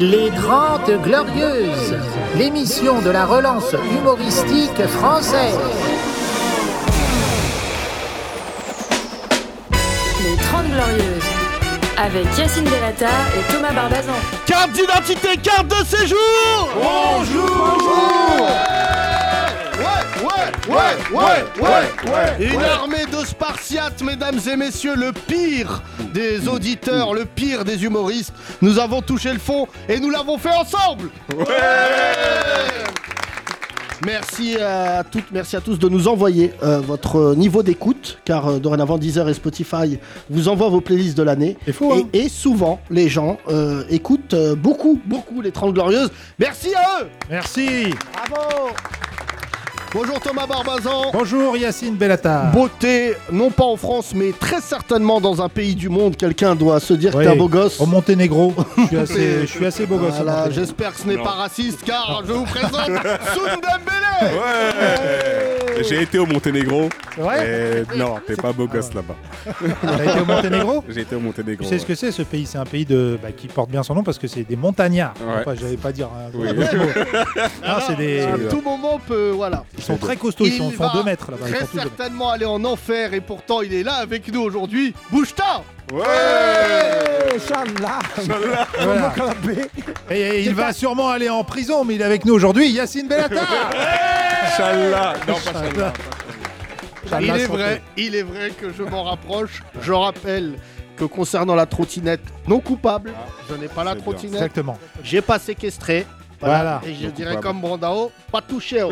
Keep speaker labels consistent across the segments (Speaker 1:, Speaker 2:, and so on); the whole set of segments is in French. Speaker 1: Les Grandes Glorieuses, l'émission de la relance humoristique française.
Speaker 2: Les 30 Glorieuses, avec Yacine Delata et Thomas Barbazan.
Speaker 3: Carte d'identité, carte de séjour Bonjour Bonjour
Speaker 4: Ouais, ouais, ouais, ouais. Une armée de Spartiates, mesdames et messieurs, le pire des auditeurs, le pire des humoristes. Nous avons touché le fond et nous l'avons fait ensemble. Merci à toutes, merci à tous de nous envoyer euh, votre niveau d'écoute, car euh, dorénavant Deezer et Spotify vous envoient vos playlists de l'année.
Speaker 5: hein.
Speaker 4: et, et souvent, les gens euh, écoutent euh, beaucoup, beaucoup les 30 Glorieuses. Merci à eux
Speaker 5: Merci.
Speaker 4: Bravo Bonjour Thomas Barbazan
Speaker 5: Bonjour Yacine Bellata.
Speaker 4: Beauté, non pas en France, mais très certainement dans un pays du monde, quelqu'un doit se dire que t'es un beau gosse.
Speaker 5: Au Oh, Monténégro. Je suis assez, je suis assez beau gosse. au
Speaker 4: Voilà,
Speaker 5: Monténégro.
Speaker 4: j'espère que ce n'est pas raciste, car je vous présente Soundembele
Speaker 6: Ouais J'ai été au Monténégro.
Speaker 5: Ouais.
Speaker 6: Et non, t'es pas beau gosse là-bas.
Speaker 5: Ah, T'as été au Monténégro
Speaker 6: J'ai été au
Speaker 5: Tu
Speaker 6: Monténégro.
Speaker 5: sais ce que c'est ce pays C'est un pays de, bah, qui porte bien son nom parce que c'est des montagnards.
Speaker 6: Ouais.
Speaker 5: Enfin, J'allais pas dire un,
Speaker 6: Oui.
Speaker 5: un autre mot. Non, c'est des,
Speaker 4: À tout moment, on peut, voilà.
Speaker 5: euh, ils sont très costauds, ils sont,
Speaker 4: Il
Speaker 5: font
Speaker 4: va
Speaker 5: 2 mètres là-bas. ils
Speaker 4: Très
Speaker 5: font tous deux mètres.
Speaker 4: certainement aller en enfer, et pourtant il est là avec nous aujourd'hui. Bouge-ta
Speaker 6: ouais. ouais
Speaker 5: Ah, Voilà. Et, et il va sûrement aller en prison, mais il est avec nous aujourd'hui, Yacine Bellata
Speaker 4: Ah,
Speaker 6: Inch'Allah Non, pas Inch'Allah.
Speaker 4: Il
Speaker 5: la
Speaker 4: est
Speaker 5: santé.
Speaker 4: vrai, il est vrai que je m'en rapproche. Je rappelle que concernant la trottinette non coupable, je n'ai pas la
Speaker 6: Ah. c'est bien.
Speaker 4: trottinette,
Speaker 5: Exactement.
Speaker 4: j'ai pas séquestré.
Speaker 5: Voilà.
Speaker 4: Et je
Speaker 6: Non
Speaker 4: dirais
Speaker 6: coupable.
Speaker 4: comme Brandao, pas touché. oh.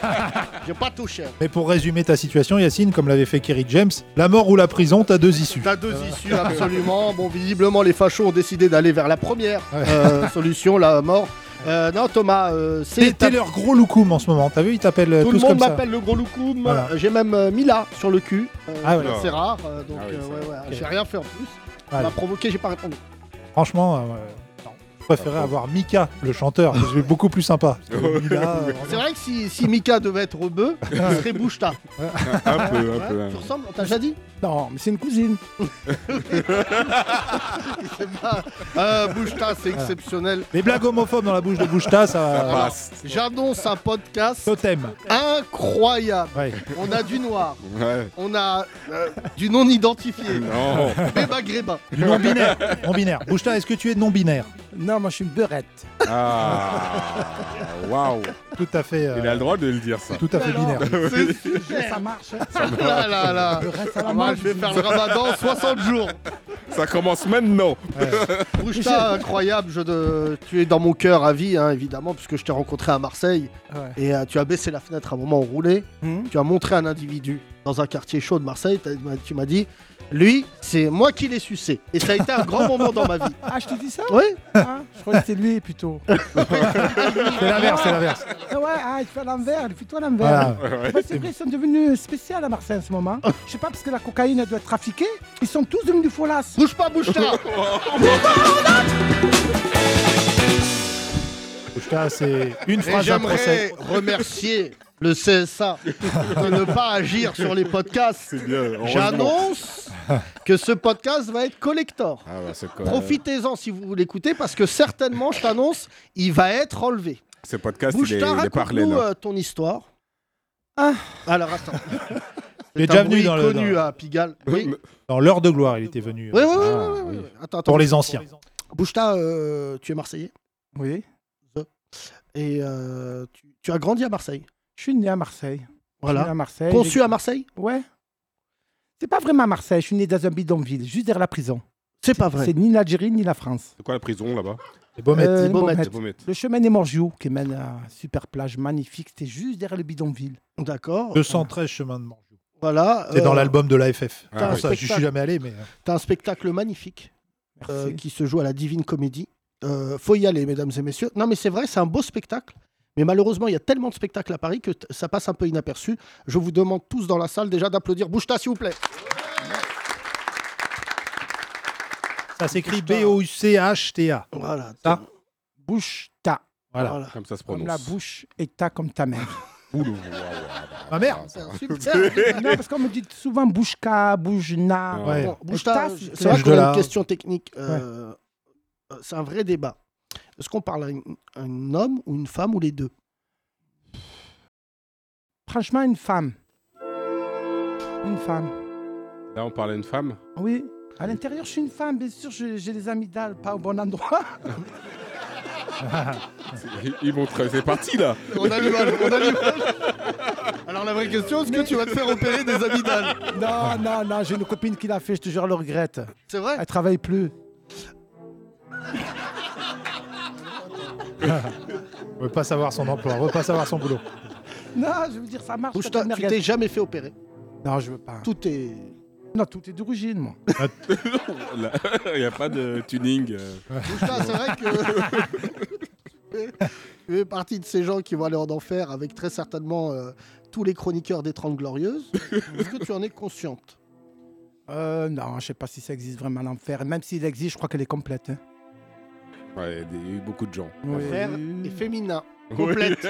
Speaker 4: J'ai pas touché.
Speaker 5: Mais pour résumer ta situation, Yacine, comme l'avait fait Kerry James, la mort ou la prison, t'as deux issues.
Speaker 4: T'as deux issues absolument. Bon, visiblement, les fachos ont décidé d'aller vers la première
Speaker 5: Ouais.
Speaker 4: euh, solution, la mort. Euh, non, Thomas, euh,
Speaker 5: T'es
Speaker 4: c'est
Speaker 5: t'es leur gros loukoum en ce moment, t'as vu, ils t'appellent euh,
Speaker 4: tout le
Speaker 5: tous
Speaker 4: monde
Speaker 5: comme ça.
Speaker 4: m'appelle le gros loukoum.
Speaker 5: Voilà.
Speaker 4: J'ai même euh, Mila sur le cul. Euh,
Speaker 5: Ah ouais.
Speaker 4: C'est rare. euh, donc,
Speaker 6: Ah oui,
Speaker 4: euh,
Speaker 6: c'est
Speaker 4: ouais, ouais,
Speaker 5: Ok.
Speaker 4: j'ai rien fait en plus.
Speaker 5: Ouais.
Speaker 4: On m'a provoqué, j'ai pas répondu.
Speaker 5: Franchement, euh, non. je préférais
Speaker 4: Ah
Speaker 5: avoir Mika, le chanteur, parce que c'est beaucoup plus sympa. Parce que Mila, euh,
Speaker 4: C'est vrai que si, si Mika devait être rebeu, il serait Bouchta.
Speaker 6: Un peu, un
Speaker 4: Hein,
Speaker 6: peu. hein.
Speaker 4: tu ressembles On t'a déjà dit
Speaker 7: Non, mais c'est une cousine.
Speaker 4: euh, Bouchta, c'est exceptionnel.
Speaker 5: Les blagues homophobes dans la bouche de Boucheta, ça.
Speaker 6: Passe.
Speaker 4: J'annonce un podcast
Speaker 5: Totem.
Speaker 4: incroyable.
Speaker 5: Ouais.
Speaker 4: On a du noir,
Speaker 6: Ouais.
Speaker 4: on a euh, du non identifié,
Speaker 6: Non.
Speaker 4: des maghrébins.
Speaker 5: Du non-binaire. Non-binaire. Boucheta, est-ce que tu es non-binaire
Speaker 7: Non, moi je suis une beurette.
Speaker 6: Ah. Waouh.
Speaker 5: Tout à fait. euh,
Speaker 6: Il a le droit de le dire ça.
Speaker 5: Tout à fait binaire.
Speaker 4: C'est
Speaker 7: Ça
Speaker 4: super.
Speaker 7: marche.
Speaker 4: Là, là, là.
Speaker 7: Beurette, ça la
Speaker 4: Ah, moi,
Speaker 7: mange.
Speaker 4: je vais faire le ramadan 60 jours.
Speaker 6: Ça commence maintenant.
Speaker 4: Bouchta, incroyable, je de- tu es dans mon cœur à vie, hein, évidemment, puisque je t'ai rencontré à Marseille.
Speaker 7: Ouais.
Speaker 4: Et euh, tu as baissé la fenêtre à un moment, on roulait.
Speaker 5: Hmm.
Speaker 7: Mhm.
Speaker 4: Tu as montré un individu dans un quartier chaud de Marseille. t'as- bah, Tu m'as dit, lui, c'est moi qui l'ai sucé. Et ça a été un grand moment dans ma vie.
Speaker 7: Ah, je te dis ça
Speaker 4: Oui
Speaker 7: hein Je crois que c'était lui plutôt.
Speaker 5: C'est l'inverse, c'est l'inverse.
Speaker 7: Ah ouais, ah, il fait à l'envers, il fait tout à
Speaker 5: Voilà.
Speaker 7: l'envers. Ah bah, c'est vrai, ils sont devenus spéciaux à Marseille en ce moment.
Speaker 4: Ah.
Speaker 7: Je sais pas parce que la cocaïne elle doit être trafiquée. Ils sont tous devenus des folasses.
Speaker 4: Bouge pas, bouge pas
Speaker 5: Boucheta, c'est une
Speaker 4: Et
Speaker 5: phrase à procès.
Speaker 4: j'aimerais remercier le CSA de ne pas agir sur les podcasts.
Speaker 6: C'est bien. heureusement.
Speaker 4: J'annonce que ce podcast va être collector.
Speaker 6: Ah bah, c'est quoi
Speaker 4: Profitez-en si vous l'écoutez parce que certainement, je t'annonce, il va être enlevé.
Speaker 6: euh, Ce podcast, il est,
Speaker 4: Bouchard,
Speaker 6: il est parlé.
Speaker 4: raconte-nous
Speaker 6: là.
Speaker 4: euh, ton histoire.
Speaker 7: Ah.
Speaker 4: Alors attends.
Speaker 5: Il est
Speaker 4: C'est
Speaker 5: déjà
Speaker 4: un
Speaker 5: venu
Speaker 4: bruit
Speaker 5: dans le-
Speaker 4: connu
Speaker 5: dans-
Speaker 4: à Pigalle. Oui, oui,
Speaker 5: Dans l'heure de gloire, il était venu. euh,
Speaker 4: oui, oui.
Speaker 6: Ah,
Speaker 4: oui, oui,
Speaker 6: oui.
Speaker 4: oui. Attends, attends.
Speaker 5: Pour les anciens.
Speaker 4: Bouchta, euh, tu es Marseillais
Speaker 7: Oui.
Speaker 4: et euh, tu, tu as grandi à Marseille.
Speaker 7: Je suis né à Marseille. Je suis né
Speaker 4: Voilà.
Speaker 7: à Marseille.
Speaker 4: Conçu à Marseille
Speaker 7: J'ai- Ouais. C'est pas vraiment à Marseille. Je suis né dans un bidonville, juste derrière la prison.
Speaker 4: C'est pas vrai.
Speaker 7: C'est ni l'Algérie ni la France.
Speaker 6: C'est quoi la prison là-bas
Speaker 5: Les Baumettes.
Speaker 7: Euh,
Speaker 4: Beaumet.
Speaker 7: Beaumet.
Speaker 6: C'est Beaumet.
Speaker 7: Le chemin des Morgiou qui mène à une super plage magnifique. C'était juste derrière le bidonville.
Speaker 4: D'accord.
Speaker 5: 213 chemins de Manjou.
Speaker 4: Voilà.
Speaker 5: C'est
Speaker 4: euh,
Speaker 5: dans l'album de l'AFF.
Speaker 6: Ah,
Speaker 5: Pour
Speaker 4: oui.
Speaker 5: ça, je suis jamais allé, mais. euh,
Speaker 4: T'as un spectacle magnifique euh,
Speaker 7: Merci.
Speaker 4: qui se joue à la Divine Comédie. Euh, faut y aller, mesdames et messieurs. Non, mais c'est vrai, c'est un beau spectacle. Mais malheureusement, il y a tellement de spectacles à Paris que t- ça passe un peu inaperçu. Je vous demande tous dans la salle déjà d'applaudir Bouchta, s'il vous plaît.
Speaker 5: Ça s'écrit
Speaker 4: Euh,
Speaker 5: B-O-U-C-H-T-A.
Speaker 4: Voilà.
Speaker 5: Ça.
Speaker 7: Bouche ta.
Speaker 5: Voilà.
Speaker 4: Voilà.
Speaker 6: Comme ça se
Speaker 7: Comme la
Speaker 6: prononce.
Speaker 7: bouche et ta Ah, comme ta mère.
Speaker 5: Ma mère
Speaker 7: non, parce qu'on me dit souvent Bouchka, Boujna.
Speaker 5: Ouais.
Speaker 7: Bon,
Speaker 4: Bouchka,
Speaker 7: Bouchka, c'est-
Speaker 4: c'est vrai
Speaker 5: de
Speaker 4: qu'on a
Speaker 5: la-
Speaker 4: une question technique. euh, euh, C'est un vrai débat. Est-ce qu'on parle à une- un homme ou une femme ou les deux
Speaker 7: franchement, une femme. Une femme.
Speaker 6: Là, on parlait à une femme.
Speaker 7: Oui. À l'intérieur, je suis une femme, bien sûr, je- j'ai les amygdales pas au bon endroit.
Speaker 6: Ils- Ils vont très. C'est parti là.
Speaker 8: On a du mal, on a du mal. Alors la vraie question, est-ce que tu vas te faire opérer des amygdales
Speaker 7: non, non, non, j'ai une copine qui l'a fait, je te jure, elle le regrette.
Speaker 8: C'est vrai
Speaker 7: Elle travaille plus.
Speaker 5: On veut pas savoir son emploi, on veut pas savoir son boulot.
Speaker 7: Non, je veux dire, ça marche.
Speaker 4: Bouchka,
Speaker 7: ça fait
Speaker 4: tu
Speaker 7: merguez.
Speaker 4: t'es jamais fait opérer.
Speaker 7: Non, je veux pas.
Speaker 4: Tout est.
Speaker 7: Ah. Non, tout est d'origine, moi.
Speaker 6: Là, Il n'y a pas de tuning. euh.
Speaker 4: Bouchka, c'est vrai que. Tu fais partie de ces gens qui vont aller en enfer avec très certainement euh, tous les chroniqueurs des 30 Glorieuses. Est-ce que tu en es consciente
Speaker 7: Euh, non, je sais pas si ça existe vraiment l'enfer. Même s'il existe, je crois qu'elle est complète. hein.
Speaker 6: Ouais, il y a eu beaucoup de gens.
Speaker 7: Oui.
Speaker 4: Frère et féminin.
Speaker 6: Oui.
Speaker 4: Complète.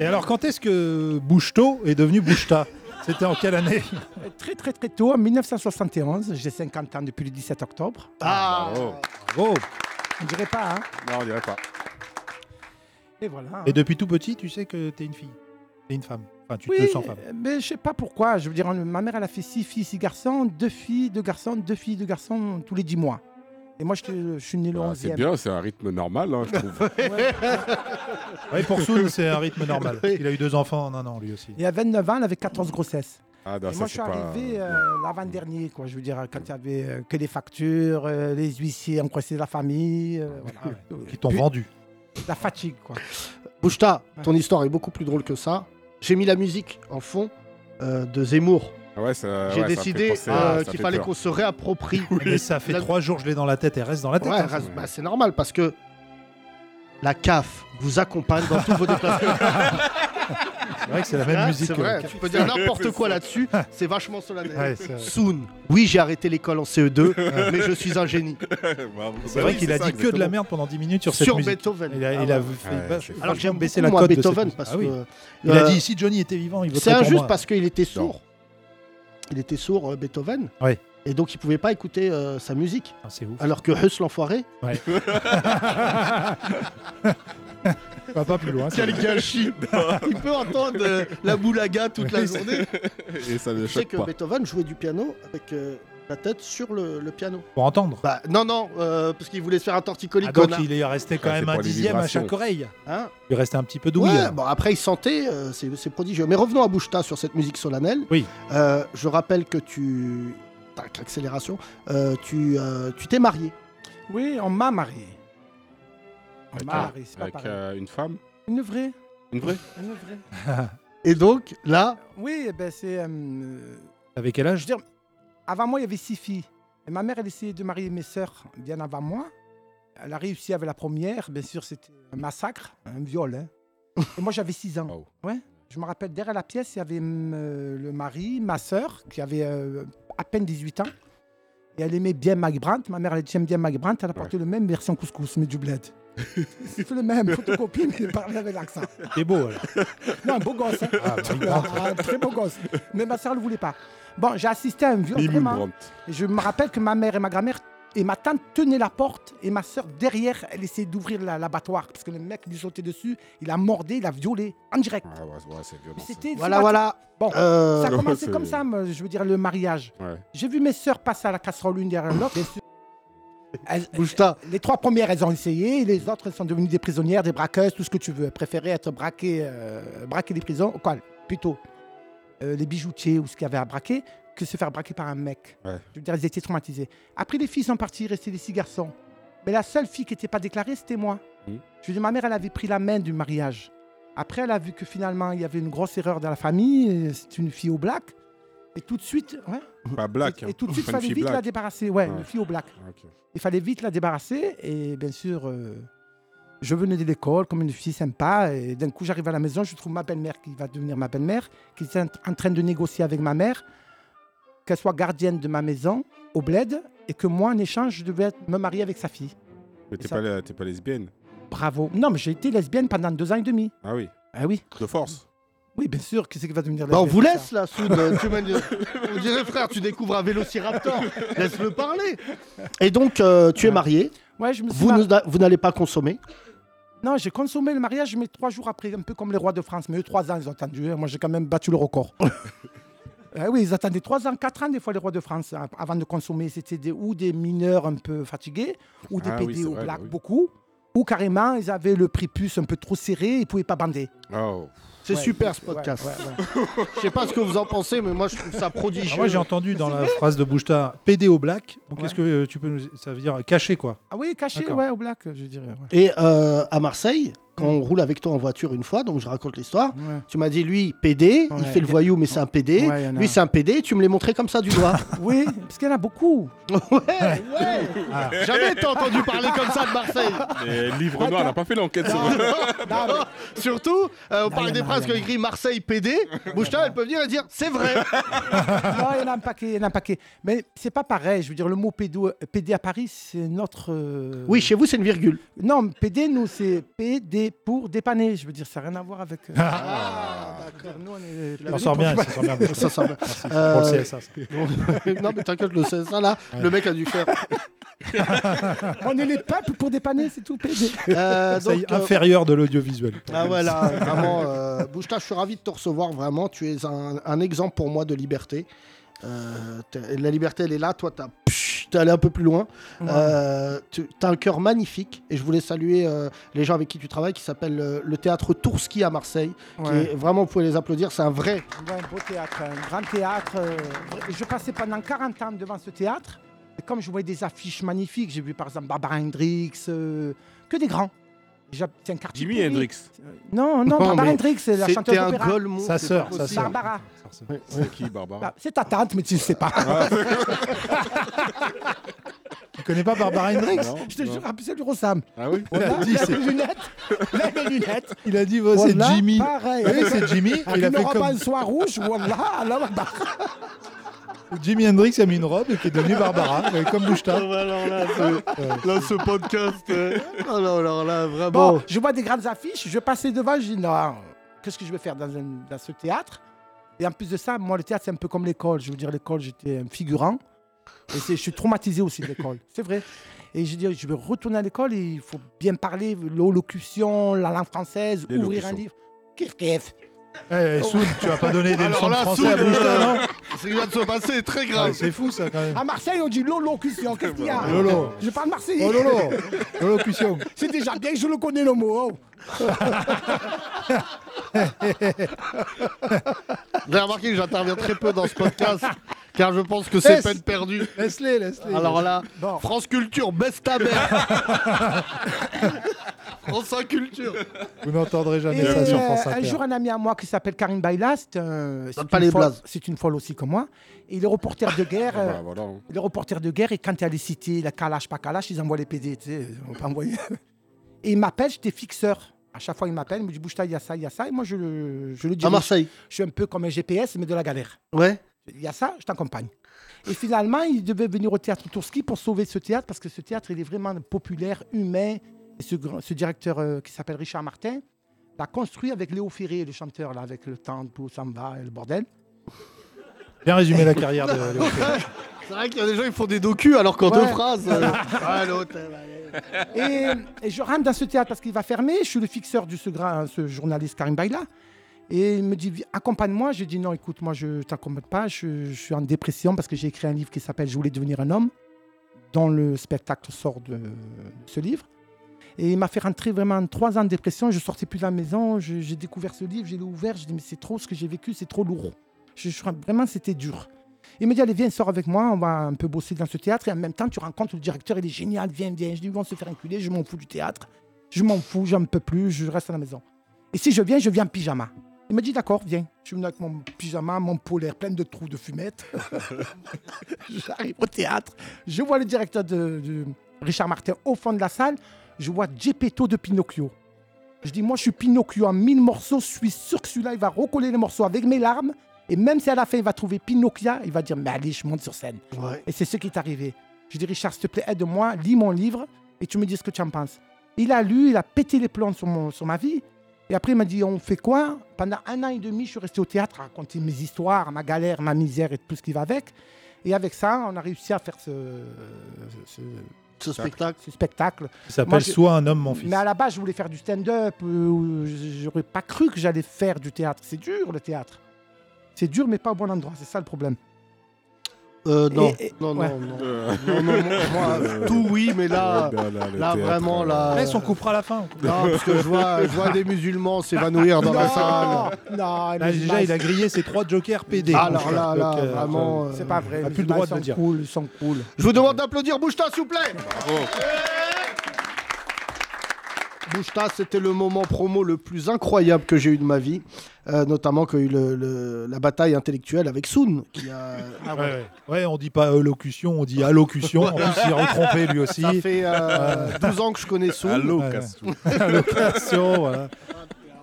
Speaker 5: Et alors, quand est-ce que Bouchetot est devenu Boucheta C'était en quelle année
Speaker 7: Euh, Très, très, très tôt, en 1971. J'ai 50 ans depuis le 17 octobre.
Speaker 4: Ah,
Speaker 6: bravo.
Speaker 5: Oh
Speaker 7: On dirait pas, hein
Speaker 6: Non, on dirait pas.
Speaker 7: Et voilà.
Speaker 5: Et depuis tout petit, tu sais que t'es une fille. T'es une femme. Enfin, tu
Speaker 7: oui,
Speaker 5: te sens femme.
Speaker 7: mais je sais pas pourquoi. Je veux dire, on- ma mère, elle a fait six filles, six garçons, deux filles, deux garçons, deux filles, deux garçons, tous les 10 mois. Et moi, je, te- je suis né le
Speaker 6: Ah,
Speaker 7: 11e.
Speaker 6: c'est bien, c'est un rythme normal, hein, je trouve.
Speaker 5: Oui, pour Soun, c'est un rythme normal. Il a eu deux enfants en un an, lui aussi.
Speaker 7: Et à 29 ans, elle avait 14 grossesses.
Speaker 6: Ah, non,
Speaker 7: Et
Speaker 6: ça,
Speaker 7: moi, je
Speaker 6: c'est
Speaker 7: suis
Speaker 6: pas.
Speaker 7: arrivé euh, l'avant-dernier, quoi. Je veux dire, quand il y avait euh, que les factures, euh, les huissiers, on croisait la famille. euh, voilà.
Speaker 5: Qui t'ont
Speaker 7: Puis,
Speaker 5: vendu.
Speaker 7: La fatigue, quoi.
Speaker 4: Bouchta, ton histoire est beaucoup plus drôle que ça. J'ai mis la musique en fond euh, de Zemmour.
Speaker 6: Ah Ouais, ça-
Speaker 4: J'ai
Speaker 6: ouais, ça fait
Speaker 4: décidé
Speaker 6: penser à-
Speaker 4: euh,
Speaker 6: ça
Speaker 4: qu'il
Speaker 6: fait
Speaker 4: fallait
Speaker 6: peur.
Speaker 4: qu'on se réapproprie.
Speaker 5: Mais ça fait
Speaker 4: La-
Speaker 5: trois jours, je l'ai dans la tête et reste dans la tête.
Speaker 4: Ouais,
Speaker 5: hein.
Speaker 4: reste- bah, c'est normal parce que la CAF vous accompagne dans tous vos déplacements.
Speaker 5: C'est vrai que c'est la même
Speaker 4: Hein,
Speaker 5: musique.
Speaker 4: c'est
Speaker 5: que-
Speaker 4: vrai, tu peux dire n'importe quoi là-dessus, c'est vachement solennel.
Speaker 5: Ouais, c'est vrai.
Speaker 4: Soon, oui, j'ai arrêté l'école en CE2, mais je suis un génie.
Speaker 6: Bravo.
Speaker 4: Bah
Speaker 5: C'est vrai qu'il a dit que de la merde pendant 10 minutes sur cette
Speaker 4: Sur
Speaker 5: musique.
Speaker 4: Beethoven.
Speaker 5: Il a, il
Speaker 4: Ah
Speaker 5: a
Speaker 4: ouais.
Speaker 5: fait
Speaker 6: Ouais,
Speaker 5: bah,
Speaker 6: c'est
Speaker 5: franchement
Speaker 4: Alors j'aime
Speaker 5: baisser
Speaker 4: beaucoup
Speaker 5: la
Speaker 4: moi,
Speaker 5: cote de cette
Speaker 4: Beethoven
Speaker 5: musique.
Speaker 4: parce
Speaker 5: Ah oui.
Speaker 4: que
Speaker 5: Il a
Speaker 4: euh,
Speaker 5: dit si Johnny était vivant, il
Speaker 4: c'est
Speaker 5: voterait pour
Speaker 4: injuste
Speaker 5: moi.
Speaker 4: parce qu'il était
Speaker 6: Non.
Speaker 4: sourd. Il était sourd, euh, Beethoven.
Speaker 5: Ouais.
Speaker 4: Et donc il pouvait pas écouter euh, sa musique.
Speaker 5: Ah, c'est ouf.
Speaker 4: Alors que Huss l'enfoiré,
Speaker 5: On va pas plus loin. c'est
Speaker 8: Quel
Speaker 5: vrai.
Speaker 8: gâchis Il peut entendre euh, la boulaga toute la journée.
Speaker 6: Et ça ne
Speaker 4: tu sais
Speaker 6: choque
Speaker 4: que
Speaker 6: pas.
Speaker 4: Beethoven jouait du piano avec euh, la tête sur le, le piano.
Speaker 5: Pour entendre.
Speaker 4: Bah non, non, euh, parce qu'il voulait se faire un torticolis
Speaker 5: Ah, donc
Speaker 4: connard.
Speaker 5: il est resté quand
Speaker 6: Ah, c'est
Speaker 5: même un
Speaker 6: pour les
Speaker 5: dixième à
Speaker 6: vibrations.
Speaker 5: chaque oreille.
Speaker 4: Hein
Speaker 5: Il restait un petit peu douille.
Speaker 4: ouais,
Speaker 5: alors.
Speaker 4: bon, après il sentait, euh, c'est c'est prodigieux. Mais revenons à Bouchta sur cette musique solennelle.
Speaker 5: Oui.
Speaker 4: Euh, je rappelle que tu. Tac, accélération. Euh, tu euh, tu t'es marié.
Speaker 7: Oui, on m'a marié. On m'a
Speaker 6: Ah,
Speaker 7: marié, c'est pas
Speaker 6: Avec
Speaker 7: pareil.
Speaker 6: euh, une femme
Speaker 7: Une vraie.
Speaker 6: Une vraie
Speaker 7: Une vraie.
Speaker 4: Et donc là,
Speaker 7: Oui, eh ben, c'est. euh,
Speaker 5: Avec quel âge
Speaker 7: Je veux dire, avant moi, il y avait six filles. Et ma mère, elle essayait de marier mes sœurs bien avant moi. Elle a réussi avec la première. Bien sûr, c'était un massacre, un viol. hein. Et moi, j'avais six ans.
Speaker 6: Oh.
Speaker 7: Ouais. Je me rappelle, derrière la pièce, il y avait hum, euh, le mari, ma sœur, qui avait euh, à peine 18 ans. Et elle aimait bien Mike Brandt. Ma mère, elle dit, j'aime bien Mike Brandt. Elle a porté le même version couscous, mais du bled. C'est le même, photocopie, mais elle parlait avec l'accent.
Speaker 4: bah.
Speaker 5: T'es beau alors.
Speaker 7: Non, un beau gosse. hein.
Speaker 5: Ah, Mike
Speaker 6: bah,
Speaker 7: un très beau gosse. Mais ma sœur ne le voulait pas. Bon, j'ai assisté à un viol
Speaker 6: Mimi
Speaker 7: vraiment.
Speaker 6: Brandt.
Speaker 7: Et Je me rappelle que ma mère et ma grand-mère et ma tante tenaient la porte et ma soeur derrière, elle essayait d'ouvrir la- l'abattoir parce que le mec lui sautait dessus, il a mordé, il a violé en direct.
Speaker 6: Ah ouais, ouais, c'est violent.
Speaker 7: Mais
Speaker 6: ça.
Speaker 7: c'était
Speaker 4: voilà, voilà.
Speaker 7: Bon,
Speaker 4: Euh,
Speaker 7: ça a
Speaker 6: Non,
Speaker 7: commencé
Speaker 6: c'est-
Speaker 7: comme ça, moi, je veux dire le mariage.
Speaker 6: Ouais.
Speaker 7: J'ai vu mes sœurs passer à la casserole l'une derrière l'autre. bien sûr. Elles-
Speaker 4: Bouchta,
Speaker 7: les trois premières, elles ont essayé, et les autres, elles sont devenues des prisonnières, des braqueuses, tout ce que tu veux. Elles préféraient être braquées, euh, braquer des prisons, quoi, plutôt euh, les bijoutiers ou ce qu'il y avait à braquer, que se faire braquer par un mec.
Speaker 6: Ouais.
Speaker 7: Je veux dire, elles étaient traumatisées. Après, les filles sont parties, il restait les six garçons. Mais la seule fille qui n'était pas déclarée, c'était moi.
Speaker 6: Mhm.
Speaker 7: Je veux dire, ma mère, elle avait pris la main du mariage. Après, elle a vu que finalement, il y avait une grosse erreur dans la famille, euh, c'est une fille au black. Et tout de suite, ouais,
Speaker 6: Pas black.
Speaker 7: et, et tout de suite,
Speaker 6: Pas
Speaker 7: il
Speaker 6: une
Speaker 7: fallait
Speaker 6: fille
Speaker 7: vite la
Speaker 6: black.
Speaker 7: débarrasser. Ouais,
Speaker 6: Ouais.
Speaker 7: une fille au black.
Speaker 6: Ok.
Speaker 7: Il fallait vite la débarrasser et bien sûr, euh, je venais de l'école comme une fille sympa et d'un coup j'arrive à la maison, je trouve ma belle-mère qui va devenir ma belle-mère, qui est en en train de négocier avec ma mère, qu'elle soit gardienne de ma maison au bled et que moi en échange je devais être- me marier avec sa fille.
Speaker 6: Mais t'es
Speaker 7: ça-
Speaker 6: pas, la- t'es pas lesbienne
Speaker 7: Bravo. Non mais j'ai été lesbienne pendant deux ans et demi.
Speaker 6: Ah oui.
Speaker 7: Ah oui.
Speaker 6: De force
Speaker 7: Oui, bien sûr, qui c'est qui va devenir
Speaker 4: Bah, on
Speaker 7: la-
Speaker 4: vous
Speaker 7: ça
Speaker 4: laisse là, Soud. Tu m'as dit- on dirait frère, tu découvres un vélociraptor. Laisse-le parler. Et donc, euh, tu es marié.
Speaker 7: Ouais, je me suis
Speaker 4: Vous
Speaker 7: marié.
Speaker 4: ne- vous n'allez pas consommer.
Speaker 7: Non, j'ai consommé le mariage, mais trois jours après, un peu comme les rois de France. Mais eux, trois ans, ils ont attendu. hein. Moi, j'ai quand même battu le record. Eh oui, ils attendaient trois ans, quatre ans, des fois, les rois de France, hein, avant de consommer. C'était des, ou des mineurs un peu fatigués, ou des
Speaker 6: Ah oui,
Speaker 7: PD
Speaker 6: c'est
Speaker 7: ou
Speaker 6: vrai,
Speaker 7: blacks,
Speaker 6: bah oui.
Speaker 7: beaucoup, ou carrément, ils avaient le prix puce un peu trop serré, ils ne pouvaient pas bander.
Speaker 6: Oh.
Speaker 4: C'est
Speaker 7: Ouais,
Speaker 4: super ce
Speaker 7: ouais,
Speaker 4: podcast.
Speaker 7: ouais, ouais.
Speaker 4: Je sais pas ce que vous en pensez, mais moi je trouve ça prodigieux.
Speaker 5: Ah, moi, j'ai entendu dans la phrase de Bouchetard PD au black. Donc, est-ce que euh, tu peux nous. Ça veut dire caché, quoi.
Speaker 7: Ah oui, caché,
Speaker 5: D'accord.
Speaker 7: ouais, au black, je dirais. ouais.
Speaker 4: Et euh, à Marseille, quand on roule avec toi en voiture une fois, donc je raconte l'histoire,
Speaker 7: Ouais.
Speaker 4: tu m'as dit lui PD, il
Speaker 7: Ouais.
Speaker 4: fait le voyou mais c'est un PD,
Speaker 7: Ouais, y en a
Speaker 4: lui
Speaker 7: un.
Speaker 4: c'est un PD, tu me les montrais comme ça du doigt.
Speaker 7: Oui, parce qu'il y en a beaucoup.
Speaker 4: Ah. Jamais t'as entendu parler comme ça de Marseille.
Speaker 6: Mais Livre Noir n'a pas fait l'enquête sur
Speaker 7: Ah. Non, mais-
Speaker 4: Surtout, euh, on parle
Speaker 7: y en
Speaker 4: des
Speaker 7: a,
Speaker 4: phrases
Speaker 7: y en
Speaker 4: que
Speaker 7: a.
Speaker 4: écrit Marseille PD, Bouchard elle peut venir et dire c'est vrai.
Speaker 7: Non, il y en a un paquet, il y en a un paquet. Mais c'est pas pareil. Je veux dire, le mot pédo- PD à Paris, c'est notre. euh,
Speaker 4: Oui, chez vous c'est une virgule.
Speaker 7: Non, PD, nous, c'est PD pour dépanner. Je veux dire, ça n'a rien à voir avec. euh,
Speaker 4: Ah.
Speaker 7: nous, on est-
Speaker 5: Ça sort bien, ça sort bien. Bouchetard.
Speaker 4: Ça, Euh, ça
Speaker 5: Merci
Speaker 4: va. Euh,
Speaker 5: Pour le CSA. ça.
Speaker 4: non mais t'inquiète, le CSA là, le mec a dû faire.
Speaker 7: On est les peuples pour dépanner, c'est tout, PD.
Speaker 4: Euh,
Speaker 5: Conseil
Speaker 4: donc, euh,
Speaker 5: inférieur de l'audiovisuel.
Speaker 4: Ah voilà, vraiment, euh, Bouchta, je suis ravi de te recevoir, vraiment. Tu es un, un exemple pour moi de liberté. Euh, t'es- la liberté, elle est là. Toi, t'as- psh, t'es allé un peu plus loin. Euh, tu as un cœur magnifique. Et je voulais saluer euh, les gens avec qui tu travailles, qui s'appelle euh, le théâtre Tourski à Marseille. qui
Speaker 7: Ouais.
Speaker 4: est- vraiment, vous pouvez les applaudir. C'est un vrai.
Speaker 7: Ouais, un beau théâtre, un grand théâtre. euh, Je passais pendant 40 ans devant ce théâtre. Et comme je voyais des affiches magnifiques, j'ai vu par exemple Barbara Hendrix, euh, que des grands. J'ai- C'est un quartier.
Speaker 6: Jimi
Speaker 7: pourri.
Speaker 6: Hendrix.
Speaker 7: Euh, Non, non,
Speaker 4: Non,
Speaker 7: Barbara
Speaker 4: mais
Speaker 7: Hendrix, c'est la
Speaker 4: C'était
Speaker 7: chanteuse
Speaker 4: un
Speaker 7: d'opéra.
Speaker 4: golemont.
Speaker 5: Sa
Speaker 4: c'est
Speaker 5: sœur,
Speaker 4: pas
Speaker 5: sa
Speaker 4: possible.
Speaker 5: sœur.
Speaker 7: Barbara.
Speaker 6: C'est qui, Barbara Ah.
Speaker 7: Bah, C'est ta tante, mais tu ne sais pas.
Speaker 5: Tu connais pas Barbara Hendrix
Speaker 6: Non,
Speaker 7: Je te
Speaker 6: non.
Speaker 7: jure, en plus, elle lui ressemble.
Speaker 6: Ah oui
Speaker 5: Il a dit,
Speaker 7: Là,
Speaker 5: c'est-
Speaker 7: les lunettes. Là, les lunettes.
Speaker 5: il a dit, ouais, c'est
Speaker 7: Voilà,
Speaker 5: Jimmy.
Speaker 7: Pareil.
Speaker 5: Oui, c'est Jimmy.
Speaker 4: Ah,
Speaker 7: Avec
Speaker 5: Il a
Speaker 7: une
Speaker 5: fait
Speaker 7: robe en
Speaker 5: comme
Speaker 7: soie rouge, voilà, là, bah,
Speaker 5: Jimi Hendrix a mis une robe et qui est devenue Barbara, euh, comme Bouchard.
Speaker 7: Euh,
Speaker 8: Là, ce podcast. euh,
Speaker 4: Oh là là là, vraiment.
Speaker 7: Bon, je vois des grandes affiches, je vais passer devant, je dis non, qu'est-ce que je vais faire dans, un- dans ce théâtre Et en plus de ça, moi, le théâtre, c'est un peu comme l'école. Je veux dire, l'école, j'étais un figurant. Et c'est- je suis traumatisé aussi de l'école, c'est vrai. Et je dis, je vais retourner à l'école et il faut bien parler l'allocution, la langue française, ouvrir un
Speaker 6: L'élocution.
Speaker 7: livre. Kif kif.
Speaker 5: Eh, Soul, tu vas pas donner des
Speaker 8: Alors
Speaker 5: leçons de
Speaker 8: là,
Speaker 5: français
Speaker 8: Soul,
Speaker 5: à
Speaker 4: euh,
Speaker 5: Bouchard, non
Speaker 8: Ce qui vient de se passer est très
Speaker 5: Ouais,
Speaker 8: grave.
Speaker 5: Ah, C'est fou, ça, quand même.
Speaker 7: À Marseille, on dit l'allocution, qu'est-ce qu'il y a
Speaker 5: Lolo.
Speaker 7: Je parle marseillais.
Speaker 5: Oh, Lolo L'allocution.
Speaker 7: C'est déjà bien que je le connais le mot. oh.
Speaker 4: Vous avez remarqué que j'interviens très peu dans ce podcast, car je pense que c'est
Speaker 5: Est-ce-
Speaker 4: peine perdue.
Speaker 5: Laisse-les, laisse-les.
Speaker 4: Alors là,
Speaker 7: Bon.
Speaker 4: France Culture, baisse ta mère. France Culture.
Speaker 5: Vous n'entendrez
Speaker 7: Et
Speaker 5: jamais ça sur
Speaker 7: euh,
Speaker 5: France
Speaker 7: un
Speaker 5: Inter.
Speaker 7: jour, un ami à moi qui s'appelle Karim Baila, c'est un- c'est
Speaker 4: pas
Speaker 7: une
Speaker 4: les
Speaker 7: folle-
Speaker 4: blazes.
Speaker 7: c'est une folle aussi comme moi. Et il est reporter de guerre.
Speaker 6: Ah
Speaker 7: euh,
Speaker 6: bah, voilà.
Speaker 7: il est reporter de guerre et quand il est cité, la calache, pas calache, ils envoient les PD. tu sais, on peut envoyer. Et il m'appelle, j'étais fixeur. À chaque fois, il m'appelle, il me dit Bouchta, il y a ça, il y a ça. Et moi, je, le- je le dis.
Speaker 4: À Marseille.
Speaker 7: Je suis un peu comme un GPS, mais de la galère.
Speaker 4: Ouais.
Speaker 7: Il y a ça, je t'accompagne. Et finalement, il devait venir au théâtre Tourski pour sauver ce théâtre parce que ce théâtre, il est vraiment populaire, humain. Et ce, grand- ce directeur euh, qui s'appelle Richard Martin l'a construit avec Léo Ferré, le chanteur, là, avec le temps, tout s'en va et le bordel.
Speaker 5: Bien résumé la carrière de Léo Ferré.
Speaker 4: C'est vrai qu'il y a des gens qui font des docus alors qu'en
Speaker 7: Ouais.
Speaker 4: deux phrases. euh, ah, l'autre, elle, elle, elle.
Speaker 7: Et, et je rentre dans ce théâtre parce qu'il va fermer. Je suis le fixeur de ce, grand, ce journaliste Karim Baila. Et il me dit, Vi- accompagne-moi. J'ai dit, non, écoute, moi, je t'accompagne pas. Je, je suis en dépression parce que j'ai écrit un livre qui s'appelle Je voulais devenir un homme, dont le spectacle sort de, de ce livre. Et il m'a fait rentrer vraiment en trois ans de dépression. Je sortais plus de la maison. Je- J'ai découvert ce livre, je l'ai ouvert. Je dis, mais c'est trop ce que j'ai vécu, c'est trop lourd. Je, je- vraiment, c'était dur. Il me dit, allez, viens, sors avec moi, on va un peu bosser dans ce théâtre. Et en même temps, tu rencontres le directeur, il est génial, viens, viens. Je dis, on se faire enculer, je m'en fous du théâtre. Je m'en fous, j'en peux plus, je reste à la maison. Et si je viens, je viens en pyjama. Il me dit, d'accord, viens. Je suis venu avec mon pyjama, mon polaire plein de trous de fumette. J'arrive au théâtre, je vois le directeur de, de Richard Martin au fond de la salle, je vois Geppetto de Pinocchio. Je dis, moi, je suis Pinocchio en mille morceaux, je suis sûr que celui-là, il va recoller les morceaux avec mes larmes. Et même si à la fin, il va trouver Pinocchio, il va dire, mais allez, je monte sur scène.
Speaker 4: Ouais.
Speaker 7: Et c'est ce qui est arrivé. Je dis, Richard, s'il te plaît, aide-moi, lis mon livre et tu me dis ce que tu en penses. Il a lu, il a pété les plombs sur, mon, sur ma vie. Et après, il m'a dit, on fait quoi Pendant un an et demi, je suis resté au théâtre à raconter mes histoires, ma galère, ma misère et tout ce qui va avec. Et avec ça, on a réussi à faire ce, ce,
Speaker 4: ce spectacle.
Speaker 7: Ce spectacle.
Speaker 5: Ça s'appelle
Speaker 7: Moi, je-
Speaker 5: Sois un homme, mon fils.
Speaker 7: Mais à la base, je voulais faire du stand-up. euh, je- J'aurais pas cru que j'allais faire du théâtre. C'est dur, le théâtre. C'est dur, mais pas au bon endroit. C'est ça le problème.
Speaker 4: Euh, non.
Speaker 7: Et- et-
Speaker 4: non,
Speaker 7: ouais.
Speaker 4: non, non,
Speaker 6: Euh.
Speaker 4: non, non, moi, moi, tout oui, mais là,
Speaker 6: Non, non, le
Speaker 4: là
Speaker 6: théâtre,
Speaker 4: vraiment,
Speaker 6: euh,
Speaker 4: là.
Speaker 5: Laisse, on coupera à la fin.
Speaker 4: Non, parce que je vois, je vois des musulmans s'évanouir dans la salle.
Speaker 7: Non, Ah, non,
Speaker 5: Là,
Speaker 7: les
Speaker 5: déjà, il a grillé ses trois jokers PD.
Speaker 4: Ah, Alors là, là,
Speaker 5: Donc, euh,
Speaker 4: vraiment. euh,
Speaker 7: C'est pas vrai.
Speaker 5: on a
Speaker 7: les
Speaker 5: plus le droit
Speaker 7: Musulmans
Speaker 5: de le
Speaker 7: sont
Speaker 5: dire.
Speaker 7: Cool, ils sont cool.
Speaker 4: Je vous demande d'applaudir Bouchta, s'il vous plaît Bouchta, c'était le moment promo le plus incroyable que j'ai eu de ma vie, euh, notamment que eu le- le- la bataille intellectuelle avec Soun, qui a
Speaker 5: Ouais, ouais. Ouais, on dit pas allocution, on dit allocution. En plus, il est retrompé lui aussi.
Speaker 4: ça fait euh, 12 ans que je connais Soun.
Speaker 6: Allô, Cassou.
Speaker 5: Allocation, voilà.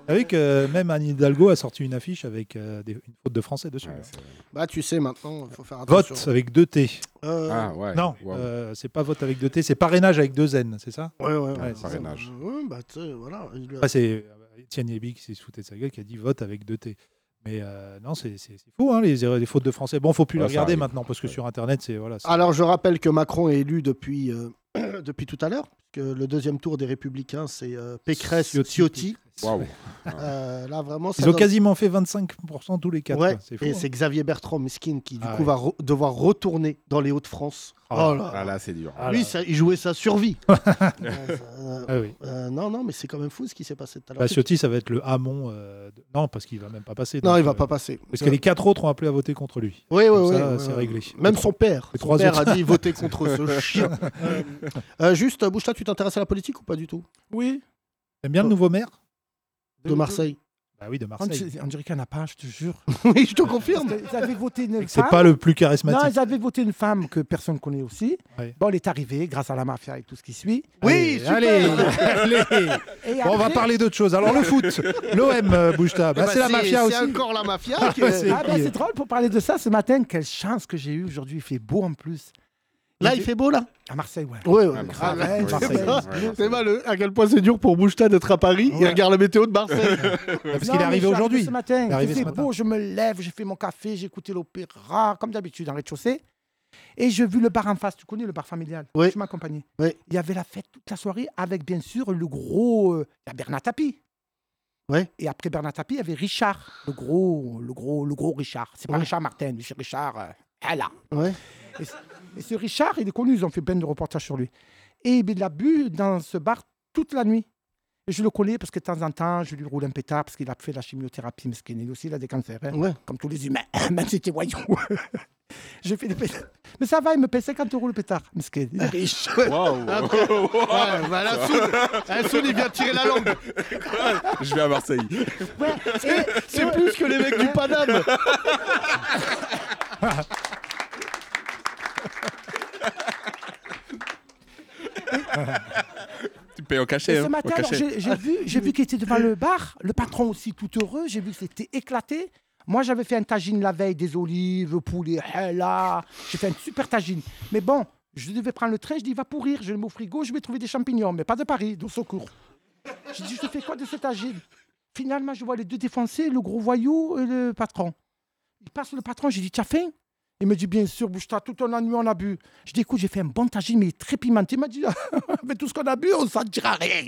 Speaker 5: T'as vu que même Anne Hidalgo a sorti une affiche avec euh, des- une faute de français dessus.
Speaker 4: Bah tu sais maintenant, faut faire
Speaker 5: vote
Speaker 4: attention.
Speaker 5: avec deux T.
Speaker 4: Euh,
Speaker 6: Ah, ouais.
Speaker 5: non,
Speaker 6: Wow.
Speaker 5: euh, c'est pas vote avec deux T, c'est parrainage avec deux N, c'est ça
Speaker 4: ouais, ouais, ouais.
Speaker 5: Ouais,
Speaker 4: c'est ça.
Speaker 6: parrainage.
Speaker 4: Ouais, bah, tu sais, voilà, il-
Speaker 5: Après, c'est euh, Étienne Yébi qui s'est foutu de sa gueule qui a dit vote avec deux T. Mais euh, non, c'est c'est- c'est fou, hein, les, erreurs- les fautes de français. Bon, faut plus
Speaker 6: Ouais,
Speaker 5: les
Speaker 6: ça
Speaker 5: regarder
Speaker 6: arrive.
Speaker 5: maintenant parce que sur Internet, c'est voilà. c'est-
Speaker 4: Alors je rappelle que Macron est élu depuis, euh, depuis tout à l'heure, que le deuxième tour des Républicains, c'est euh, Pécresse,
Speaker 5: Ciotti.
Speaker 4: Ciotti.
Speaker 6: Waouh.
Speaker 4: Euh, là vraiment, ça
Speaker 5: Ils ont
Speaker 4: donne-
Speaker 5: quasiment fait 25% tous les quatre.
Speaker 4: Ouais,
Speaker 5: quoi. C'est fou.
Speaker 4: et
Speaker 5: hein.
Speaker 4: c'est Xavier Bertrand, miskin, qui du
Speaker 5: Ah
Speaker 4: coup
Speaker 5: ouais.
Speaker 4: va re- devoir retourner dans les Hauts-de-France.
Speaker 5: Ah.
Speaker 4: Oh là
Speaker 6: Ah là, c'est dur.
Speaker 5: Ah
Speaker 4: Lui,
Speaker 5: là.
Speaker 4: ça- il jouait sa survie. Ouais, ça- euh,
Speaker 5: Ah oui.
Speaker 4: euh, non, non, mais c'est quand même fou ce qui s'est passé tout à l'heure.
Speaker 5: Bah, Ciotti, ça va être le Hamon. euh, de- Non, parce qu'il va même pas passer.
Speaker 4: non,
Speaker 5: donc,
Speaker 4: il va
Speaker 5: euh,
Speaker 4: pas passer.
Speaker 5: Parce que les quatre autres ont appelé à voter contre lui.
Speaker 4: Oui, oui,
Speaker 5: Comme
Speaker 4: oui.
Speaker 5: ça,
Speaker 4: oui,
Speaker 5: c'est
Speaker 4: oui.
Speaker 5: réglé.
Speaker 4: Même son père.
Speaker 5: Les
Speaker 4: Son
Speaker 5: trois
Speaker 4: père
Speaker 5: autres.
Speaker 4: a dit voter contre ce chien. Euh, euh, juste, Bouchta, tu t'intéresses à la politique ou pas du tout
Speaker 7: Oui.
Speaker 5: T'aimes bien le nouveau maire
Speaker 4: De Marseille.
Speaker 5: Bah oui, de
Speaker 7: On,
Speaker 5: Marseille.
Speaker 7: on dirait qu'il n'y en a pas, je te jure.
Speaker 4: Oui, je te
Speaker 7: Parce
Speaker 4: confirme.
Speaker 7: que Ils avaient voté une femme.
Speaker 5: C'est pas le plus
Speaker 7: Non,
Speaker 5: charismatique.
Speaker 7: ils avaient voté une femme que personne connaît aussi.
Speaker 5: Ouais.
Speaker 7: Bon, elle est arrivée grâce à la mafia et tout ce qui suit.
Speaker 5: Oui, allez, allez.
Speaker 7: Et
Speaker 5: Bon, on va
Speaker 7: après-
Speaker 5: parler d'autre chose. Alors le foot, l'OM, euh, Boujta. Bah,
Speaker 4: Bah,
Speaker 5: c'est la mafia aussi.
Speaker 4: C'est encore la mafia. qui- bah,
Speaker 5: Ouais, c'est-
Speaker 7: Ah ben, c'est drôle pour parler de ça ce matin. Quelle chance que j'ai eue aujourd'hui. Il fait beau en plus.
Speaker 4: Là, il fait beau, là
Speaker 7: À Marseille, ouais.
Speaker 4: Oui, oui.
Speaker 6: Ah,
Speaker 4: Ah,
Speaker 6: Marseille.
Speaker 4: ouais,
Speaker 6: Ouais,
Speaker 4: Marseille.
Speaker 6: Marseille. Ouais,
Speaker 4: C'est mal à quel point c'est dur pour Bouchta d'être à Paris. Il
Speaker 7: Ouais.
Speaker 4: regarde la météo de Marseille.
Speaker 5: Parce
Speaker 7: Non,
Speaker 5: qu'il est
Speaker 7: mais
Speaker 5: arrivé
Speaker 7: je suis
Speaker 5: aujourd'hui.
Speaker 7: Ce matin,
Speaker 5: Il est arrivé
Speaker 7: il
Speaker 5: ce
Speaker 7: fait
Speaker 5: matin.
Speaker 7: beau, je me lève, j'ai fait mon café, j'ai écouté l'opéra, comme d'habitude, en rez-de-chaussée. Et j'ai vu le bar en face. Tu connais le bar familial
Speaker 4: Oui.
Speaker 7: Tu m'accompagnais.
Speaker 4: Oui.
Speaker 7: Il y avait la fête toute la soirée avec, bien sûr, le gros. euh, il y a Bernard Tapie.
Speaker 4: Oui.
Speaker 7: Et après Bernard Tapie, il y avait Richard, le gros, le gros, le gros Richard. C'est pas
Speaker 4: Ouais.
Speaker 7: Richard Martin, mais c'est Richard. euh, elle a.
Speaker 4: Ouais.
Speaker 7: Et, ce- et ce Richard, il est connu, ils ont fait plein de reportages sur lui. Et il a bu dans ce bar toute la nuit. Et je le connais parce que de temps en temps, je lui roule un pétard parce qu'il a fait la chimiothérapie, parce qu'il est aussi, il a des cancers, hein,
Speaker 4: Ouais.
Speaker 7: comme tous les humains, même si t'es voyou. J'ai fait des pétards. Mais ça va, il me paie 50 euros le pétard, parce qu'il est riche.
Speaker 6: Waouh.
Speaker 7: bah,
Speaker 4: Ouais, bah là, Soun, eh, Soun, il vient de tirer la langue.
Speaker 6: Je vais à Marseille.
Speaker 7: Ouais, et-
Speaker 4: C'est plus que les mecs du Paname.
Speaker 6: Tu payes en
Speaker 7: Et
Speaker 6: cachet.
Speaker 7: ce
Speaker 6: hein,
Speaker 7: matin,
Speaker 6: en
Speaker 7: alors,
Speaker 6: cachet.
Speaker 7: j'ai j'ai vu, j'ai vu qu'il était devant le bar, le patron aussi tout heureux, j'ai vu que c'était éclaté. Moi, j'avais fait un tagine la veille, des olives, poulet, là, j'ai fait un super tagine. Mais bon, je devais prendre le train, je dis, il va pourrir, je le mets au frigo, je vais trouver des champignons, mais pas de Paris, d'au secours. Je dis, je te fais quoi de ce tagine Finalement, je vois les deux défoncés, le gros voyou et le patron. Il passe le patron, j'ai dit, t'as faim il me dit, bien sûr, Bouchta, toute la nuit, on a bu. Je dis, écoute, j'ai fait un bon tagine, mais très pimenté. Il m'a dit, avec tout ce qu'on a bu, on ne s'en dira rien.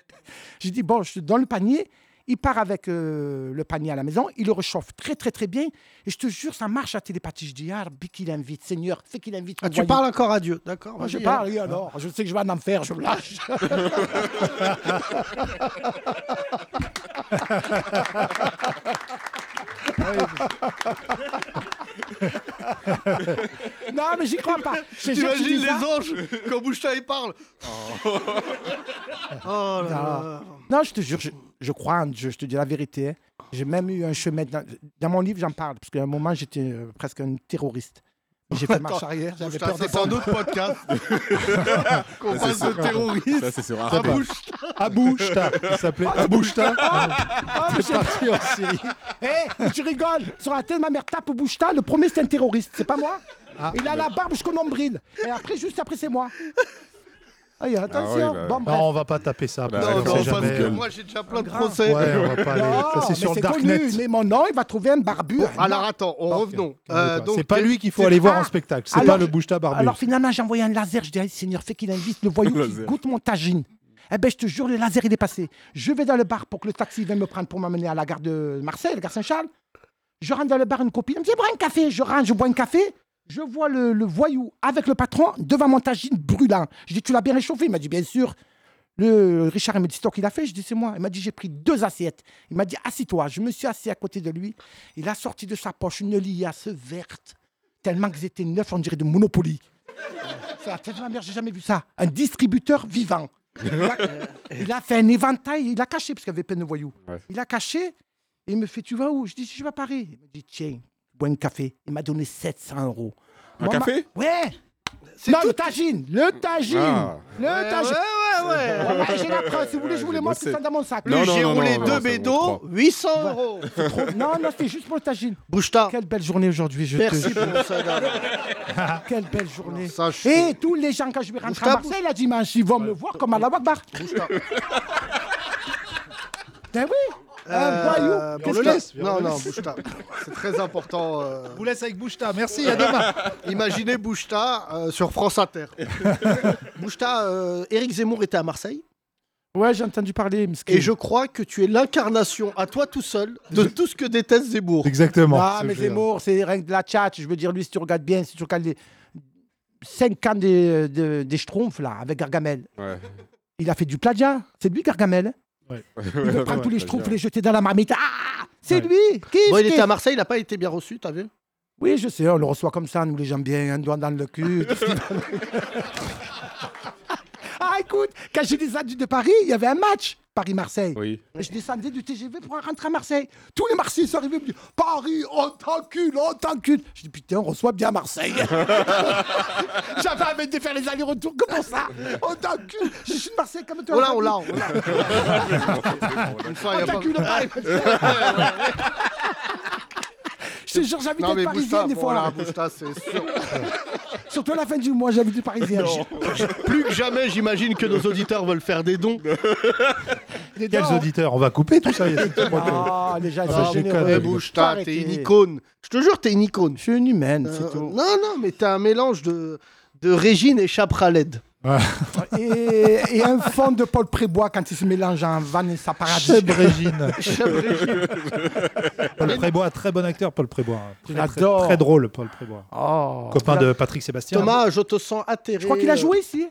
Speaker 7: J'ai dit, bon, je suis dans le panier. Il part avec euh, le panier à la maison, il le réchauffe très, très, très bien. Et je te jure, ça marche à télépathie. Je dis, ah, Rabbi, qu'il invite, Seigneur, fais qu'il invite.
Speaker 4: Ah,
Speaker 7: mon
Speaker 4: tu
Speaker 7: voyou.
Speaker 4: parles encore à Dieu, d'accord
Speaker 7: Moi, je
Speaker 4: vas-y, hein.
Speaker 7: parle, et alors Je sais que je vais en enfer, je me lâche. non, mais j'y crois pas. Je te jure, tu dis
Speaker 4: T'imagines les
Speaker 7: ça.
Speaker 4: anges quand Bouchta il parle Oh là là
Speaker 7: Non, je te jure, je, je crois en Dieu, je te dis la vérité. hein. J'ai même eu un chemin. Dans, dans mon livre, j'en parle, parce qu'à un moment, j'étais euh, presque un terroriste. J'ai fait marche arrière, j'avais
Speaker 4: Bouchta,
Speaker 7: peur
Speaker 4: c'est
Speaker 7: des
Speaker 4: pas un
Speaker 7: pommes.
Speaker 4: autre podcast qu'on
Speaker 6: Ça, c'est
Speaker 4: fasse de
Speaker 6: sûr.
Speaker 4: terrorisme
Speaker 6: Ça, c'est sur Ah,
Speaker 4: à
Speaker 6: Arte.
Speaker 4: Bouchta.
Speaker 5: Abou Shta, il s'appelait Abou Shta.
Speaker 6: Ah,
Speaker 5: Il est parti en Syrie.
Speaker 7: Hé, Eh, tu rigoles Sur la tête, ma mère tape au boucheta. Le premier, c'est un
Speaker 4: Ah.
Speaker 7: terroriste, c'est pas moi. Il a la barbe jusqu'au nombril. Et après, juste après, c'est moi. Aïe, attention.
Speaker 4: Ah
Speaker 6: ouais, bah.
Speaker 7: bon,
Speaker 5: Non,
Speaker 7: bref.
Speaker 5: on va pas taper ça.
Speaker 4: Bah,
Speaker 5: parce qu'on
Speaker 6: Non, non,
Speaker 5: sait
Speaker 6: on passe
Speaker 5: jamais. euh,
Speaker 6: gueule.
Speaker 8: Moi, j'ai déjà plein de
Speaker 7: Grand.
Speaker 8: procès.
Speaker 5: Ouais, on va pas aller.
Speaker 7: Non,
Speaker 5: Ça, c'est
Speaker 7: mais
Speaker 5: sur le Darknet.
Speaker 7: connu, mais mon nom, il va trouver un barbu.
Speaker 8: Bon, alors attends, on revenons. Euh, donc,
Speaker 5: c'est pas
Speaker 8: quel-
Speaker 5: lui qu'il faut
Speaker 7: c'est-
Speaker 5: aller voir en
Speaker 7: Ah,
Speaker 5: spectacle. C'est
Speaker 7: alors-
Speaker 5: pas le bouge-ta barbu.
Speaker 7: Alors finalement, j'ai envoyé un laser. Je dis, Ah, Seigneur, fais qu'il invite le voyou qui
Speaker 6: Laser.
Speaker 7: goûte mon tagine. Eh ben, je te jure, le laser, il est passé. Je vais dans le bar pour que le taxi vienne me prendre pour m'amener à la gare de Marseille, la gare Saint-Charles. Je rentre dans le bar, une copine elle me dit, bois un café. Je rentre, je bois un café. Je vois le, le voyou avec le patron devant mon tagine brûlant. Je dis, tu l'as bien réchauffé Il m'a dit, bien sûr. Le Richard, il me dit, toi qui l'as fait Je dis, c'est moi. Il m'a dit, j'ai pris deux assiettes. Il m'a dit, assis-toi. Je me suis assis à côté de lui. Il a sorti de sa poche une liasse verte, tellement qu'ils étaient neufs, on dirait de Monopoly. Ça, la tête de ma mère, j'ai jamais vu ça. Un distributeur vivant. Il a, il a fait un éventail, il a caché, parce qu'il y avait plein de voyous.
Speaker 6: Ouais.
Speaker 7: Il a caché, et il me fait Tu vas où Je dis Je vais à Paris. Il me dit Tiens, bois un café. Il m'a donné 700 euros.
Speaker 6: Un
Speaker 7: Moi, ma-
Speaker 6: café
Speaker 7: Ouais Non, le tagine Le tagine
Speaker 6: Ah.
Speaker 7: Le
Speaker 8: Ouais,
Speaker 7: tagine
Speaker 8: ouais, ouais, ouais.
Speaker 7: Ouais, ouais, J'ai la preuve, si vous voulez, je vous les montre,
Speaker 6: bossé.
Speaker 7: c'est ça dans mon sac.
Speaker 6: Non,
Speaker 8: Plus
Speaker 6: non,
Speaker 8: j'ai
Speaker 6: non,
Speaker 8: roulé
Speaker 6: non, non,
Speaker 8: deux
Speaker 6: c'est bon, je
Speaker 8: bédos,
Speaker 6: crois.
Speaker 8: 800 euros.
Speaker 7: Non, non, c'est juste pour le tagine.
Speaker 4: Boucheta,
Speaker 7: Quelle belle journée aujourd'hui, je te
Speaker 4: merci
Speaker 7: jure.
Speaker 4: pour ça. Dan.
Speaker 7: Quelle belle journée.
Speaker 4: Ça, je-
Speaker 7: Et tous les gens, quand je vais rentrer à
Speaker 4: Bouge-ta,
Speaker 7: Marseille, la dimanche, ils vont me voir comme à la Wagbar. Ben oui Un
Speaker 4: Euh,
Speaker 7: voyou
Speaker 4: on
Speaker 7: qu'est-ce
Speaker 4: le
Speaker 7: que-
Speaker 4: laisse Non, non, Boucheta. C'est très important. euh,
Speaker 5: vous laisse avec Boucheta. Merci, à demain.
Speaker 4: Imaginez Boucheta euh, sur France Inter. Boucheta, euh, Éric Zemmour était à Marseille.
Speaker 7: Ouais, j'ai entendu parler, Miskin.
Speaker 4: Et je crois que tu es l'incarnation, à toi tout seul, de tout ce que déteste Zemmour.
Speaker 5: Exactement.
Speaker 7: Ah, mais Zemmour, c'est rien que de la chat. Je veux dire, lui, si tu regardes bien, si tu regardes les 5 ans des, de- des Schtroumpfs, là, avec Gargamel,
Speaker 6: Ouais.
Speaker 7: il a fait du plagiat. C'est lui, Gargamel. Il veut prendre tous les Schtroumpfs, les jeter dans la marmite. Ah C'est
Speaker 5: Ouais.
Speaker 7: lui Qui
Speaker 4: Bon, il
Speaker 7: qui-
Speaker 4: était à Marseille, il n'a pas été bien reçu, t'as vu
Speaker 7: Oui, je sais, on le reçoit comme ça, nous les gens bien, un doigt dans le cul. tout ce qui va avec. ah, écoute, quand j'ai descendu de Paris, il y avait un match. Paris-Marseille.
Speaker 6: Oui.
Speaker 7: Et Je descendais du TGV pour rentrer à Marseille. Tous les Marseillais sont arrivés et me disent Paris, on t'encule, on t'encule. Je dis Putain, on reçoit bien Marseille. J'avais envie de faire les allers-retours que pour ça. On t'encule. Je suis de Marseille comme toi.
Speaker 4: Oh là, oh
Speaker 7: on
Speaker 4: là, oh là.
Speaker 8: Une fois, il y
Speaker 7: On
Speaker 8: a pas-
Speaker 7: t'encule, Paris. Je te jure,
Speaker 8: Non,
Speaker 7: j'habitais
Speaker 8: mais
Speaker 7: les
Speaker 8: Boucheta,
Speaker 7: Parisiens des
Speaker 8: bon,
Speaker 7: fois.
Speaker 8: là, Boucheta, c'est sûr.
Speaker 7: Surtout à la fin du mois, j'avais des Parisiens.
Speaker 4: Plus que jamais, j'imagine que nos auditeurs veulent faire des dons.
Speaker 7: Les
Speaker 5: Quels auditeurs On va couper tout ça. il y a-
Speaker 7: Ah, déjà,
Speaker 5: Ah,
Speaker 7: c'est
Speaker 5: j'ai quand
Speaker 7: généreux.
Speaker 5: même-
Speaker 4: Ouais,
Speaker 5: oui.
Speaker 4: Boucheta, t'es une icône. Je te jure, t'es une icône.
Speaker 7: Je suis une humaine,
Speaker 4: Euh,
Speaker 7: c'est tout.
Speaker 4: non, non, mais t'es un mélange de, de Régine et Chapraled.
Speaker 7: Et, et un fond de Paul Prébois quand il se mélange en Vanessa Paradis.
Speaker 5: Cheb Régine.
Speaker 4: Chapraled.
Speaker 5: euh, Paul Prébois, très bon acteur, Paul Prébois. hein. Très, très,
Speaker 7: l'adore.
Speaker 5: très drôle, Paul Prébois.
Speaker 7: Oh.
Speaker 5: Copain de Patrick Sébastien.
Speaker 4: Ah. Thomas, je te sens atterré.
Speaker 7: Je crois qu'il a joué ici.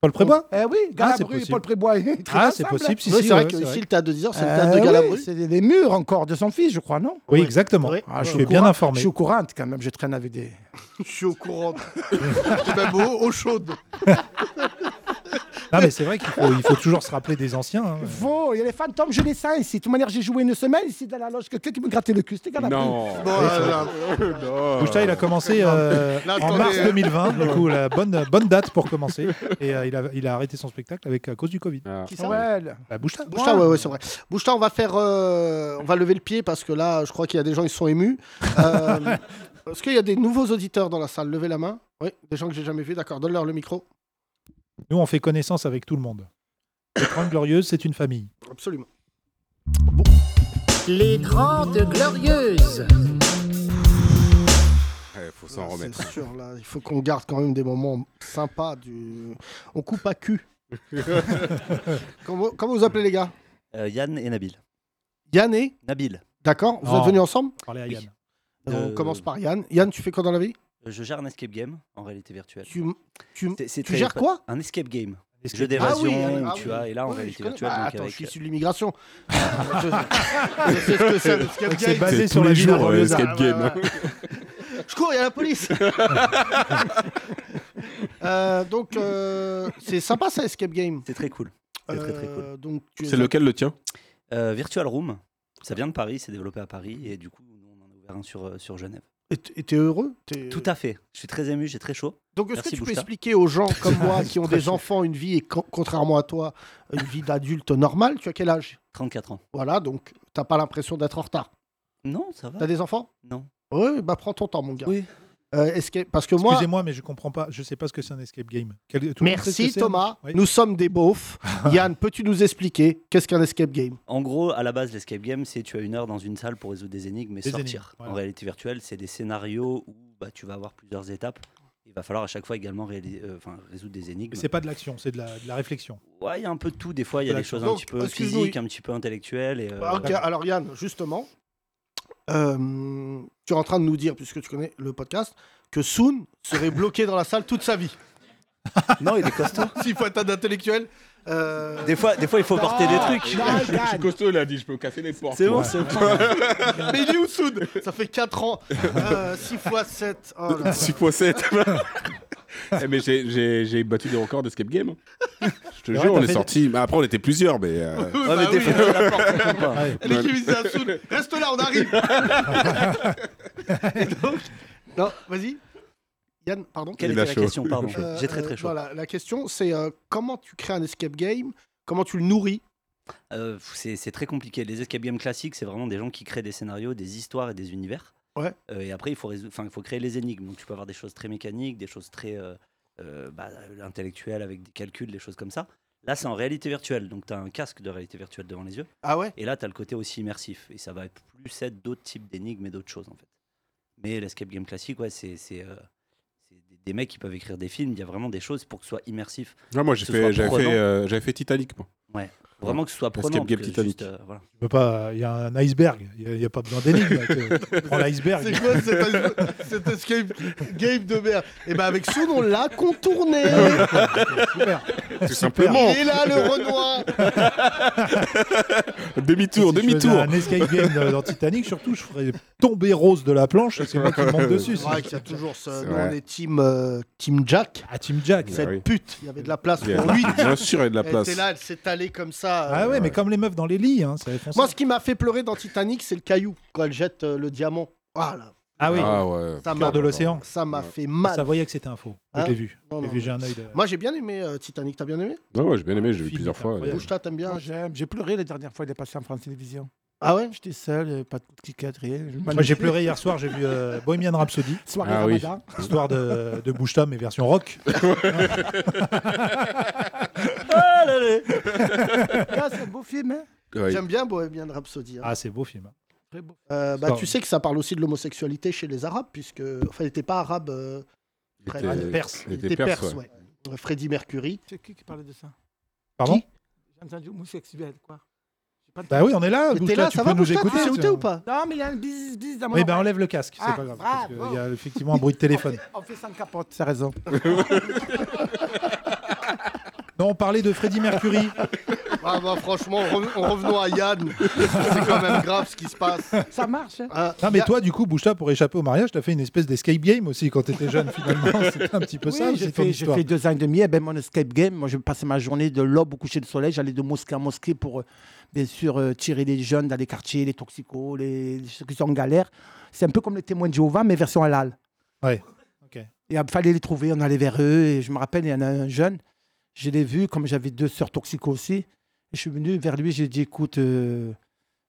Speaker 5: Paul Prébois Ah,
Speaker 7: Eh oui, Galabru et
Speaker 5: possible.
Speaker 7: Paul Prébois. ils traînent
Speaker 5: Ah, c'est
Speaker 7: ensemble.
Speaker 5: possible. Si,
Speaker 4: Oui,
Speaker 5: si,
Speaker 4: c'est vrai
Speaker 5: ouais,
Speaker 4: que
Speaker 5: c'est vrai.
Speaker 4: ici, le théâtre de 10 heures, c'est le
Speaker 7: Euh,
Speaker 4: théâtre de
Speaker 7: oui,
Speaker 4: Galabru.
Speaker 7: c'est les murs encore de son fils, je crois, non
Speaker 5: Oui, exactement.
Speaker 4: Ouais.
Speaker 5: Ah, je
Speaker 7: suis
Speaker 5: suis
Speaker 7: au
Speaker 5: bien
Speaker 7: courant-
Speaker 5: informé.
Speaker 7: Je suis au courant quand même, je traîne avec des.
Speaker 4: Je suis au courant. J'ai même eau, eau chaude. Oh.
Speaker 5: Non, mais c'est vrai qu'il faut, il faut toujours se rappeler des anciens. hein.
Speaker 7: Faux, il y a les fantômes, je les sens ici. De toute manière, j'ai joué une semaine ici dans la loge. Quelqu'un qui me grattait le cul, c'était Galabru.
Speaker 6: Non.
Speaker 8: Bon, là, là,
Speaker 6: oh, non.
Speaker 5: Bouchta, il a commencé euh,
Speaker 8: Là,
Speaker 5: en
Speaker 8: attendez,
Speaker 5: mars
Speaker 8: euh.
Speaker 5: 2020, du coup, la bonne, bonne date pour commencer. Et euh, il, a, il a arrêté son spectacle avec, à cause du Covid.
Speaker 6: Ah.
Speaker 4: Qui ça
Speaker 7: Ouais, le-
Speaker 5: Bah, Bouchta.
Speaker 4: Boucheta, ouais, ouais, c'est vrai. Boucheta, on va faire. euh, on va lever le pied parce que là, je crois qu'il y a des gens, ils sont émus. Euh, Est-ce qu'il y a des nouveaux auditeurs dans la salle Levez la main. Oui, des gens que j'ai jamais vus, d'accord. Donne-leur le micro.
Speaker 5: Nous, on fait connaissance avec tout le monde. Les 30 Glorieuses, c'est une famille.
Speaker 4: Absolument.
Speaker 1: Les 30 Glorieuses.
Speaker 6: Ouais, faut s'en remettre.
Speaker 4: C'est sûr, là, il faut qu'on garde quand même des moments sympas. Du... On coupe à cul. comment, comment vous appelez les gars
Speaker 9: Euh, Yann et Nabil.
Speaker 4: Yann et
Speaker 9: Nabil,
Speaker 4: D'accord Vous êtes
Speaker 5: Non.
Speaker 4: venus ensemble
Speaker 5: Parlez à Yann.
Speaker 4: On
Speaker 9: Euh,
Speaker 4: commence par Yann. Yann, tu fais quoi dans la vie
Speaker 9: euh, je gère un escape game en réalité virtuelle.
Speaker 4: Tu, tu,
Speaker 9: C'est- c'est
Speaker 4: tu
Speaker 9: très-
Speaker 4: gères quoi
Speaker 9: Un escape game.
Speaker 5: Escape
Speaker 9: Jeu
Speaker 4: Ah
Speaker 9: d'évasion,
Speaker 4: oui, ah
Speaker 9: où tu
Speaker 4: oui.
Speaker 9: as, et là en
Speaker 4: Oui, je
Speaker 9: réalité
Speaker 4: connais.
Speaker 9: virtuelle.
Speaker 4: Bah,
Speaker 9: donc
Speaker 4: attends,
Speaker 9: avec,
Speaker 4: je suis issu de l'immigration. Euh, je, je sais ce que c'est, le escape
Speaker 5: Donc,
Speaker 4: game.
Speaker 5: C'est basé
Speaker 6: C'est
Speaker 5: sur la
Speaker 6: tous les
Speaker 5: vie d'un
Speaker 6: jours, euh,
Speaker 5: Glorieuse.
Speaker 6: escape game. hein.
Speaker 4: Je cours, il y a la police. Euh, donc, euh, c'est sympa ça, escape game.
Speaker 9: C'est très cool. C'est très très cool.
Speaker 4: Euh, donc, tu
Speaker 6: C'est lequel le tien
Speaker 9: Euh, Virtual Room, ça vient de Paris, c'est développé à Paris, et du coup, nous, on en a ouvert un sur, euh, sur Genève.
Speaker 4: Et t- et t'es heureux T'es-
Speaker 9: Tout à fait. Je suis très ému, j'ai très chaud.
Speaker 4: Donc, est-ce que
Speaker 9: Merci,
Speaker 4: tu peux
Speaker 9: Bouchta.
Speaker 4: expliquer aux gens comme moi qui ont des enfants une vie et con- contrairement à toi, une vie d'adulte normale Tu as quel âge
Speaker 9: 34 ans.
Speaker 4: Voilà, donc t'as pas l'impression d'être en retard.
Speaker 9: Non, ça va
Speaker 4: T'as des enfants
Speaker 9: Non.
Speaker 4: Oui, bah prends ton temps, mon gars.
Speaker 9: Oui.
Speaker 4: Euh, est-ce que- parce que moi,
Speaker 5: Excusez-moi, mais je comprends pas. Je sais pas ce que c'est un escape game. Quel- tout le monde sait ce que
Speaker 4: merci
Speaker 5: c'est
Speaker 4: Thomas,
Speaker 5: Oui.
Speaker 4: nous sommes des beaufs. Yann, peux-tu nous expliquer qu'est-ce qu'un escape game
Speaker 9: En gros, à la base, l'escape game, c'est tu as une heure dans une salle pour résoudre des énigmes et
Speaker 4: Des
Speaker 9: sortir.
Speaker 4: énigmes, voilà.
Speaker 9: En réalité virtuelle, c'est des scénarios où bah, tu vas avoir plusieurs étapes. Il va falloir à chaque fois également réalis- euh, enfin, résoudre des énigmes.
Speaker 5: C'est pas de l'action, c'est de la, de la réflexion.
Speaker 9: Ouais, il y a un peu de tout. Des fois, il y a
Speaker 5: De
Speaker 9: des
Speaker 5: l'action.
Speaker 9: choses un
Speaker 5: Donc,
Speaker 9: petit peu
Speaker 5: excuse-nous, Bah,
Speaker 9: physiques, un petit peu intellectuelles. Et, euh,
Speaker 4: Bah, Ok,
Speaker 9: voilà.
Speaker 4: Alors Yann, justement, euh, tu es en train de nous dire, puisque tu connais le podcast, que Soon serait bloqué dans la salle toute sa vie.
Speaker 9: Non, il est costaud.
Speaker 4: S'il faut être un intellectuel. euh, Ah,
Speaker 9: Des fois, des fois, il faut porter des trucs.
Speaker 6: je, suis costaud, il a dit, je peux casser les portes.
Speaker 9: C'est bon,
Speaker 6: moi.
Speaker 9: c'est bon.
Speaker 4: Mais il est où Soon Ça fait 4 ans. 6 fois Oh 7.
Speaker 6: 6 fois 7. Eh, mais j'ai- j'ai j'ai battu des records d'escape game. hein. Je te
Speaker 5: Ouais,
Speaker 6: jure,
Speaker 5: t'as
Speaker 6: on est
Speaker 5: fait-
Speaker 6: sorti. Bah, après, on était plusieurs, mais. euh,
Speaker 4: Ah bah
Speaker 9: Ouais, mais des fois, tu la portes, on comprend pas.
Speaker 8: Elle est qui me disait à Soun, Reste là, on arrive
Speaker 4: Non, vas-y. Yann, pardon.
Speaker 9: Quelle
Speaker 6: Il a
Speaker 9: était la
Speaker 6: chaud.
Speaker 9: question Pardon,
Speaker 4: Euh,
Speaker 9: j'ai très
Speaker 4: euh,
Speaker 9: très chaud.
Speaker 4: voilà, la question, c'est euh, comment tu crées un escape game Comment tu le nourris
Speaker 9: Euh, c'est c'est très compliqué. Les escape games classiques, c'est vraiment des gens qui créent des scénarios, des histoires et des univers.
Speaker 4: Ouais.
Speaker 9: Euh, et après, il faut, résou- enfin, il faut créer les énigmes. Donc, tu peux avoir des choses très mécaniques, des choses très euh, euh, bah, intellectuelles avec des calculs, des choses comme ça. Là, c'est en réalité virtuelle. Donc, tu as un casque de réalité virtuelle devant les yeux.
Speaker 4: Ah ouais
Speaker 9: Et là, tu as le côté aussi immersif. Et ça va plus être d'autres types d'énigmes et d'autres choses, en fait. Mais l'escape game classique, ouais, c'est c'est, euh, c'est des- des mecs qui peuvent écrire des films. Il y a vraiment des choses pour que ce soit immersif.
Speaker 6: Non, Ah, moi,
Speaker 9: que
Speaker 6: j'ai
Speaker 9: ce soit
Speaker 6: fait, j'avais fait,
Speaker 9: prenant.
Speaker 6: euh, j'avais fait Titanic, moi.
Speaker 9: Ouais. Vraiment que ce soit
Speaker 6: Escape
Speaker 9: prenant.
Speaker 6: game
Speaker 9: que juste,
Speaker 6: Titanic.
Speaker 9: euh, voilà.
Speaker 5: Tu peux pas. Il y a un iceberg. Il n'y a, pas besoin d'énigme. là, que- Prends l'iceberg.
Speaker 8: C'est quoi cet, cet escape game de merde
Speaker 4: Eh ben avec Soon, on l'a contourné
Speaker 5: Super.
Speaker 6: Tout simplement.
Speaker 8: Il est là, le Renoir
Speaker 6: Demi-tour,
Speaker 5: Si je faisais
Speaker 6: demi-tour.
Speaker 5: Un escape game dans, dans Titanic, surtout, je ferais tomber Rose de la planche. et C'est moi qui monte dessus.
Speaker 4: C'est vrai qu'il y a toujours ce.
Speaker 6: C'est
Speaker 4: Nous, on
Speaker 6: vrai.
Speaker 4: est team, euh, team Jack.
Speaker 5: À Ah, Team Jack.
Speaker 4: Cette
Speaker 6: oui.
Speaker 4: pute, il y avait de la place
Speaker 6: Il y a-
Speaker 4: pour 8.
Speaker 6: Bien sûr, il y a de la
Speaker 4: Elle
Speaker 6: place.
Speaker 4: était là, elle s'est allée comme ça. euh.
Speaker 5: Ah ouais, mais comme les meufs dans les lits, hein, ça fait foncer.
Speaker 4: Moi, ce qui m'a fait pleurer dans Titanic, c'est le caillou quand elle jette euh, le diamant. Ah là,
Speaker 5: Ah oui,
Speaker 6: Ah ouais.
Speaker 4: ça m'a
Speaker 5: cœur de l'océan.
Speaker 4: ça m'a fait
Speaker 5: Ça
Speaker 4: mal.
Speaker 5: voyait que c'était un faux.
Speaker 4: Hein
Speaker 5: je l'ai vu.
Speaker 4: Non,
Speaker 5: J'ai
Speaker 4: non.
Speaker 5: vu, j'ai un œil de.
Speaker 4: Moi, j'ai bien aimé euh, Titanic. T'as bien aimé
Speaker 6: Ah Ouais, ouais, j'ai bien aimé, j'ai vu
Speaker 5: Film
Speaker 6: plusieurs fois.
Speaker 5: incroyable.
Speaker 4: Bouchta, t'aimes bien
Speaker 7: Moi, j'aime. J'ai pleuré la dernière fois, il est passé en France Télévisions.
Speaker 4: Ah ouais
Speaker 7: J'étais seul, euh, pas de ticket, rien. Je
Speaker 5: Moi, j'ai pleuré hier soir, j'ai vu euh, Bohemian Rhapsody,
Speaker 7: Soirée
Speaker 6: Ah oui.
Speaker 7: Ramadan.
Speaker 5: histoire de, de Bouchta, mais version rock.
Speaker 7: Ah, c'est un beau film, hein
Speaker 6: Ouais.
Speaker 4: J'aime bien Bohemian Rhapsody. hein.
Speaker 5: Ah, c'est beau film.
Speaker 7: Très beau.
Speaker 4: Euh, bah,
Speaker 5: Bon.
Speaker 4: tu sais que ça parle aussi de l'homosexualité chez les Arabes, puisque. Enfin, il n'était pas arabe. euh,
Speaker 6: Il
Speaker 4: Ah, de
Speaker 6: était-
Speaker 5: Perse.
Speaker 6: il était perse, ouais.
Speaker 4: ouais. Euh, Freddie Mercury.
Speaker 7: C'est qui qui parlait de ça
Speaker 5: Pardon
Speaker 7: J'ai entendu homosexuel, quoi. J'ai pas de-
Speaker 5: Bah oui, on est là.
Speaker 4: Mais
Speaker 5: Bouchta,
Speaker 4: t'es là,
Speaker 5: tu
Speaker 4: ça
Speaker 5: peux
Speaker 4: va,
Speaker 5: nous
Speaker 4: Bouchta, tu
Speaker 5: écouter.
Speaker 4: sais où t'es ou pas
Speaker 7: Non, mais il y a un bis bis dans mon
Speaker 5: Oui, ben
Speaker 7: oreille.
Speaker 5: enlève le casque, c'est
Speaker 7: Ah,
Speaker 5: pas grave. parce que
Speaker 7: bravo.
Speaker 5: Il y a effectivement un bruit de téléphone.
Speaker 7: On fait sans capote, t'as raison.
Speaker 5: Non, on parlait de Freddie Mercury.
Speaker 4: Ah bah franchement, re- revenons à Yann. C'est quand même grave ce qui se passe.
Speaker 7: Ça marche, hein
Speaker 4: Ah,
Speaker 5: Non, mais toi, du coup, Bouchta, pour échapper au mariage, t'as fait une espèce d'escape game aussi quand t'étais jeune, finalement. C'était un petit peu ça
Speaker 7: Oui,
Speaker 5: aussi
Speaker 7: j'ai
Speaker 5: ton
Speaker 7: fait, j'ai
Speaker 5: histoire.
Speaker 7: fait deux ans et demi, et ben mon escape game, moi je passais ma journée de l'aube au coucher du soleil, j'allais de mosquée en mosquée pour euh, bien sûr euh, tirer les jeunes dans les quartiers, les toxicos, les, ceux qui sont en galère. C'est un peu comme les témoins de Jéhovah, mais version halal.
Speaker 5: Ouais. Ok.
Speaker 7: Et il fallait les trouver, on allait vers eux, et je me rappelle, il y en a un jeune, je l'ai vu, comme j'avais deux sœurs toxicos aussi, et je suis venu vers lui, j'ai dit écoute, euh,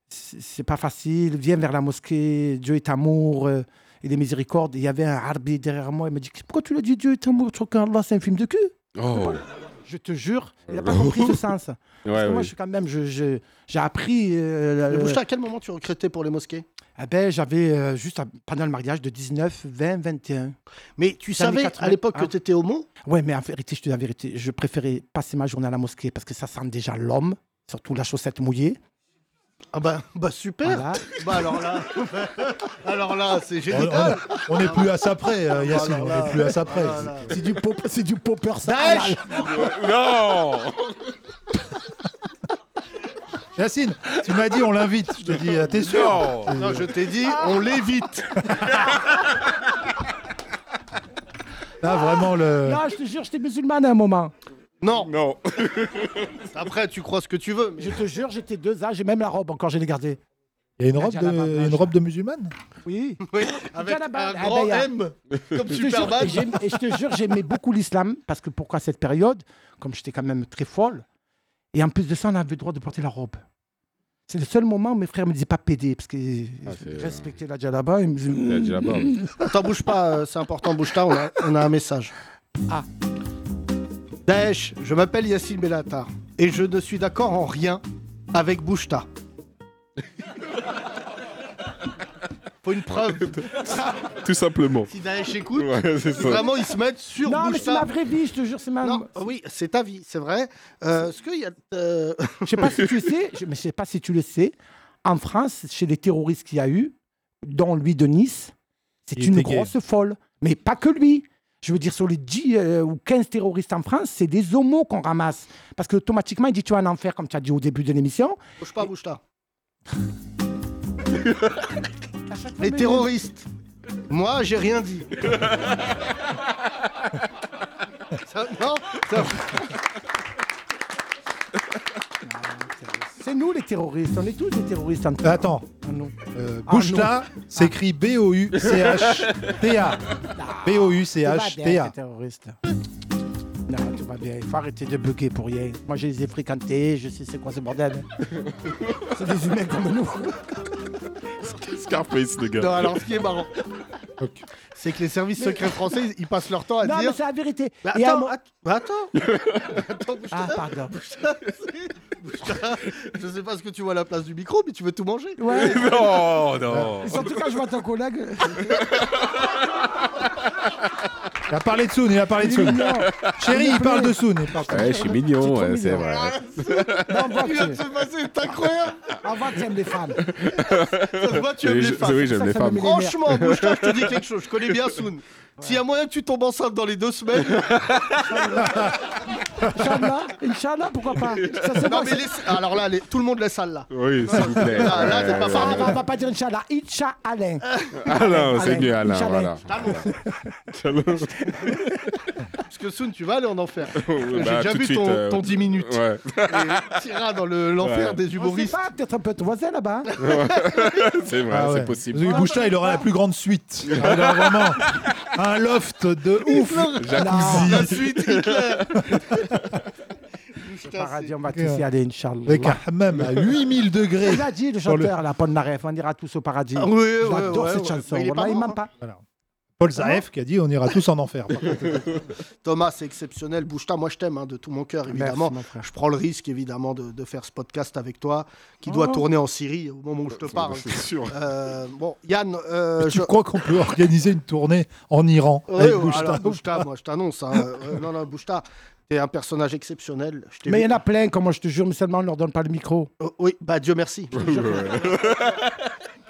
Speaker 7: c'est c'est pas facile, viens vers la mosquée, Dieu est amour. euh, et les miséricordes. Il y avait un harbi derrière moi. Il m'a dit Pourquoi tu l'as dit Dieu est amour Tu crois qu'Allah, c'est un film de cul
Speaker 6: Oh.
Speaker 7: Je te jure, il n'a pas compris ce sens. Parce
Speaker 6: Ouais,
Speaker 7: que moi,
Speaker 6: ouais.
Speaker 7: je suis quand même, je- je- j'ai appris. euh, la-
Speaker 4: mais
Speaker 7: la-
Speaker 4: Bouchta, à quel moment tu recrutais pour les mosquées
Speaker 7: Ah ben, j'avais euh, juste à- pendant le mariage de 19, 20, 21.
Speaker 4: Mais tu
Speaker 7: Dans les
Speaker 4: savais
Speaker 7: 80,
Speaker 4: à l'époque que
Speaker 7: hein.
Speaker 4: t'étais homo
Speaker 7: Ouais, mais en vérité, je te dis la vérité, je préférais passer ma journée à la mosquée parce que ça sent déjà l'homme, surtout la chaussette mouillée.
Speaker 4: Ah bah, bah super
Speaker 7: Voilà.
Speaker 4: Bah alors là, alors là, c'est
Speaker 5: On-
Speaker 4: génial
Speaker 5: on- On n'est plus à ça près,
Speaker 4: Oh
Speaker 5: euh, Yacine. On n'est plus à ça près.
Speaker 4: Voilà.
Speaker 7: C'est du, pop, c'est du popper, ça. halal.
Speaker 6: Non
Speaker 5: Yacine, tu m'as dit on l'invite. Je te dis, euh, t'es sûr Ah.
Speaker 6: Non
Speaker 4: Non, je t'ai dit, on l'évite
Speaker 5: Là, vraiment, le.
Speaker 7: Non, je te jure, j'étais musulmane à un moment.
Speaker 4: Non,
Speaker 6: Non
Speaker 4: après tu crois ce que tu veux, mais
Speaker 7: Je te jure, j'étais deux âges, j'ai même la robe encore, je l'ai gardée.
Speaker 5: Il y a une robe
Speaker 7: Nadja Lavanage.
Speaker 5: de, une robe de musulmane
Speaker 7: Oui.
Speaker 4: Oui, avec
Speaker 7: Déjà là-bas,
Speaker 4: un
Speaker 7: ah
Speaker 4: grand
Speaker 7: bah, y a-
Speaker 4: M, comme
Speaker 7: Je te jure,
Speaker 4: Superman
Speaker 7: et j'aime- Et je te jure, j'aimais beaucoup l'islam parce que pourquoi cette période Comme j'étais quand même très folle. Et en plus de ça, on avait le droit de porter la robe. C'est le seul moment où mes frères me disaient pas PD, parce que
Speaker 6: c'est-
Speaker 7: respecter la djellaba. ils me disaient,
Speaker 6: La djellaba, oui.
Speaker 4: Attends, bouge pas, euh, c'est important, bouge pas, on a, on a un message.
Speaker 7: Ah.
Speaker 4: Daesh, je m'appelle Yacine Bellatar et je ne suis d'accord en rien avec Bouchta. Faut une preuve.
Speaker 6: Tout simplement.
Speaker 4: si Daesh écoute,
Speaker 6: Ouais, c'est ça.
Speaker 4: vraiment ils se mettent sur
Speaker 7: Non, mais c'est
Speaker 4: Bouchta.
Speaker 7: ma vraie vie, je te jure, c'est ma.
Speaker 4: Non, oui, c'est ta vie, c'est vrai. Euh, Est-ce qu'il y a. euh,
Speaker 7: Je sais pas si tu le sais, je, mais je sais pas si tu le sais. En France, chez les terroristes qu'il y a eu, dont lui de Nice, c'est
Speaker 5: Il
Speaker 7: une
Speaker 5: était gay.
Speaker 7: grosse folle. Mais pas que lui. Je veux dire, sur les 10 euh, ou 15 terroristes en France, c'est des homos qu'on ramasse. Parce que automatiquement, il dit tu es en enfer, comme tu as dit au début de l'émission.
Speaker 4: Bouge pas, bouge là.
Speaker 7: À chaque fois,
Speaker 4: Les
Speaker 7: mais-
Speaker 4: terroristes. Moi, j'ai rien dit. Ça- non, ça-
Speaker 7: C'est nous les terroristes, on est tous des terroristes en
Speaker 5: Attends,
Speaker 7: Ah non.
Speaker 5: euh,
Speaker 7: Ah,
Speaker 5: Bouchta s'écrit B-O-U-C-H-T-A.
Speaker 7: Tout va bien,
Speaker 5: B-O-U-C-H-T-A.
Speaker 7: ces terroristes. Non, tout va bien. Il faut arrêter de bugger pour rien. Moi, je les ai fréquentés. Je sais c'est quoi ce bordel. c'est des humains comme nous.
Speaker 6: Scarface, les
Speaker 8: Non,
Speaker 6: gars.
Speaker 8: alors ce qui est marrant, c'est que les services secrets français, ils passent leur temps à
Speaker 7: Non, mais
Speaker 8: dire.
Speaker 7: c'est la vérité.
Speaker 4: Mais
Speaker 7: Et à
Speaker 4: attends,
Speaker 7: un mo-
Speaker 4: att- mais attends.
Speaker 7: Ah, pardon.
Speaker 4: Je sais pas ce que tu vois à la place du micro, mais tu veux tout manger.
Speaker 7: Ouais.
Speaker 6: Non, non.
Speaker 7: Et surtout quand je vois ton collègue.
Speaker 5: Il a parlé de Soun, il a parlé de
Speaker 7: il est
Speaker 5: Soun.
Speaker 7: mignon.
Speaker 5: Chérie, il parle de Soun. il parle-
Speaker 6: Ouais, je suis mignon, ouais, c'est vrai.
Speaker 7: Non, on voit que
Speaker 8: Il vient de
Speaker 7: tu-
Speaker 8: se passer, c'est incroyable!
Speaker 7: on voit que t'aimes les femmes.
Speaker 8: Ça se voit, tu aimes
Speaker 6: Oui,
Speaker 8: les
Speaker 6: je-
Speaker 8: femmes.
Speaker 6: oui, j'aime
Speaker 7: Ça,
Speaker 6: les
Speaker 7: ça me
Speaker 6: femmes.
Speaker 7: met les nerfs.
Speaker 4: Franchement, Bouchta, je te dis quelque chose. Je connais bien Soun. S'il y a moyen que tu tombes enceinte dans les deux semaines,
Speaker 7: Inch'Allah, Inch'Allah, pourquoi pas Ça, c'est
Speaker 4: non
Speaker 7: bon,
Speaker 4: mais
Speaker 7: c'est-
Speaker 4: laisse- alors là, les- tout le monde laisse ça là.
Speaker 6: Oui, s'il vous plaît.
Speaker 4: Là, là, t'es pas
Speaker 6: Ouais,
Speaker 7: Ah,
Speaker 4: parmi-
Speaker 7: on va- on va pas dire Inch'Allah, Inch'Allah.
Speaker 6: Alain, c'est
Speaker 7: Alain,
Speaker 6: mieux, Alain,
Speaker 7: Inch'Allah.
Speaker 6: voilà.
Speaker 4: Parce que Soun, tu vas aller en enfer.
Speaker 6: J'ai
Speaker 4: J'ai déjà vu ton, ton 10 minutes.
Speaker 6: euh, Ouais.
Speaker 4: Et tu iras dans le- l'enfer
Speaker 6: Ouais.
Speaker 4: des
Speaker 7: On sait
Speaker 4: humoristes.
Speaker 7: pas, peut-être un peu ton voisin là-bas. hein.
Speaker 6: C'est vrai,
Speaker 5: Ah ouais.
Speaker 6: c'est possible.
Speaker 5: Parce que Bouchta, il aura la plus grande suite. Il aura vraiment un loft de ouf.
Speaker 7: Non.
Speaker 4: La suite, Hitler.
Speaker 7: Le paradis, on va tous y aller, Inch'Allah.
Speaker 5: Avec un hammam à 8000 degrés.
Speaker 7: Il a dit, le
Speaker 5: le-
Speaker 7: chanteur, la Polnareff, on ira tous au paradis.
Speaker 4: Ah, oui, oui,
Speaker 7: J'adore
Speaker 4: ouais,
Speaker 7: cette
Speaker 4: ouais.
Speaker 7: chanson.
Speaker 4: Mais il est
Speaker 7: Voilà,
Speaker 4: pas
Speaker 7: il
Speaker 4: mort,
Speaker 7: ment
Speaker 4: hein.
Speaker 7: pas.
Speaker 5: Paul Zaef qui a dit on ira tous en enfer. par contre.
Speaker 4: Euh, Thomas, c'est exceptionnel. Bouchta, moi je t'aime hein, de tout mon cœur, évidemment.
Speaker 7: Merci, mon frère.
Speaker 4: je prends le risque, évidemment, de, de faire ce podcast avec toi, qui doit
Speaker 7: Oh.
Speaker 4: tourner en Syrie au moment où je te parle.
Speaker 6: C'est sûr.
Speaker 4: Euh, bon, Yann, euh,
Speaker 5: Tu
Speaker 4: je...
Speaker 5: crois qu'on peut organiser une tournée en Iran
Speaker 4: Ouais,
Speaker 5: avec
Speaker 4: ouais,
Speaker 5: Bouchta
Speaker 4: alors, Bouchta, moi je t'annonce. hein, euh, non, non, Bouchta, t'es un personnage exceptionnel. Je t'ai
Speaker 7: Mais il
Speaker 4: vu-
Speaker 7: y en a plein, comme moi, je te jure, mais seulement on leur donne pas le micro.
Speaker 4: Oh, oui, bah Dieu merci.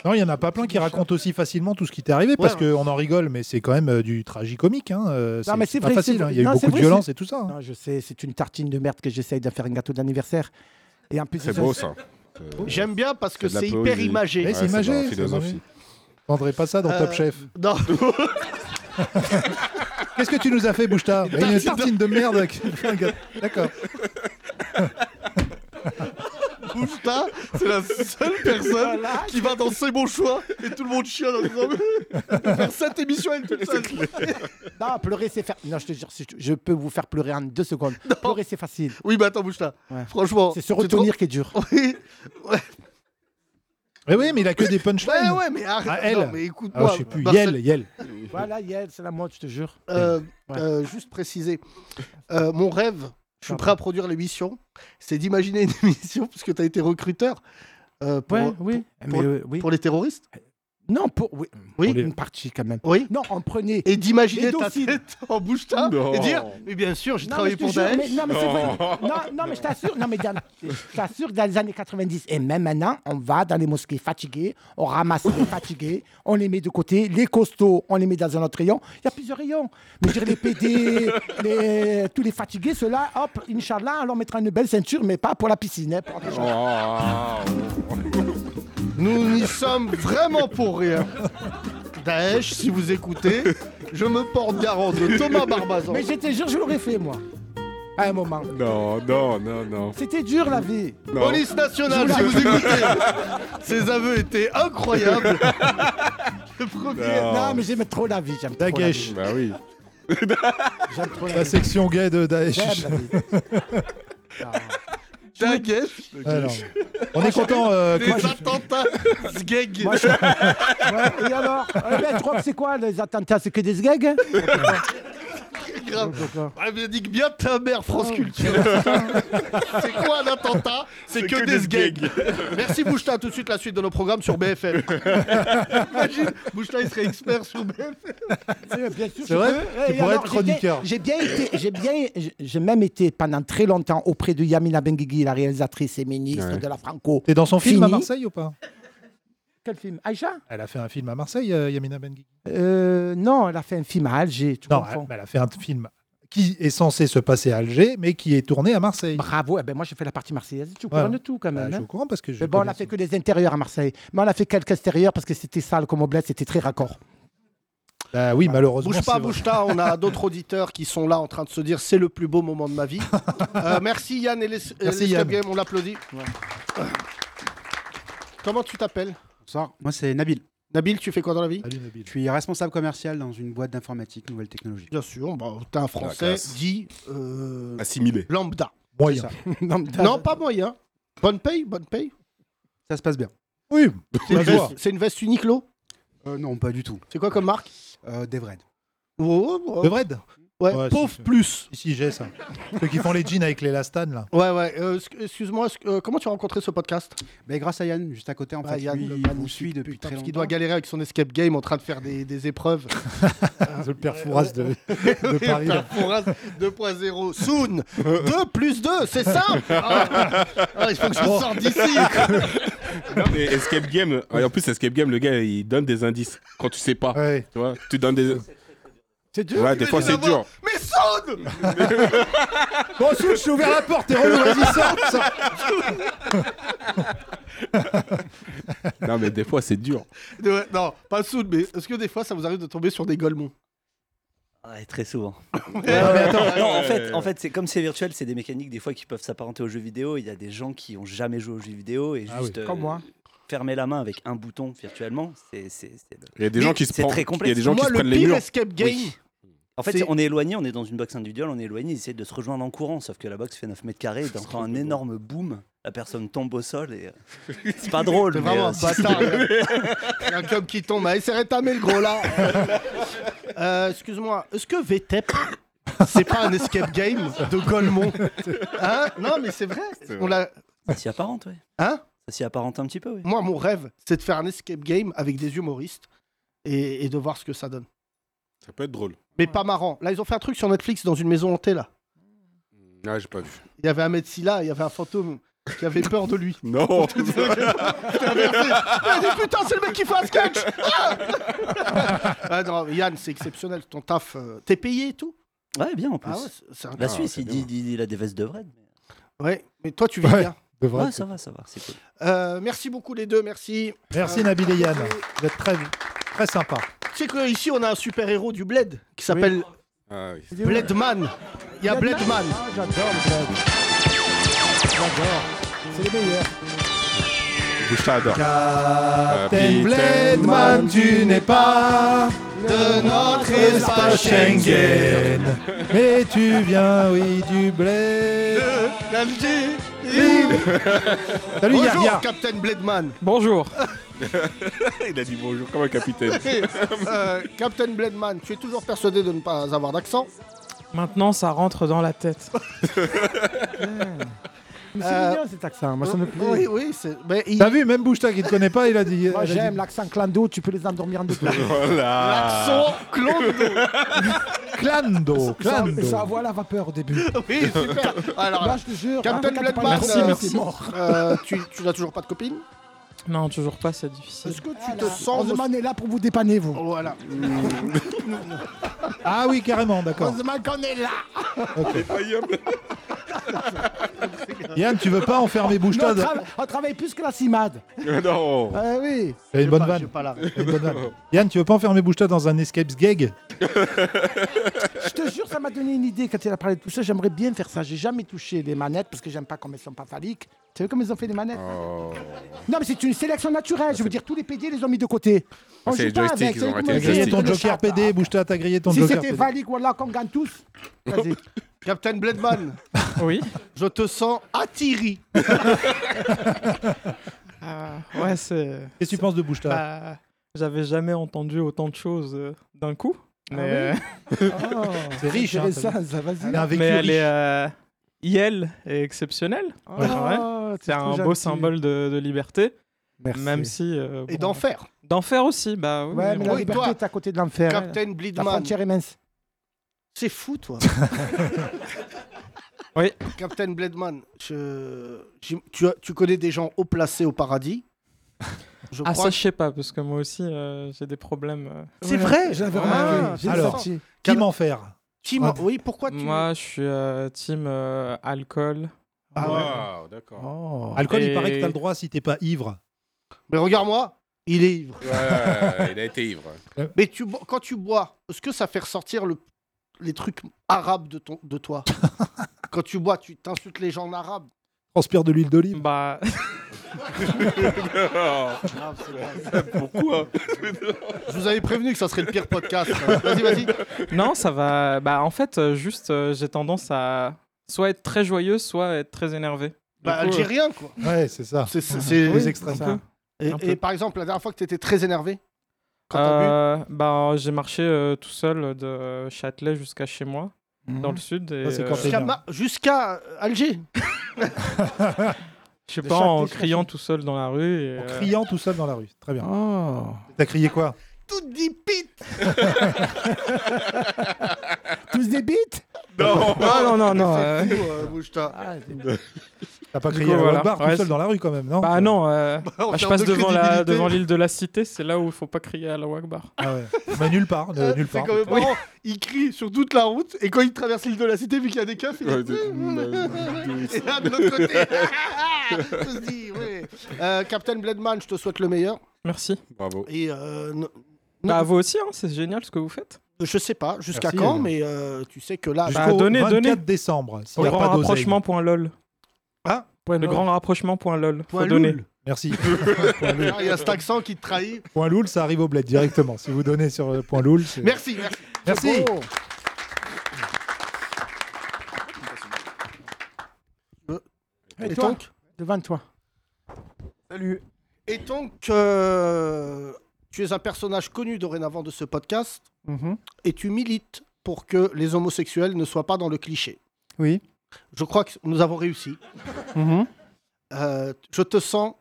Speaker 5: Non, il y en a pas plein qui racontent aussi facilement tout ce qui t'est arrivé parce qu'on en rigole, mais c'est quand même euh, du tragicomique. Hein. euh,
Speaker 7: Non, mais c'est
Speaker 5: pas
Speaker 7: vrai,
Speaker 5: facile.
Speaker 7: c'est
Speaker 5: hein. Il y a eu
Speaker 7: vrai. Non, c'est
Speaker 5: beaucoup de
Speaker 7: vrai,
Speaker 5: violence et tout ça. hein.
Speaker 7: Non, je sais, c'est une tartine de merde que j'essaye de faire un gâteau d'anniversaire. Et en plus,
Speaker 6: C'est
Speaker 7: ça-
Speaker 6: beau, ça.
Speaker 4: J'aime bien parce que
Speaker 6: C'est de la
Speaker 4: c'est hyper
Speaker 6: poésie.
Speaker 4: imagé.
Speaker 5: Ouais, c'est imagé,
Speaker 6: dans la
Speaker 5: c'est
Speaker 6: philosophie.
Speaker 5: imagé. Vendrais pas ça dans Top
Speaker 10: Euh.
Speaker 5: Chef.
Speaker 4: Non,
Speaker 5: Qu'est-ce que tu nous as fait, Bouchta Une,
Speaker 4: tartine de-
Speaker 5: tartine de merde. avec- D'accord.
Speaker 4: Bouchta, c'est la seule personne qui va dans C'est mon choix et tout le monde chiote en disant Mais- faire cette émission elle toute seule.
Speaker 7: Non, pleurer, c'est faire. Non, je te jure, si je- je peux vous faire pleurer en deux secondes. Pleurer, c'est facile.
Speaker 4: Oui, mais attends, Bouchta,
Speaker 7: Ouais.
Speaker 4: franchement.
Speaker 7: C'est se
Speaker 4: tu te rends-
Speaker 7: retenir qui est dur.
Speaker 4: Oui,
Speaker 5: Mais Eh oui, mais il a que des
Speaker 4: ouais,
Speaker 5: punchlines.
Speaker 4: ouais, mais arrête.
Speaker 5: Ah, elle.
Speaker 4: Non, mais écoute-moi.
Speaker 5: Alors, je sais plus,
Speaker 4: Marcel,
Speaker 5: Yel, Yel.
Speaker 7: Voilà, Yael, c'est la mode, je te jure.
Speaker 4: Euh,
Speaker 7: Ouais.
Speaker 4: euh, juste préciser, euh, mon rêve, je suis prêt à produire l'émission, c'est d'imaginer une émission, puisque tu as été recruteur euh, pour,
Speaker 7: Ouais, oui. Mais, euh, oui.
Speaker 4: pour les terroristes.
Speaker 7: Non, pour. Oui.
Speaker 4: Oui.
Speaker 7: Pour Une partie quand même.
Speaker 4: Oui.
Speaker 7: Non, on prenait.
Speaker 4: Et d'imaginer
Speaker 7: Les
Speaker 4: ta
Speaker 7: dociles.
Speaker 4: tête en bouche tard
Speaker 6: Non.
Speaker 4: et dire Mais bien sûr, j'ai
Speaker 7: Non, mais
Speaker 4: travaillé
Speaker 7: je te
Speaker 4: pour
Speaker 7: jure,
Speaker 4: Daesh.
Speaker 7: mais- non, mais c'est vrai. Non, non, mais je t'assure, non, mais dans, je t'assure, dans les années 90 et même maintenant, on va dans les mosquées fatiguées, on ramasse les fatigués, on les met de côté, les costauds, on les met dans un autre rayon. Il y a plusieurs rayons. Mais je veux dire, les PD, les- tous les fatigués, ceux-là, hop, Inch'Allah, on leur mettra une belle ceinture, mais pas pour la piscine. hein, pour-
Speaker 4: Oh. Nous n'y sommes vraiment pour rien. Daesh, si vous écoutez, je me porte garant de Thomas Barbazan.
Speaker 7: Mais je te jure, je l'aurais fait, moi. À un moment.
Speaker 6: Non, non, non, non.
Speaker 7: C'était dur, la vie.
Speaker 6: non.
Speaker 4: Police nationale, si vous écoutez, ces aveux étaient incroyables. Le premier.
Speaker 6: Non.
Speaker 7: Non, Ah, mais j'aime trop la vie, j'aime trop la
Speaker 5: Dagesh.
Speaker 7: vie.
Speaker 6: Bah oui.
Speaker 7: J'aime trop la
Speaker 5: La
Speaker 7: vie.
Speaker 5: section gay de Daesh.
Speaker 7: J'aime la vie.
Speaker 8: T'inquiète.
Speaker 5: Alors, on est content. euh, que
Speaker 8: Des
Speaker 5: tu-
Speaker 8: attentats sgeg.
Speaker 7: Moi, je- Ouais, et alors Eh ben, Tu crois que c'est quoi les attentats C'est que des hein? gags
Speaker 8: Grave. Ah, mais nique bien ta mère, France Culture. c'est quoi un attentat C'est que, des sgegs. Merci Bouchta, tout de suite la suite de nos programmes sur BFM. Imagine, Bouchta il serait expert sur BFM.
Speaker 5: C'est vrai Tu pourrais être chroniqueur.
Speaker 7: J'ai bien été, j'ai bien, j'ai- j'ai même été pendant très longtemps auprès de Yamina Benguigui, la réalisatrice et ministre de la Franco.
Speaker 5: T'es dans son film à
Speaker 7: Fini.
Speaker 5: Marseille ou pas
Speaker 7: Quel film Aïcha
Speaker 5: Elle a fait un film à Marseille, euh, Yamina Benguigui.
Speaker 7: Euh, Non, elle a fait un film à Alger. Tu
Speaker 5: Non,
Speaker 7: comprends.
Speaker 5: elle, elle a fait un film qui est censé se passer à Alger, mais qui est tourné à Marseille.
Speaker 7: Bravo. Eh ben moi, j'ai fait la partie marseillaise. Tu
Speaker 5: Voilà.
Speaker 7: comprends de tout quand
Speaker 5: Bah,
Speaker 7: même.
Speaker 5: je
Speaker 7: hein.
Speaker 5: suis au courant parce que je.
Speaker 7: Mais bon, on a
Speaker 5: connais
Speaker 7: fait
Speaker 5: ce-
Speaker 7: que les intérieurs à Marseille. Mais on a fait quelques extérieurs parce que c'était sale comme bled, c'était très raccord.
Speaker 5: Bah oui, malheureusement.
Speaker 4: Bouge
Speaker 5: c'est
Speaker 4: pas,
Speaker 5: vrai.
Speaker 4: bouge pas. On a d'autres auditeurs qui sont là en train de se dire c'est le plus beau moment de ma vie. Euh, merci Yann et les, et
Speaker 5: Merci
Speaker 4: les
Speaker 5: Yann.
Speaker 4: Scrap Games, on l'applaudit. Comment tu t'appelles
Speaker 11: Bonsoir, moi c'est Nabil.
Speaker 4: Nabil, tu fais quoi dans la vie
Speaker 5: Salut, Nabil.
Speaker 11: Je suis responsable commercial dans une boîte d'informatique nouvelle technologie.
Speaker 4: Bien sûr, bah, t'es un Français
Speaker 6: classe.
Speaker 4: dit euh,
Speaker 6: Assimilé.
Speaker 4: lambda.
Speaker 5: Moyen.
Speaker 7: Non, mais
Speaker 4: Non, pas moyen. Bonne paye, bonne paye.
Speaker 11: Ça se passe bien.
Speaker 5: Oui,
Speaker 4: C'est une,
Speaker 5: Ça se voit.
Speaker 4: veste- c'est une veste Uniqlo
Speaker 11: Euh, non, pas du tout.
Speaker 4: C'est quoi comme marque
Speaker 11: Euh, Devred.
Speaker 4: Oh, oh,
Speaker 5: de
Speaker 4: oh.
Speaker 5: vrai.
Speaker 4: Ouais,
Speaker 5: Ouais,
Speaker 4: pauvre
Speaker 5: si, si.
Speaker 4: plus.
Speaker 5: Ici, j'ai ça. Ceux qui font les jeans avec les Lastan, là.
Speaker 4: Ouais, ouais. euh, sc- Excuse-moi, sc- euh, comment tu as rencontré ce podcast
Speaker 11: Mais Ben, grâce à Yann, juste à côté, en
Speaker 4: Bah,
Speaker 11: fait,
Speaker 4: Yann,
Speaker 11: lui,
Speaker 4: le
Speaker 11: il vous
Speaker 4: magnifique
Speaker 11: suit depuis
Speaker 4: Putain,
Speaker 11: très
Speaker 4: parce
Speaker 11: longtemps.
Speaker 4: qu'il doit galérer avec son escape game en train de faire des, des épreuves. Euh,
Speaker 5: Le père Fouras de, de Paris. là.
Speaker 4: Perforas 2.0. Soon 2 plus 2, c'est simple Ah, ah, Il faut que je
Speaker 5: Bon.
Speaker 4: sorte d'ici
Speaker 6: Non, mais Escape Game, ouais, en plus, Escape Game, le gars, il donne des indices quand tu sais pas.
Speaker 5: Ouais.
Speaker 6: Tu vois, tu donnes des.
Speaker 7: C'est dur.
Speaker 6: Ouais, des fois, c'est dur.
Speaker 8: Mais sonne
Speaker 5: Bon, Soul, je suis ouvert la porte, t'es relou, vas-y, sors, sors.
Speaker 6: Non, mais des fois, c'est dur.
Speaker 4: Ouais, Non, pas Soon, mais est-ce que des fois ça vous arrive de tomber sur des golemons
Speaker 9: Ouais, très souvent.
Speaker 5: Non, mais attends.
Speaker 9: Non, en fait, en fait c'est comme c'est virtuel, c'est des mécaniques des fois qui peuvent s'apparenter aux jeux vidéo. Il y a des gens qui ont jamais joué aux jeux vidéo et
Speaker 5: Ah
Speaker 9: juste euh,
Speaker 7: Comme moi.
Speaker 9: fermer la main avec un bouton virtuellement, c'est c'est- c'est-
Speaker 6: Il y a des gens qui se
Speaker 9: c'est
Speaker 6: prennent.
Speaker 9: très
Speaker 6: Il
Speaker 9: complexe.
Speaker 6: y a des gens qui
Speaker 4: Moi,
Speaker 6: se
Speaker 4: le
Speaker 6: prennent les
Speaker 4: pire
Speaker 6: murs.
Speaker 4: escape game,
Speaker 9: En fait,
Speaker 4: C'est-
Speaker 9: on est éloigné, on est dans une box individuelle, on est éloigné, ils essaient de se rejoindre en courant, sauf que la box fait 9 mètres carrés, t'entends un énorme boom, la personne tombe au sol et. euh, C'est pas drôle,
Speaker 4: c'est
Speaker 9: mais.
Speaker 4: vraiment
Speaker 9: euh,
Speaker 4: un
Speaker 9: c'est-
Speaker 4: bâtard. Il y a un club qui tombe, allez, c'est rétamé le gros là Euh, Excuse-moi, est-ce que VTEP c'est pas un escape game de golemons Hein Non, mais c'est vrai. On l'a.
Speaker 9: Ça s'y apparente, ouais.
Speaker 4: Hein
Speaker 9: Ça s'y apparente un petit peu, ouais.
Speaker 4: Moi, mon rêve, c'est de faire un escape game avec des humoristes et- et de voir ce que ça donne.
Speaker 6: Ça peut être drôle.
Speaker 4: Mais pas marrant. Là, ils ont fait un truc sur Netflix dans une maison hantée, là.
Speaker 6: Ah, j'ai pas vu.
Speaker 4: Il y avait un médecin là, il y avait un fantôme qui avait peur de lui.
Speaker 6: Non
Speaker 4: Ah, mais putain, c'est le mec qui fait un sketch Ah Ah non, Yann, c'est exceptionnel, ton taf. euh, T'es payé et tout
Speaker 9: Ouais, bien en plus.
Speaker 4: Ah ouais, c'est- c'est un
Speaker 9: La
Speaker 6: Ah,
Speaker 9: Suisse,
Speaker 6: c'est
Speaker 9: il,
Speaker 6: bien.
Speaker 9: dit, il dit- il a des vestes de vrai.
Speaker 4: Ouais, mais toi, tu vis
Speaker 5: Ouais.
Speaker 4: bien.
Speaker 5: De vrai.
Speaker 9: Ouais, ça va, ça va, c'est cool.
Speaker 4: Euh, merci beaucoup, les deux, merci. Euh,
Speaker 5: Merci Nabil et Yann. Vous êtes très, très sympa.
Speaker 4: Tu sais qu'ici, on a un super-héros du Bled qui s'appelle
Speaker 6: Ah oui.
Speaker 4: Bledman. Il y a Bledman.
Speaker 7: Ah, j'adore le bled. J'adore. C'est les meilleurs.
Speaker 6: Bouchard adore. Euh,
Speaker 5: Captain Blademan, tu n'es pas
Speaker 4: De notre
Speaker 5: espace Schengen. Mais tu viens, oui, du blé. Salut Yaria.
Speaker 4: Bonjour, Captain Bledman.
Speaker 1: Bonjour.
Speaker 6: Il a dit bonjour comme un capitaine.
Speaker 4: Euh, Captain Bledman, tu es toujours persuadé de ne pas avoir d'accent.
Speaker 1: Maintenant, ça rentre dans la tête.
Speaker 7: Mais
Speaker 4: Euh,
Speaker 7: c'est mignon cet accent. Moi, ça me plaît.
Speaker 4: Oui, oui, c'est. Mais il-
Speaker 5: T'as vu, même Bouchta qui ne connaît pas, il a dit.
Speaker 7: Moi,
Speaker 5: elle a
Speaker 7: j'aime
Speaker 5: dit-
Speaker 7: l'accent clando. Tu peux les endormir en deux plats.
Speaker 6: Voilà
Speaker 4: L'accent Claude.
Speaker 5: Clando.
Speaker 7: Ça,
Speaker 5: Clando.
Speaker 7: ça voit la vapeur au début.
Speaker 4: Oui, super. Alors,
Speaker 7: Là, je te jure.
Speaker 4: Captain
Speaker 7: hein, quand t'as pas
Speaker 4: Blackman,
Speaker 7: le
Speaker 1: Merci,
Speaker 7: temps,
Speaker 1: merci.
Speaker 7: c'est mort.
Speaker 4: euh, tu, tu n'as toujours pas de copine
Speaker 1: Non, toujours pas, c'est difficile.
Speaker 4: Est-ce que tu te
Speaker 7: Voilà.
Speaker 4: sens.
Speaker 7: Heureusement, on est là pour vous dépanner, vous.
Speaker 4: Voilà.
Speaker 5: Ah oui, carrément, d'accord.
Speaker 7: Heureusement qu'on est là.
Speaker 5: Yann, tu veux pas enfermer
Speaker 7: Nous, on,
Speaker 5: Bouchta
Speaker 7: tra- on travaille plus que la CIMAD.
Speaker 6: Non
Speaker 7: Ah oui.
Speaker 5: T'as une bonne
Speaker 4: Pas- j'ai
Speaker 5: vanne.
Speaker 4: pas là.
Speaker 5: t'as une bonne vanne. Yann, tu veux pas enfermer Bouchta dans un escape gag
Speaker 7: Je te jure, ça m'a donné une idée quand il a parlé de tout ça. J'aimerais bien faire ça. J'ai jamais touché les manettes parce que j'aime pas comme elles sont pas phalliques. Tu sais comme ils ont fait les manettes Non, mais c'est une sélection naturelle. Je veux dire, tous les PD les ont mis de côté. On
Speaker 6: c'est
Speaker 7: joue
Speaker 6: les
Speaker 7: pas
Speaker 6: joysticks,
Speaker 7: avec,
Speaker 6: ils
Speaker 7: c'est
Speaker 6: ont
Speaker 7: comme
Speaker 6: raté
Speaker 5: T'as
Speaker 6: les
Speaker 7: le
Speaker 5: grillé
Speaker 7: chat.
Speaker 5: ton
Speaker 7: Le
Speaker 5: joker
Speaker 7: chat,
Speaker 5: PD,
Speaker 7: là.
Speaker 5: Bouchta, t'as grillé ton
Speaker 7: Si
Speaker 5: joker
Speaker 7: c'était
Speaker 5: PD.
Speaker 7: phallique, voilà, qu'on gagne tous. Vas-y.
Speaker 4: Captain Bledman,
Speaker 1: Oui.
Speaker 4: Je te sens attiré. Euh,
Speaker 1: Ah, ouais, c'est.
Speaker 5: Qu'est-ce que tu penses de Boucheta
Speaker 1: Bah, J'avais jamais entendu autant de choses euh, d'un coup.
Speaker 7: Ah
Speaker 1: Mais
Speaker 7: oui Oh, C'est riche, hein, ça,
Speaker 1: intéressant,
Speaker 7: ça, vas-y.
Speaker 1: Mais
Speaker 7: Un vécu
Speaker 1: elle
Speaker 7: riche.
Speaker 1: est euh, IL est exceptionnelle.
Speaker 7: Oh,
Speaker 1: Ouais. Ouais.
Speaker 7: t'es
Speaker 1: C'est un beau
Speaker 7: trop gentil.
Speaker 1: symbole de, de liberté.
Speaker 7: Merci.
Speaker 1: Même si. euh,
Speaker 7: Et
Speaker 1: bon,
Speaker 4: d'enfer.
Speaker 1: D'enfer aussi, bah oui.
Speaker 7: Ouais, mais la
Speaker 1: bon.
Speaker 7: liberté est à côté de l'enfer.
Speaker 1: Captain
Speaker 7: La
Speaker 1: Bleedman.
Speaker 7: frontière est mince.
Speaker 4: C'est fou, toi.
Speaker 1: oui.
Speaker 4: Captain Bledman, je- j'im- tu, as- tu connais des gens haut placés au paradis Je
Speaker 1: ah
Speaker 4: crois
Speaker 1: ça
Speaker 4: que-
Speaker 1: je sais pas parce que moi aussi euh, j'ai des problèmes. euh.
Speaker 4: C'est vrai
Speaker 1: Ouais.
Speaker 4: Ah,
Speaker 5: Alors,
Speaker 4: sorti.
Speaker 5: qui m'enfer
Speaker 4: Team-
Speaker 1: Ah.
Speaker 4: Oui, pourquoi tu...
Speaker 1: Moi je suis euh, team euh, alcool.
Speaker 4: Ah ouais.
Speaker 6: Waouh, d'accord.
Speaker 4: Oh.
Speaker 5: Alcool, il paraît que t'as
Speaker 1: as
Speaker 5: le droit si t'es pas ivre.
Speaker 4: Mais regarde-moi, il est ivre.
Speaker 6: Ouais, il a été ivre.
Speaker 5: Euh.
Speaker 4: Mais tu, bo- quand tu bois, est-ce que ça fait ressortir le- les trucs arabes de, ton, de toi Quand tu bois, tu t'insultes les gens en arabe.
Speaker 5: Transpire de l'huile d'olive.
Speaker 1: Bah.
Speaker 6: Pourquoi
Speaker 4: Je vous avais prévenu que ça serait le pire podcast. Vas-y, vas-y.
Speaker 1: Non, ça va. Bah, en fait, euh, juste, euh, j'ai tendance à soit être très joyeux, soit être très énervé. Du
Speaker 4: Bah,
Speaker 1: coup, euh,
Speaker 4: algérien, quoi.
Speaker 5: Ouais, c'est ça.
Speaker 4: C'est- c'est- c'est- euh,
Speaker 5: les extrêmes.
Speaker 1: un peu.
Speaker 4: Et,
Speaker 1: Un peu.
Speaker 4: et par exemple, la dernière fois que tu étais très énervé, quand t'as bu,
Speaker 1: Euh, bah, j'ai marché euh, tout seul de Châtelet jusqu'à chez moi,
Speaker 4: Mmh.
Speaker 1: dans le sud. et,
Speaker 5: Ça, c'est quand
Speaker 1: euh,
Speaker 5: t'es
Speaker 4: jusqu'à
Speaker 5: énervé.
Speaker 4: Ma- jusqu'à euh, Alger.
Speaker 1: je sais
Speaker 5: De
Speaker 1: pas, en
Speaker 5: Châtelet,
Speaker 1: criant tout seul dans la rue. et,
Speaker 5: En
Speaker 1: euh, Hein
Speaker 5: criant tout seul dans la rue. Très bien.
Speaker 4: Oh.
Speaker 5: T'as crié quoi
Speaker 4: Tout dit pite
Speaker 7: Tous des bites
Speaker 6: Non
Speaker 5: Ah,
Speaker 1: Non, non, non, non. euh,
Speaker 4: C'est fou, euh, Moujta.
Speaker 5: T'as pas
Speaker 1: Du
Speaker 5: crié
Speaker 1: coup,
Speaker 5: à
Speaker 1: voilà.
Speaker 5: Walbar
Speaker 1: Ouais,
Speaker 5: tout seul
Speaker 1: c'est-
Speaker 5: dans la rue quand même, non
Speaker 1: Bah non, euh,
Speaker 4: en
Speaker 1: bah, je
Speaker 4: termes
Speaker 1: passe
Speaker 4: de
Speaker 1: devant, la,
Speaker 4: crédibilité.
Speaker 1: devant l'île de la Cité, c'est là où il faut pas crier à la Wagbar.
Speaker 5: Ah ouais. Mais nulle part, euh, nulle
Speaker 4: C'est
Speaker 5: part.
Speaker 4: quand même marrant. Il crie sur toute la route et quand il traverse l'île de la cité, vu qu'il y a des keufs, il est...
Speaker 6: Ouais, c'est-
Speaker 4: Et là, de l'autre côté, Ah, je me dis, ouais. Euh, Captain Bledman, je te souhaite le meilleur.
Speaker 1: Merci.
Speaker 6: Bravo.
Speaker 4: Et euh, n-
Speaker 1: Bah, vous aussi, hein, c'est génial ce que vous faites.
Speaker 4: je sais pas jusqu'à
Speaker 5: Merci,
Speaker 4: quand,
Speaker 5: euh.
Speaker 4: mais euh, tu sais que là,
Speaker 1: Bah,
Speaker 5: Jusqu'au
Speaker 1: donnez,
Speaker 5: 24
Speaker 1: donnez.
Speaker 5: décembre. s'il
Speaker 1: Le
Speaker 5: y a
Speaker 1: grand
Speaker 5: pas d'oseille.
Speaker 1: rapprochement.lol.
Speaker 4: Hein
Speaker 1: Le grand rapprochement.lol. Faut
Speaker 4: Point
Speaker 1: donner.
Speaker 4: loul.
Speaker 5: Merci.
Speaker 4: Ah, il y a cet accent qui te trahit.
Speaker 5: Point Loul, ça arrive au bled directement. Si vous donnez sur euh, Point Loul, c'est-
Speaker 4: Merci,
Speaker 5: Merci.
Speaker 4: merci. Et
Speaker 7: Euh, Et toi
Speaker 4: donc,
Speaker 7: Devant toi.
Speaker 4: et donc euh, tu es un personnage connu dorénavant de ce podcast
Speaker 7: Mhm.
Speaker 4: et tu milites pour que les homosexuels ne soient pas dans le cliché.
Speaker 7: Oui.
Speaker 4: Je crois que nous avons réussi.
Speaker 7: Mhm.
Speaker 4: Euh, je te sens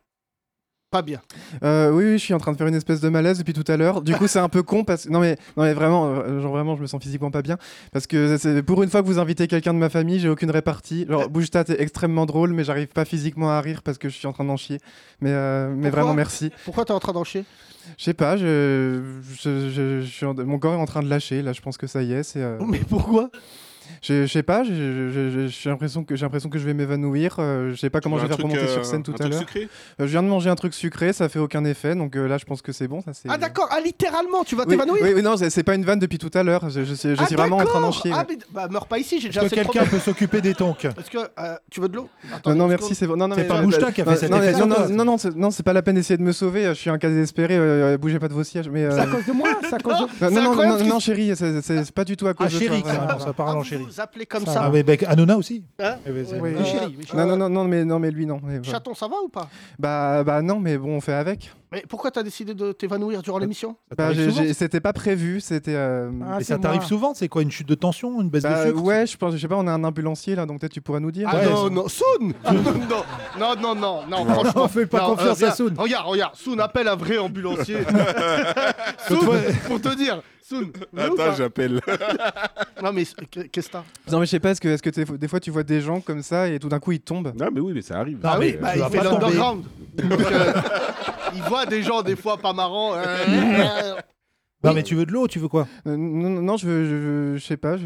Speaker 4: pas bien.
Speaker 12: Euh, oui, oui, je suis en train de faire une espèce de malaise depuis tout à l'heure. Du coup, c'est un peu con parce que non mais non mais vraiment, euh, genre vraiment, je me sens physiquement pas bien parce que c'est- pour une fois que vous invitez quelqu'un de ma famille, j'ai aucune répartie.
Speaker 4: Euh.
Speaker 12: Genre Boujta, t'es extrêmement drôle, mais j'arrive pas physiquement à rire parce que je suis en train d'en chier. Mais euh, mais
Speaker 4: Pourquoi
Speaker 12: vraiment merci.
Speaker 4: Pourquoi t'es en train d'en chier
Speaker 12: Je sais pas, je, je- je- je suis en- mon corps est en train de lâcher. Là, je pense que ça y est, c'est. euh,
Speaker 4: Mais pourquoi
Speaker 12: je je sais pas, je- je- je- je- j'ai l'impression que j'ai l'impression que je vais m'évanouir. euh, je sais pas comment je vais faire pour monter sur scène tout à l'heure. Euh, je viens de manger un truc sucré, ça fait aucun effet, donc euh, là, je pense que c'est bon. Ça c'est.
Speaker 4: Ah d'accord, ah, littéralement, tu vas
Speaker 12: Oui,
Speaker 4: t'évanouir
Speaker 12: oui, oui, non, c'est c'est pas une vanne depuis tout à l'heure. Je, je suis je
Speaker 4: Ah,
Speaker 12: suis vraiment en train d'en
Speaker 4: d'accord.
Speaker 12: chier. là.
Speaker 4: Ah, mais, bah, meurs pas ici, j'ai déjà
Speaker 5: Est-ce que
Speaker 4: assez de
Speaker 5: quelqu'un
Speaker 4: problèmes.
Speaker 5: peut s'occuper des tonques
Speaker 4: Parce que euh, tu veux de l'eau Attends,
Speaker 12: Non, non,
Speaker 4: une
Speaker 12: merci,
Speaker 4: seconde.
Speaker 12: c'est bon. Non, non,
Speaker 5: C'est
Speaker 12: mais-
Speaker 5: pas
Speaker 12: non,
Speaker 5: Boujta qui a
Speaker 12: non,
Speaker 5: fait cette
Speaker 12: non, mais-
Speaker 5: émission,
Speaker 12: non,
Speaker 5: toi.
Speaker 12: non, non, non, c'est- non, c'est pas la peine d'essayer de me sauver. Je suis un cas désespéré. euh, euh, bougez pas de vos sièges. Mais, euh,
Speaker 7: C'est à cause de moi C'est à cause de...
Speaker 12: Non, non, non,
Speaker 4: incroyable
Speaker 12: non,
Speaker 4: ce qui-
Speaker 12: non, chérie, c'est- c'est c'est pas du tout à
Speaker 5: Ah,
Speaker 12: cause de toi.
Speaker 5: chérie,
Speaker 12: vraiment.
Speaker 5: ça, non, ça
Speaker 4: Ah,
Speaker 5: parle en
Speaker 4: vous
Speaker 5: chérie.
Speaker 4: vous appelez comme
Speaker 5: Ah,
Speaker 4: ça
Speaker 5: mais avec Anona aussi
Speaker 4: Hein
Speaker 5: Eh ben, c'est-
Speaker 7: Oui.
Speaker 4: Mais chérie, mais chérie.
Speaker 12: Non, non, non, non, mais, non, mais lui, non. mais voilà.
Speaker 4: Chaton, ça va ou pas
Speaker 12: Bah, bah, non, mais bon, on fait avec.
Speaker 4: Mais pourquoi t'as décidé de t'évanouir durant l'émission
Speaker 5: Ça
Speaker 12: Bah,
Speaker 5: t'arrive
Speaker 12: j'ai-
Speaker 5: souvent,
Speaker 12: j'ai- C'était pas prévu, c'était. euh,
Speaker 7: Ah,
Speaker 5: Et
Speaker 7: c'est
Speaker 5: ça t'arrive
Speaker 7: moi.
Speaker 5: souvent, c'est quoi Une chute de tension Une baisse
Speaker 12: bah,
Speaker 5: de sucre
Speaker 12: ouais, je pense, je sais pas, on a un ambulancier là, donc peut-être tu pourras nous dire.
Speaker 4: Ah
Speaker 5: Ouais,
Speaker 4: non,
Speaker 5: c'est-
Speaker 4: non, Soun Ah non, non, non, non, non, non, franchement.
Speaker 5: bah, Non, fais pas confiance à
Speaker 4: regarde,
Speaker 5: Soun.
Speaker 4: Regarde, regarde, Soun appelle un vrai ambulancier. Soun, pour te dire, Soun. mais ou
Speaker 6: Attends,
Speaker 4: pas
Speaker 6: j'appelle.
Speaker 4: Non, mais euh, qu'est- qu'est-ce que t'as
Speaker 12: Non, mais je sais pas, est-ce que, est que t'es- des fois tu vois des gens comme ça et tout d'un coup ils tombent
Speaker 6: Non, mais oui, mais ça arrive.
Speaker 5: Ah oui,
Speaker 6: Euh,
Speaker 5: bah,
Speaker 6: tu
Speaker 4: Il
Speaker 5: va
Speaker 4: fait
Speaker 6: vois,
Speaker 5: pas tomber.
Speaker 4: l'underground. Donc, euh, Il voit des gens, des fois, pas marrants. euh, euh,
Speaker 5: Non, mais tu veux de l'eau, tu veux quoi
Speaker 12: Euh, Non, non, non, je veux. Je, veux- je sais pas, je.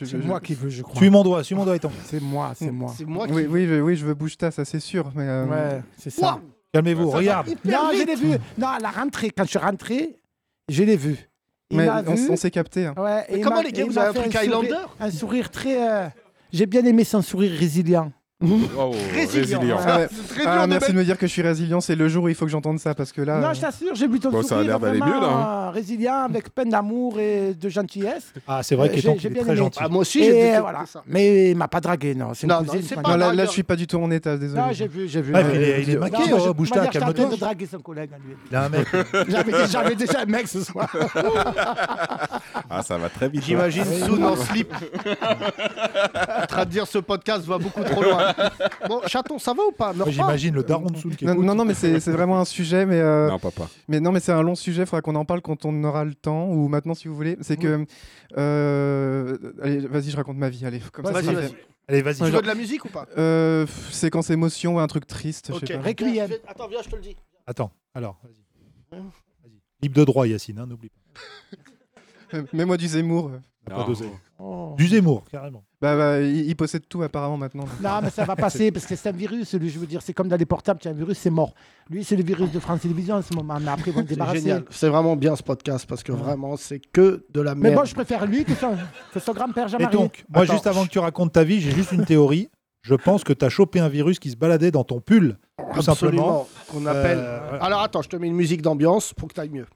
Speaker 12: je-
Speaker 7: C'est
Speaker 12: je-
Speaker 7: moi qui veux, je crois.
Speaker 5: Suis mon doigt, suis mon doigt et tombe.
Speaker 7: C'est moi, c'est moi.
Speaker 4: C'est moi qui.
Speaker 12: Oui, oui, je, oui, je veux Boujta, ça c'est sûr, mais. euh, Bah,
Speaker 7: Ouais, c'est ça.
Speaker 4: Waouh,
Speaker 5: Calmez-vous,
Speaker 6: Ça
Speaker 5: regarde.
Speaker 7: Non, je l'ai vu. Non, à la rentrée, quand je suis rentré, je l'ai vu. Il
Speaker 12: Mais
Speaker 7: m'a
Speaker 12: on,
Speaker 7: vu.
Speaker 12: on s'est capté. hein.
Speaker 7: Ouais, et
Speaker 4: Mais
Speaker 7: il
Speaker 4: comment
Speaker 7: m'a-
Speaker 4: les gars,
Speaker 7: il
Speaker 4: vous
Speaker 7: m'a
Speaker 4: avez un
Speaker 7: fait
Speaker 4: truc
Speaker 7: sourire-
Speaker 4: Highlander
Speaker 7: Un sourire très. euh, J'ai bien aimé son sourire résilient.
Speaker 6: Wow,
Speaker 7: Résilient.
Speaker 6: résilient.
Speaker 7: Ah ouais.
Speaker 6: C'est
Speaker 7: très
Speaker 12: Ah,
Speaker 7: dur de
Speaker 12: merci de
Speaker 7: mettre-
Speaker 12: me dire que je suis résilient, c'est le jour où il faut que j'entende ça parce que là.
Speaker 7: Non,
Speaker 12: euh,
Speaker 7: je t'assure, j'ai plutôt
Speaker 6: Bon,
Speaker 7: le
Speaker 6: ça a l'air
Speaker 7: sourire
Speaker 6: d'aller
Speaker 7: vraiment,
Speaker 6: mieux, là,
Speaker 7: euh, résilient, avec plein d'amour et de gentillesse.
Speaker 5: Ah, c'est vrai
Speaker 7: Euh,
Speaker 5: qu'il
Speaker 7: j'ai-
Speaker 5: est-
Speaker 7: j'ai
Speaker 5: il est
Speaker 7: bien
Speaker 5: très
Speaker 7: aimé.
Speaker 5: gentil. Ah, moi aussi,
Speaker 7: Et
Speaker 5: j'ai vécu
Speaker 7: voilà.
Speaker 5: ça.
Speaker 7: Mais il m'a pas dragué, non. C'est une
Speaker 5: Non, non,
Speaker 7: cousine,
Speaker 5: c'est
Speaker 7: c'est
Speaker 5: pas
Speaker 7: pas
Speaker 12: non,
Speaker 7: une
Speaker 12: là,
Speaker 7: drague.
Speaker 12: là, je suis pas du tout en état, désolé.
Speaker 7: Non, j'ai vu, j'ai vu.
Speaker 12: Ouais, il est- il est
Speaker 7: Non,
Speaker 12: maqué,
Speaker 7: moi, je-
Speaker 12: oh, bouge
Speaker 7: moi,
Speaker 12: ta,
Speaker 7: j'ai arrêté
Speaker 12: calme-toi.
Speaker 7: de draguer son collègue à lui.
Speaker 5: Il a un mec.
Speaker 7: J'avais déjà- j'avais déjà un mec ce soir.
Speaker 6: Ah, ça va très vite.
Speaker 8: J'imagine
Speaker 6: hein.
Speaker 8: Soon en slip. en train de dire ce podcast va beaucoup trop loin. Bon, chaton, ça va ou pas Meurs pas.
Speaker 5: le daron dessous
Speaker 12: Non, non, non, mais c'est c'est vraiment un sujet, mais. euh,
Speaker 6: Non, papa.
Speaker 12: Mais non, mais c'est un long sujet, il faudra qu'on en parle quand on aura le temps, ou maintenant si vous voulez. C'est que. euh, allez, vas-y, je raconte ma vie, allez. Comme ça,
Speaker 8: Vas-y,
Speaker 12: ça
Speaker 8: vas-y.
Speaker 12: fait.
Speaker 5: Allez, vas-y.
Speaker 8: Tu veux de la musique ou pas
Speaker 12: euh, pff, Séquence émotion, un truc triste, je sais
Speaker 8: Ok.
Speaker 12: pas.
Speaker 8: Viens, fais- Attends, viens, je te le dis.
Speaker 5: Attends, alors, vas-y. Vas-y. Libre de droit, Yacine, hein, n'oublie
Speaker 12: Euh, Mets-moi du Zemmour.
Speaker 5: pas. Pas d'oseille. Du Zemmour, carrément.
Speaker 12: Bah, bah, il, il possède tout apparemment maintenant.
Speaker 7: Non, mais ça va passer parce que c'est un virus. Lui, je veux dire, c'est comme dans les portables, tu as un virus, c'est mort. Lui, c'est le virus de France Télévisions en ce moment. Mais après, ils vont le
Speaker 4: C'est
Speaker 7: débarrasser.
Speaker 4: génial. C'est vraiment bien ce podcast parce que vraiment, c'est que de la
Speaker 7: Mais
Speaker 4: merde.
Speaker 7: bon, je préfère lui que son, que son grand-père
Speaker 5: Et
Speaker 7: Jean-Marie.
Speaker 5: donc, moi, juste avant que tu racontes ta vie, j'ai juste une théorie. Je pense que t'as chopé un virus qui se baladait dans ton pull, tout simplement.
Speaker 4: Absolument. Qu'on appelle.
Speaker 5: Euh,
Speaker 4: Alors attends, je te mets une musique d'ambiance pour que t'ailles mieux.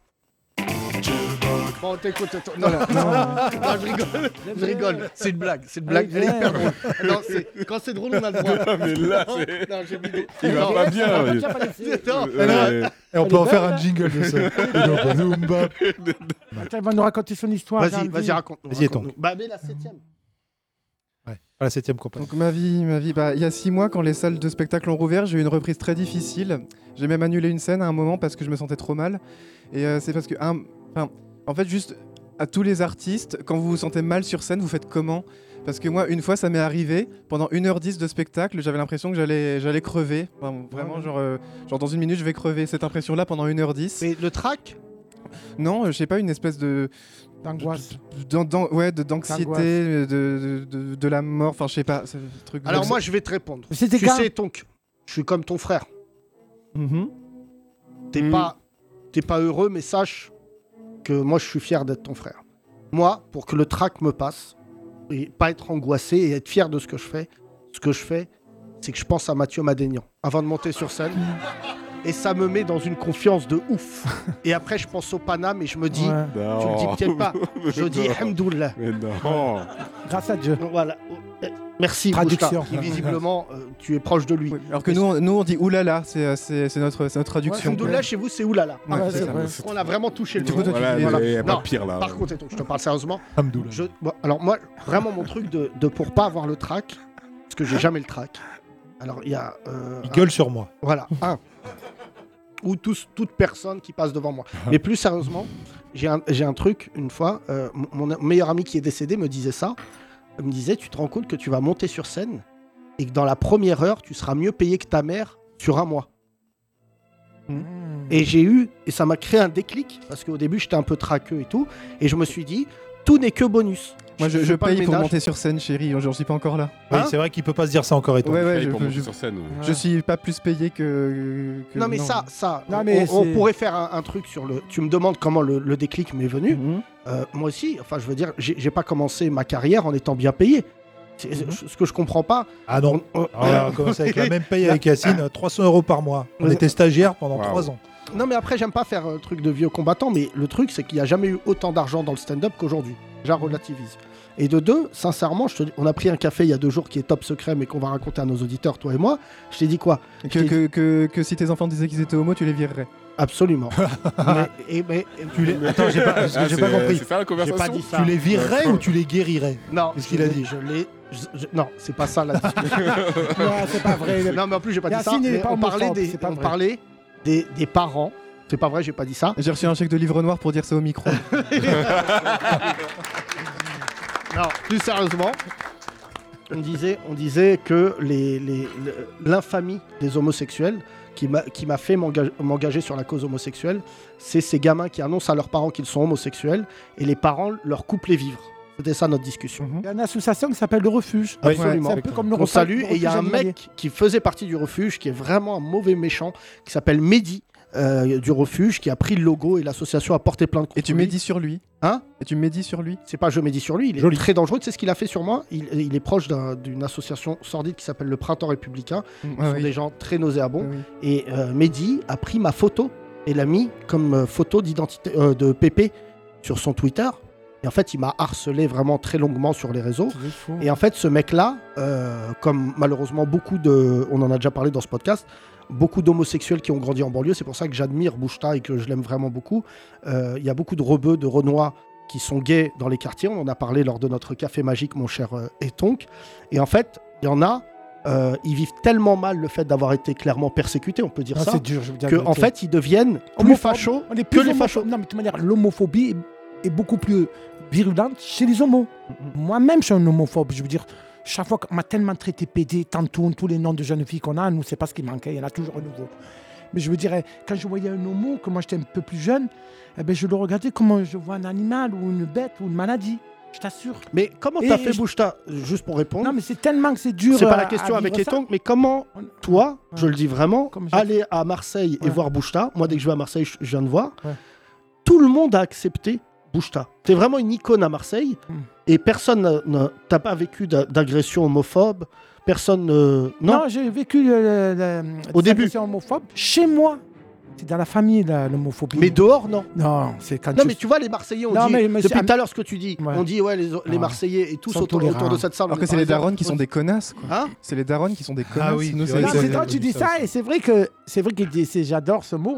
Speaker 4: Bon, t'écoutes. t'écoutes- Non, non,
Speaker 7: Ah.
Speaker 4: non, je rigole.
Speaker 8: Je rigole. C'est une blague. C'est une blague. Elle est hyper drôle. Non, c'est- Quand c'est drôle, on a le droit.
Speaker 6: Mais là, c'est-
Speaker 8: Non, j'ai mis des-
Speaker 6: Il va
Speaker 8: Non,
Speaker 6: pas
Speaker 8: mais-
Speaker 6: bien, oui.
Speaker 8: Non.
Speaker 6: Euh,
Speaker 5: Et on peut en faire un
Speaker 7: hein.
Speaker 5: jingle de ça. Et donc, boum, bam.
Speaker 7: Attends, il va nous raconter son histoire.
Speaker 4: Vas-y,
Speaker 7: j'ai envie.
Speaker 4: vas-y, raconte.
Speaker 5: Vas-y, donc.
Speaker 4: Bah, mais la septième.
Speaker 5: À la septième compagnie.
Speaker 12: Donc ma vie, ma vie. Bah, il y a six mois, quand les salles de spectacle ont rouvert, j'ai eu une reprise très difficile. J'ai même annulé une scène à un moment parce que je me sentais trop mal. Et euh, c'est parce que, un- enfin, en fait, juste à tous les artistes, quand vous vous sentez mal sur scène, vous faites comment Parce que moi, une fois, ça m'est arrivé. Pendant 1h10 de spectacle, j'avais l'impression que j'allais, j'allais crever. Enfin, vraiment, genre, euh, genre dans une minute, je vais crever. Cette impression-là pendant 1h10.
Speaker 4: Et le track
Speaker 12: Non, euh, je sais pas, une espèce de
Speaker 7: D'angoisse.
Speaker 12: d'an- d'an- ouais, de- d'anxiété,
Speaker 7: D'angoisse.
Speaker 12: euh, de, de, de- de la mort. Enfin, je sais pas, ce truc.
Speaker 4: Alors moi, je vais te répondre.
Speaker 7: Mais c'était
Speaker 4: tu
Speaker 7: quand
Speaker 4: sais, donc, je suis comme ton frère.
Speaker 12: Mhm.
Speaker 4: T'es pas, t'es pas heureux, mais sache que moi, je suis fier d'être ton frère. Moi, pour que le trac me passe et pas être angoissé et être fier de ce que je fais, ce que je fais, c'est que je pense à Mathieu Madénian avant de monter sur scène. Et ça me met dans une confiance de ouf. Et après, je pense au Paname et je me dis,
Speaker 7: Ouais.
Speaker 4: tu me dis peut-être pas, je dis
Speaker 6: Non.
Speaker 4: Hamdoullah.
Speaker 6: Mais non.
Speaker 7: Grâce à Dieu.
Speaker 4: Voilà. Euh, Merci,
Speaker 7: Traduction.
Speaker 4: Traduction. visiblement, euh, tu es proche de lui.
Speaker 12: Alors que nous, on, nous, on dit oulala, c'est euh, c'est- c'est notre, c'est notre traduction.
Speaker 4: Alhamdoulilah, chez vous, c'est oulala.
Speaker 12: Ouais,
Speaker 4: Ah,
Speaker 12: c'est
Speaker 4: c'est-
Speaker 12: vrai.
Speaker 4: On a vraiment touché le
Speaker 12: Du coup,
Speaker 4: fond.
Speaker 12: toi, tu-
Speaker 6: Voilà,
Speaker 12: Voilà.
Speaker 6: mais y a pas
Speaker 4: Non,
Speaker 6: de pire là.
Speaker 4: Par contre, et donc, je te parle sérieusement.
Speaker 5: Hamdoullah.
Speaker 4: je- bon, alors, moi, vraiment, mon truc de, de pour pas avoir le track, parce que j'ai jamais le track. Alors, il y a. euh,
Speaker 5: Il
Speaker 4: un-
Speaker 5: gueule sur moi.
Speaker 4: voilà, un. Ou tous, toute personne qui passe devant moi.
Speaker 12: Ah.
Speaker 4: Mais plus sérieusement, j'ai un, j'ai un truc, une fois, euh, mon, mon meilleur ami qui est décédé me disait ça. Il me disait, tu te rends compte que tu vas monter sur scène et que dans la première heure, tu seras mieux payé que ta mère sur un mois.
Speaker 12: Hmm.
Speaker 4: Et j'ai eu, et ça m'a créé un déclic, parce qu'au début, j'étais un peu traqueux et tout, et je me suis dit, tout n'est que bonus.
Speaker 12: Moi, je,
Speaker 4: fais
Speaker 12: je
Speaker 4: pas le
Speaker 12: paye pour
Speaker 4: ménage.
Speaker 12: monter sur scène, chérie. J'en suis pas encore là.
Speaker 5: Oui,
Speaker 4: Hein
Speaker 5: c'est vrai qu'il peut pas se dire ça encore et toi.
Speaker 12: Ouais, ouais,
Speaker 6: Allez,
Speaker 12: je,
Speaker 6: pour monter
Speaker 12: je,
Speaker 6: sur scène. ouais.
Speaker 12: je suis pas plus payé que. que-
Speaker 4: Non, mais ça, ça,
Speaker 7: Non,
Speaker 4: on-
Speaker 7: mais
Speaker 4: on, on
Speaker 7: c'est-
Speaker 4: pourrait faire un, un truc sur le. Tu me demandes comment le, le déclic m'est venu.
Speaker 12: Mhm.
Speaker 4: Euh, moi aussi, enfin, je veux dire, j'ai j'ai pas commencé ma carrière en étant bien payé. C'est- je- Ce que je comprends pas.
Speaker 5: Mhm. Ah non.
Speaker 4: on- on-
Speaker 5: Ah ouais, on commence avec la même paye avec Yacine, 300 euros par mois. On
Speaker 4: Vous-
Speaker 5: était stagiaire pendant
Speaker 6: Waouh.
Speaker 5: 3 ans.
Speaker 4: Non, mais après, j'aime pas faire un truc de vieux combattant, mais le truc, c'est qu'il n'y a jamais eu autant d'argent dans le stand-up qu'aujourd'hui. J'en
Speaker 12: Mmh.
Speaker 4: relativise. Et de deux, sincèrement, je te dis- on a pris un café il y a deux jours qui est top secret, mais qu'on va raconter à nos auditeurs, toi et moi. Je t'ai dit quoi
Speaker 12: Que, que, que, que si tes enfants disaient qu'ils étaient homo, tu les virerais.
Speaker 4: Absolument. mais, et- mais- euh,
Speaker 5: Tu les... Attends, j'ai pas, parce que
Speaker 6: Ah,
Speaker 5: j'ai
Speaker 6: c'est-
Speaker 5: pas compris.
Speaker 6: C'est ça la
Speaker 4: j'ai
Speaker 6: conversation
Speaker 4: pas dit ça.
Speaker 5: Tu les virerais ou tu les guérirais
Speaker 4: Non,
Speaker 5: Qu'est-ce
Speaker 4: je
Speaker 5: qu'il a
Speaker 4: l'ai-
Speaker 5: dit
Speaker 4: Je l'ai. je- je- Non, c'est pas ça la discussion.
Speaker 7: Non, c'est pas vrai.
Speaker 4: non, mais en plus, j'ai pas dit ça.
Speaker 7: Yacine, il est
Speaker 4: mais
Speaker 7: pas
Speaker 4: on parlait
Speaker 7: homophobe,
Speaker 4: des,
Speaker 7: c'est pas
Speaker 4: on
Speaker 7: vrai.
Speaker 4: parlait des, des parents. C'est pas vrai, j'ai pas dit ça.
Speaker 12: J'ai reçu un chèque de livre noir pour dire ça au micro.
Speaker 4: Non, plus sérieusement, on disait, on disait que les- les- le- l'infamie des homosexuels qui m'a qui m'a fait m'enga- m'engager sur la cause homosexuelle, c'est ces gamins qui annoncent à leurs parents qu'ils sont homosexuels et les parents leur coupent les vivres. C'était ça notre discussion.
Speaker 12: Mhm.
Speaker 7: Il y a une association qui s'appelle Le Refuge.
Speaker 12: Oui.
Speaker 4: Absolument.
Speaker 7: C'est un peu comme le
Speaker 4: On
Speaker 7: refuge-
Speaker 4: salue
Speaker 7: le
Speaker 4: et il y a un
Speaker 7: refuge animalier.
Speaker 4: mec qui faisait partie du refuge qui est vraiment un mauvais méchant qui s'appelle Mehdi euh, du refuge qui a pris le logo et l'association a porté plainte contre
Speaker 12: Et tu
Speaker 4: lui.
Speaker 12: médis sur lui
Speaker 4: Hein
Speaker 12: Et tu médis sur lui
Speaker 4: C'est pas je médis sur lui, il est très dangereux. Tu sais ce qu'il a fait sur moi il, il est proche d'un- d'une association sordide qui s'appelle le Printemps Républicain.
Speaker 12: Mm,
Speaker 4: Ce
Speaker 12: ah
Speaker 4: sont
Speaker 12: oui.
Speaker 4: des gens très nauséabonds.
Speaker 12: Ah
Speaker 4: Et euh, Mehdi a pris ma photo et l'a mis comme euh, photo d'identité euh, de Pépé sur son Twitter. Et en fait, il m'a harcelé vraiment très longuement sur les réseaux. Et en fait, ce mec-là, euh, comme malheureusement beaucoup de. On en a déjà parlé dans ce podcast. Beaucoup d'homosexuels qui ont grandi en banlieue, c'est pour ça que j'admire Bouchta et que je l'aime vraiment beaucoup. Euh, Il y a beaucoup de rebeux, de renois qui sont gays dans les quartiers. On en a parlé lors de notre café magique, mon cher euh, Etonk. Et en fait, il y en a, euh, ils vivent tellement mal le fait d'avoir été clairement persécutés, on peut dire
Speaker 7: Ah,
Speaker 4: ça,
Speaker 7: c'est dur, je veux dire
Speaker 4: que
Speaker 7: la
Speaker 4: en
Speaker 7: vérité.
Speaker 4: fait, ils deviennent plus
Speaker 7: Homophobes.
Speaker 4: fachos
Speaker 7: On est
Speaker 4: que
Speaker 7: plus
Speaker 4: les
Speaker 7: homo-
Speaker 4: fachos.
Speaker 7: Non, mais de toute manière, l'homophobie est, est beaucoup plus virulente chez les homos.
Speaker 4: Mm-hmm.
Speaker 7: Moi-même, je suis un homophobe. Je veux dire, chaque fois qu'on m'a tellement traité PD, tantôt, tous les noms de jeunes filles qu'on a, nous, c'est pas ce qui manquait. Il y en a toujours un nouveau. Mais je veux dire, eh, quand je voyais un homo, que moi j'étais un peu plus jeune, eh ben, je le regardais comme je vois un animal ou une bête ou une maladie. Je t'assure.
Speaker 4: Mais comment t'as fait, Bouchta Juste pour répondre.
Speaker 7: Non, mais c'est tellement que c'est dur.
Speaker 4: C'est
Speaker 7: euh,
Speaker 4: pas la
Speaker 7: à
Speaker 4: question avec
Speaker 7: vivre ça.
Speaker 4: Etonk, mais comment toi, je le dis vraiment,
Speaker 7: Comme j'ai-
Speaker 4: aller à Marseille et voir Bouchta Moi, dès que je vais à Marseille, je je viens de voir.
Speaker 7: Ouais.
Speaker 4: Tout le monde a accepté Bouchta. T'es vraiment une icône à Marseille
Speaker 7: Hmm.
Speaker 4: et personne n'a- n'a- t'as pas vécu d'a- d'agression homophobe. Personne. euh, non.
Speaker 7: Non, j'ai vécu le, le- le-
Speaker 4: Au
Speaker 7: des
Speaker 4: début.
Speaker 7: agressions homophobes chez moi. C'est dans la famille, la- l'homophobie.
Speaker 4: Mais dehors, non.
Speaker 7: Non, c'est quand
Speaker 4: Non,
Speaker 7: tu-
Speaker 4: mais tu vois, les Marseillais, on
Speaker 7: Non,
Speaker 4: dit.
Speaker 7: mais monsieur-
Speaker 4: depuis
Speaker 7: ah,
Speaker 4: tout à l'heure, ce que tu dis,
Speaker 7: Ouais.
Speaker 4: on dit, ouais, les, les
Speaker 7: Ah.
Speaker 4: Marseillais et tous
Speaker 7: Sont
Speaker 4: autour, autour
Speaker 7: tolérants.
Speaker 4: de cette salle.
Speaker 12: Alors
Speaker 4: on
Speaker 12: que
Speaker 4: est
Speaker 12: c'est les
Speaker 4: par
Speaker 12: darons
Speaker 4: exemple-
Speaker 12: qui sont des connasses, quoi.
Speaker 4: Hein
Speaker 12: c'est les darons qui sont des connasses.
Speaker 4: oui,
Speaker 12: Ah Nous,
Speaker 4: c'est
Speaker 12: c'est
Speaker 7: Non,
Speaker 12: les-
Speaker 7: Ah, c'est toi, tu dis ça, et c'est vrai que c'est vrai que dis- c'est- j'adore ce mot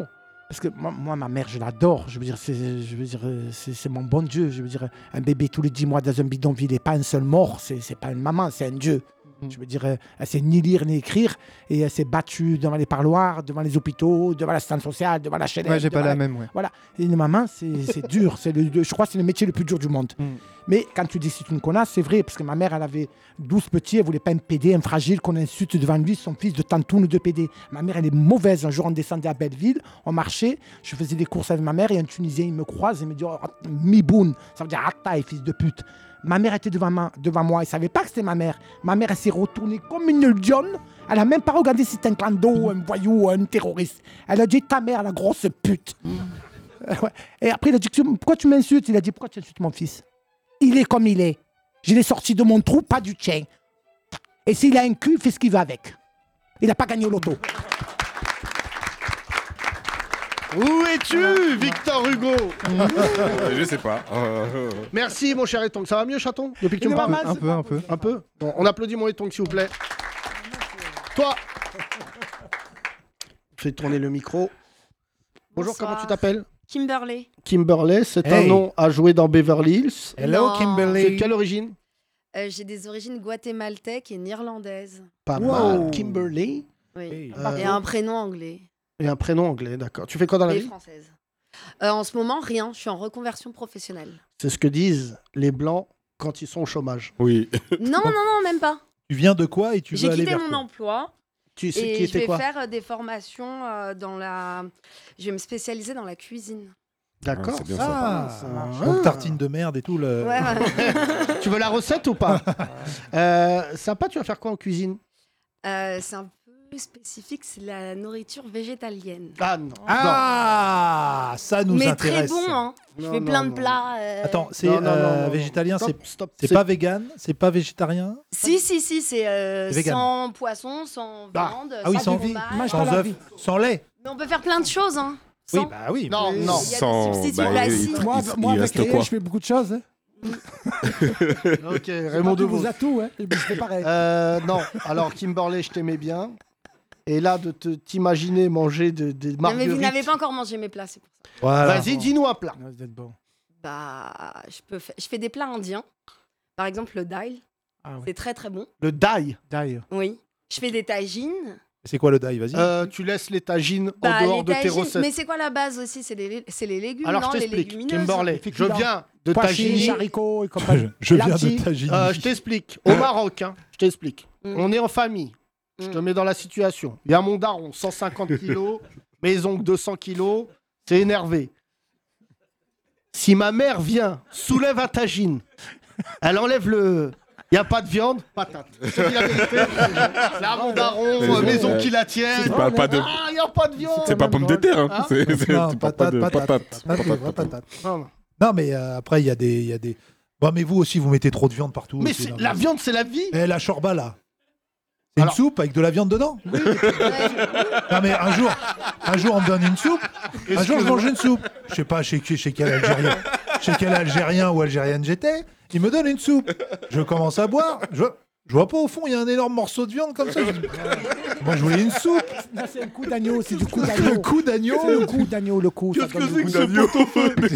Speaker 7: parce que moi, moi, ma mère, je l'adore. Je veux dire, c'est, je veux dire, euh, c'est, c'est mon bon Dieu. Je veux dire, un bébé tous les 10 mois dans un bidonville n'est pas un seul mort. C'est, c'est pas une maman, c'est un Dieu.
Speaker 4: Mm.
Speaker 7: Je veux dire, euh, elle sait ni lire ni écrire et elle s'est battue devant les parloirs, devant les hôpitaux, devant la stand sociale, devant la chaîne.
Speaker 12: Ouais, j'ai pas la même, ouais.
Speaker 7: Voilà. Et une maman, c'est, c'est dur. C'est le- le- je crois que c'est le métier le plus dur du monde. Mais quand tu dis c'est une connasse, c'est vrai, parce que ma mère, elle avait 12 petits, elle voulait pas un PD, un fragile qu'on insulte devant lui, son fils de tantoune de PD. Ma mère, elle est mauvaise. Un jour, on descendait à Belleville, on marchait, je faisais des courses avec ma mère et un Tunisien, il me croise et me dit oh, Miboun, ça veut dire Attaï, fils de pute. Ma mère était devant, ma- devant moi, elle savait pas que c'était ma mère. Ma mère, elle s'est retournée comme une lionne. Elle a même pas regardé si c'était un clando, un voyou, un terroriste. Elle a dit ta mère, la grosse pute. Euh, ouais. Et après, il a dit Tu- Pourquoi tu m'insultes Il a dit Pourquoi tu insultes mon fils Il est comme il est. Je l'ai sorti de mon trou, pas du tien. Et s'il a un cul, fais ce qu'il veut avec. Il n'a pas gagné au loto.
Speaker 8: Où es-tu, Victor Hugo
Speaker 6: je sais pas. Euh, euh,
Speaker 4: Merci, mon cher Etonk. Ça va mieux, chaton Depuis que tu
Speaker 7: Il
Speaker 4: me
Speaker 7: est pas
Speaker 4: parles
Speaker 7: mal, Un
Speaker 12: peu, un peu.
Speaker 4: Un peu Bon, on applaudit mon Etonk, s'il vous plaît. Toi Je fais tourner le micro. Bonjour,
Speaker 13: Bonsoir.
Speaker 4: comment tu t'appelles
Speaker 13: Kimberley,
Speaker 4: Kimberley, c'est un
Speaker 13: Hey.
Speaker 4: nom à jouer dans Beverly Hills.
Speaker 13: Hello, Non. Kimberley.
Speaker 4: C'est de quelle origine
Speaker 13: Euh, j'ai des origines guatémaltèques et néerlandaises.
Speaker 4: Pas
Speaker 13: Wow.
Speaker 4: mal. Kimberley
Speaker 13: Oui.
Speaker 4: Ah,
Speaker 13: Ah.
Speaker 4: Euh,
Speaker 13: Et un prénom anglais.
Speaker 4: et un prénom anglais, d'accord. Tu fais quoi dans la
Speaker 13: et
Speaker 4: vie
Speaker 13: française. Euh, en ce moment, rien. Je suis en reconversion professionnelle.
Speaker 4: C'est ce que disent les Blancs quand ils sont au chômage.
Speaker 6: Oui.
Speaker 13: Non, non, non, même pas.
Speaker 5: Tu viens de quoi et tu
Speaker 13: J'ai
Speaker 5: veux aller
Speaker 13: quitté
Speaker 5: vers
Speaker 13: mon
Speaker 5: quoi
Speaker 13: emploi.
Speaker 4: Tu sais
Speaker 13: et
Speaker 4: qui
Speaker 13: je
Speaker 4: était
Speaker 13: vais
Speaker 4: quoi
Speaker 13: faire euh, des formations euh, dans la. Je vais me spécialiser dans la cuisine.
Speaker 4: D'accord.
Speaker 5: c'est bien
Speaker 4: ça.
Speaker 5: Ah,
Speaker 4: Ça marche.
Speaker 5: Donc tartine de merde et tout
Speaker 4: Euh.
Speaker 5: le.
Speaker 13: Ouais, ouais.
Speaker 4: tu veux la recette ou pas Euh, Sympa, tu vas faire quoi en cuisine
Speaker 13: Euh, c'est un peu spécifique, c'est la nourriture végétalienne.
Speaker 4: Ah non.
Speaker 5: Ah, ça nous
Speaker 13: Mais
Speaker 5: intéresse.
Speaker 13: très bon, hein. Je
Speaker 5: Non,
Speaker 13: fais
Speaker 5: non,
Speaker 13: plein
Speaker 5: non.
Speaker 13: de plats. euh,
Speaker 5: Attends, c'est
Speaker 4: Non, non, non,
Speaker 5: euh,
Speaker 4: non, non.
Speaker 5: végétalien,
Speaker 4: Stop,
Speaker 5: c'est
Speaker 4: stop,
Speaker 5: c'est
Speaker 4: c'est-
Speaker 5: pas vegan, c'est pas végétarien.
Speaker 13: Si, si, si, c'est euh,
Speaker 5: C'est vegan.
Speaker 13: sans poisson, sans
Speaker 5: Bah,
Speaker 13: viande,
Speaker 5: ah oui, sans
Speaker 13: fromage.
Speaker 5: vie, sans œuf, sans lait.
Speaker 13: Mais on peut faire plein de choses, hein.
Speaker 5: Oui, bah oui.
Speaker 13: Non,
Speaker 5: mais-
Speaker 13: non. Il y a des Sans- substituts bah, plastiques. il- il-
Speaker 7: Moi,
Speaker 13: il
Speaker 7: moi avec
Speaker 13: reste
Speaker 7: les
Speaker 13: quoi
Speaker 7: Eh, je fais beaucoup de choses. hein.
Speaker 4: Ok,
Speaker 7: pas
Speaker 4: Raymond
Speaker 7: tous vos
Speaker 4: Devos.
Speaker 7: atouts, hein.
Speaker 13: Eh ben,
Speaker 7: je fais pareil.
Speaker 4: Euh, non, alors Kimberley, je t'aimais bien. Et là, de te- t'imaginer manger de- des
Speaker 13: Non, mais
Speaker 4: marguerites.
Speaker 13: vous n'avez pas encore mangé mes plats, c'est pour ça.
Speaker 4: Voilà. Vas-y, dis-nous un
Speaker 7: Ah,
Speaker 4: plat.
Speaker 13: Bah, je, peux fa- je fais des plats indiens. Par exemple, le dal.
Speaker 7: Ah oui.
Speaker 13: C'est très très bon.
Speaker 4: Le dail.
Speaker 13: Oui. Je fais des tagines.
Speaker 5: C'est quoi le dail Vas-y.
Speaker 4: Euh, tu laisses les tagines
Speaker 13: Bah,
Speaker 4: en dehors
Speaker 13: les
Speaker 4: de tes
Speaker 13: tagines-
Speaker 4: recettes.
Speaker 13: Mais c'est quoi la base aussi C'est les, c'est les légumes,
Speaker 4: Alors,
Speaker 13: non
Speaker 4: je
Speaker 13: Les
Speaker 4: t'explique,
Speaker 13: légumineuses.
Speaker 4: Kimberley. Je viens de
Speaker 7: Pois chiches,
Speaker 4: tagine.
Speaker 7: haricots et compagnie.
Speaker 5: je viens de
Speaker 4: Lati,
Speaker 5: Tagine.
Speaker 4: euh, je t'explique. Au Maroc, hein, je t'explique. On est en famille. Je te mets dans la situation. Il y a mon daron, 150 kilos, mes oncles, 200 kilos. C'est énervé. Si ma mère vient, soulève un tagine, elle enlève le, Il n'y a pas de viande, patate.
Speaker 8: Je te dis la vérité. Là, mon daron, euh,
Speaker 6: Mais bon,
Speaker 8: maison
Speaker 6: euh,
Speaker 8: qui la tienne.
Speaker 6: tu parles pas de-
Speaker 8: Ah, il n'y a pas de viande.
Speaker 6: C'est pas pomme de terre, hein.
Speaker 7: Ah.
Speaker 8: Hein
Speaker 6: C'est- c'est-
Speaker 5: Non,
Speaker 6: tu parles pas de
Speaker 5: patate,
Speaker 6: patate.
Speaker 5: patate,
Speaker 6: Patate,
Speaker 5: patate.
Speaker 6: patate.
Speaker 4: Pardon.
Speaker 5: Non, mais euh, après, il y a des. il Y a des... Bon, mais vous aussi, vous mettez trop de viande partout.
Speaker 4: Mais
Speaker 5: aussi,
Speaker 4: c'est-
Speaker 5: non,
Speaker 4: la viande, c'est la vie.
Speaker 5: Eh, la chorba, là. C'est une soupe avec de la viande dedans. non, mais un jour, un jour, on me donne une soupe. Un jour, je mange une soupe. Je sais pas chez, qui- chez quel Algérien. Chez quel Algérien ou Algérienne j'étais. Il me donne une soupe. Je commence à boire. Je, je vois pas au fond, il y a un énorme morceau de viande comme ça. Je dis, Moi, je voulais une soupe.
Speaker 7: Non, c'est un coup d'agneau, c'est du coup d'agneau. Le
Speaker 5: coup d'agneau
Speaker 7: Le coup d'agneau, le coup. Qu'est-ce que c'est que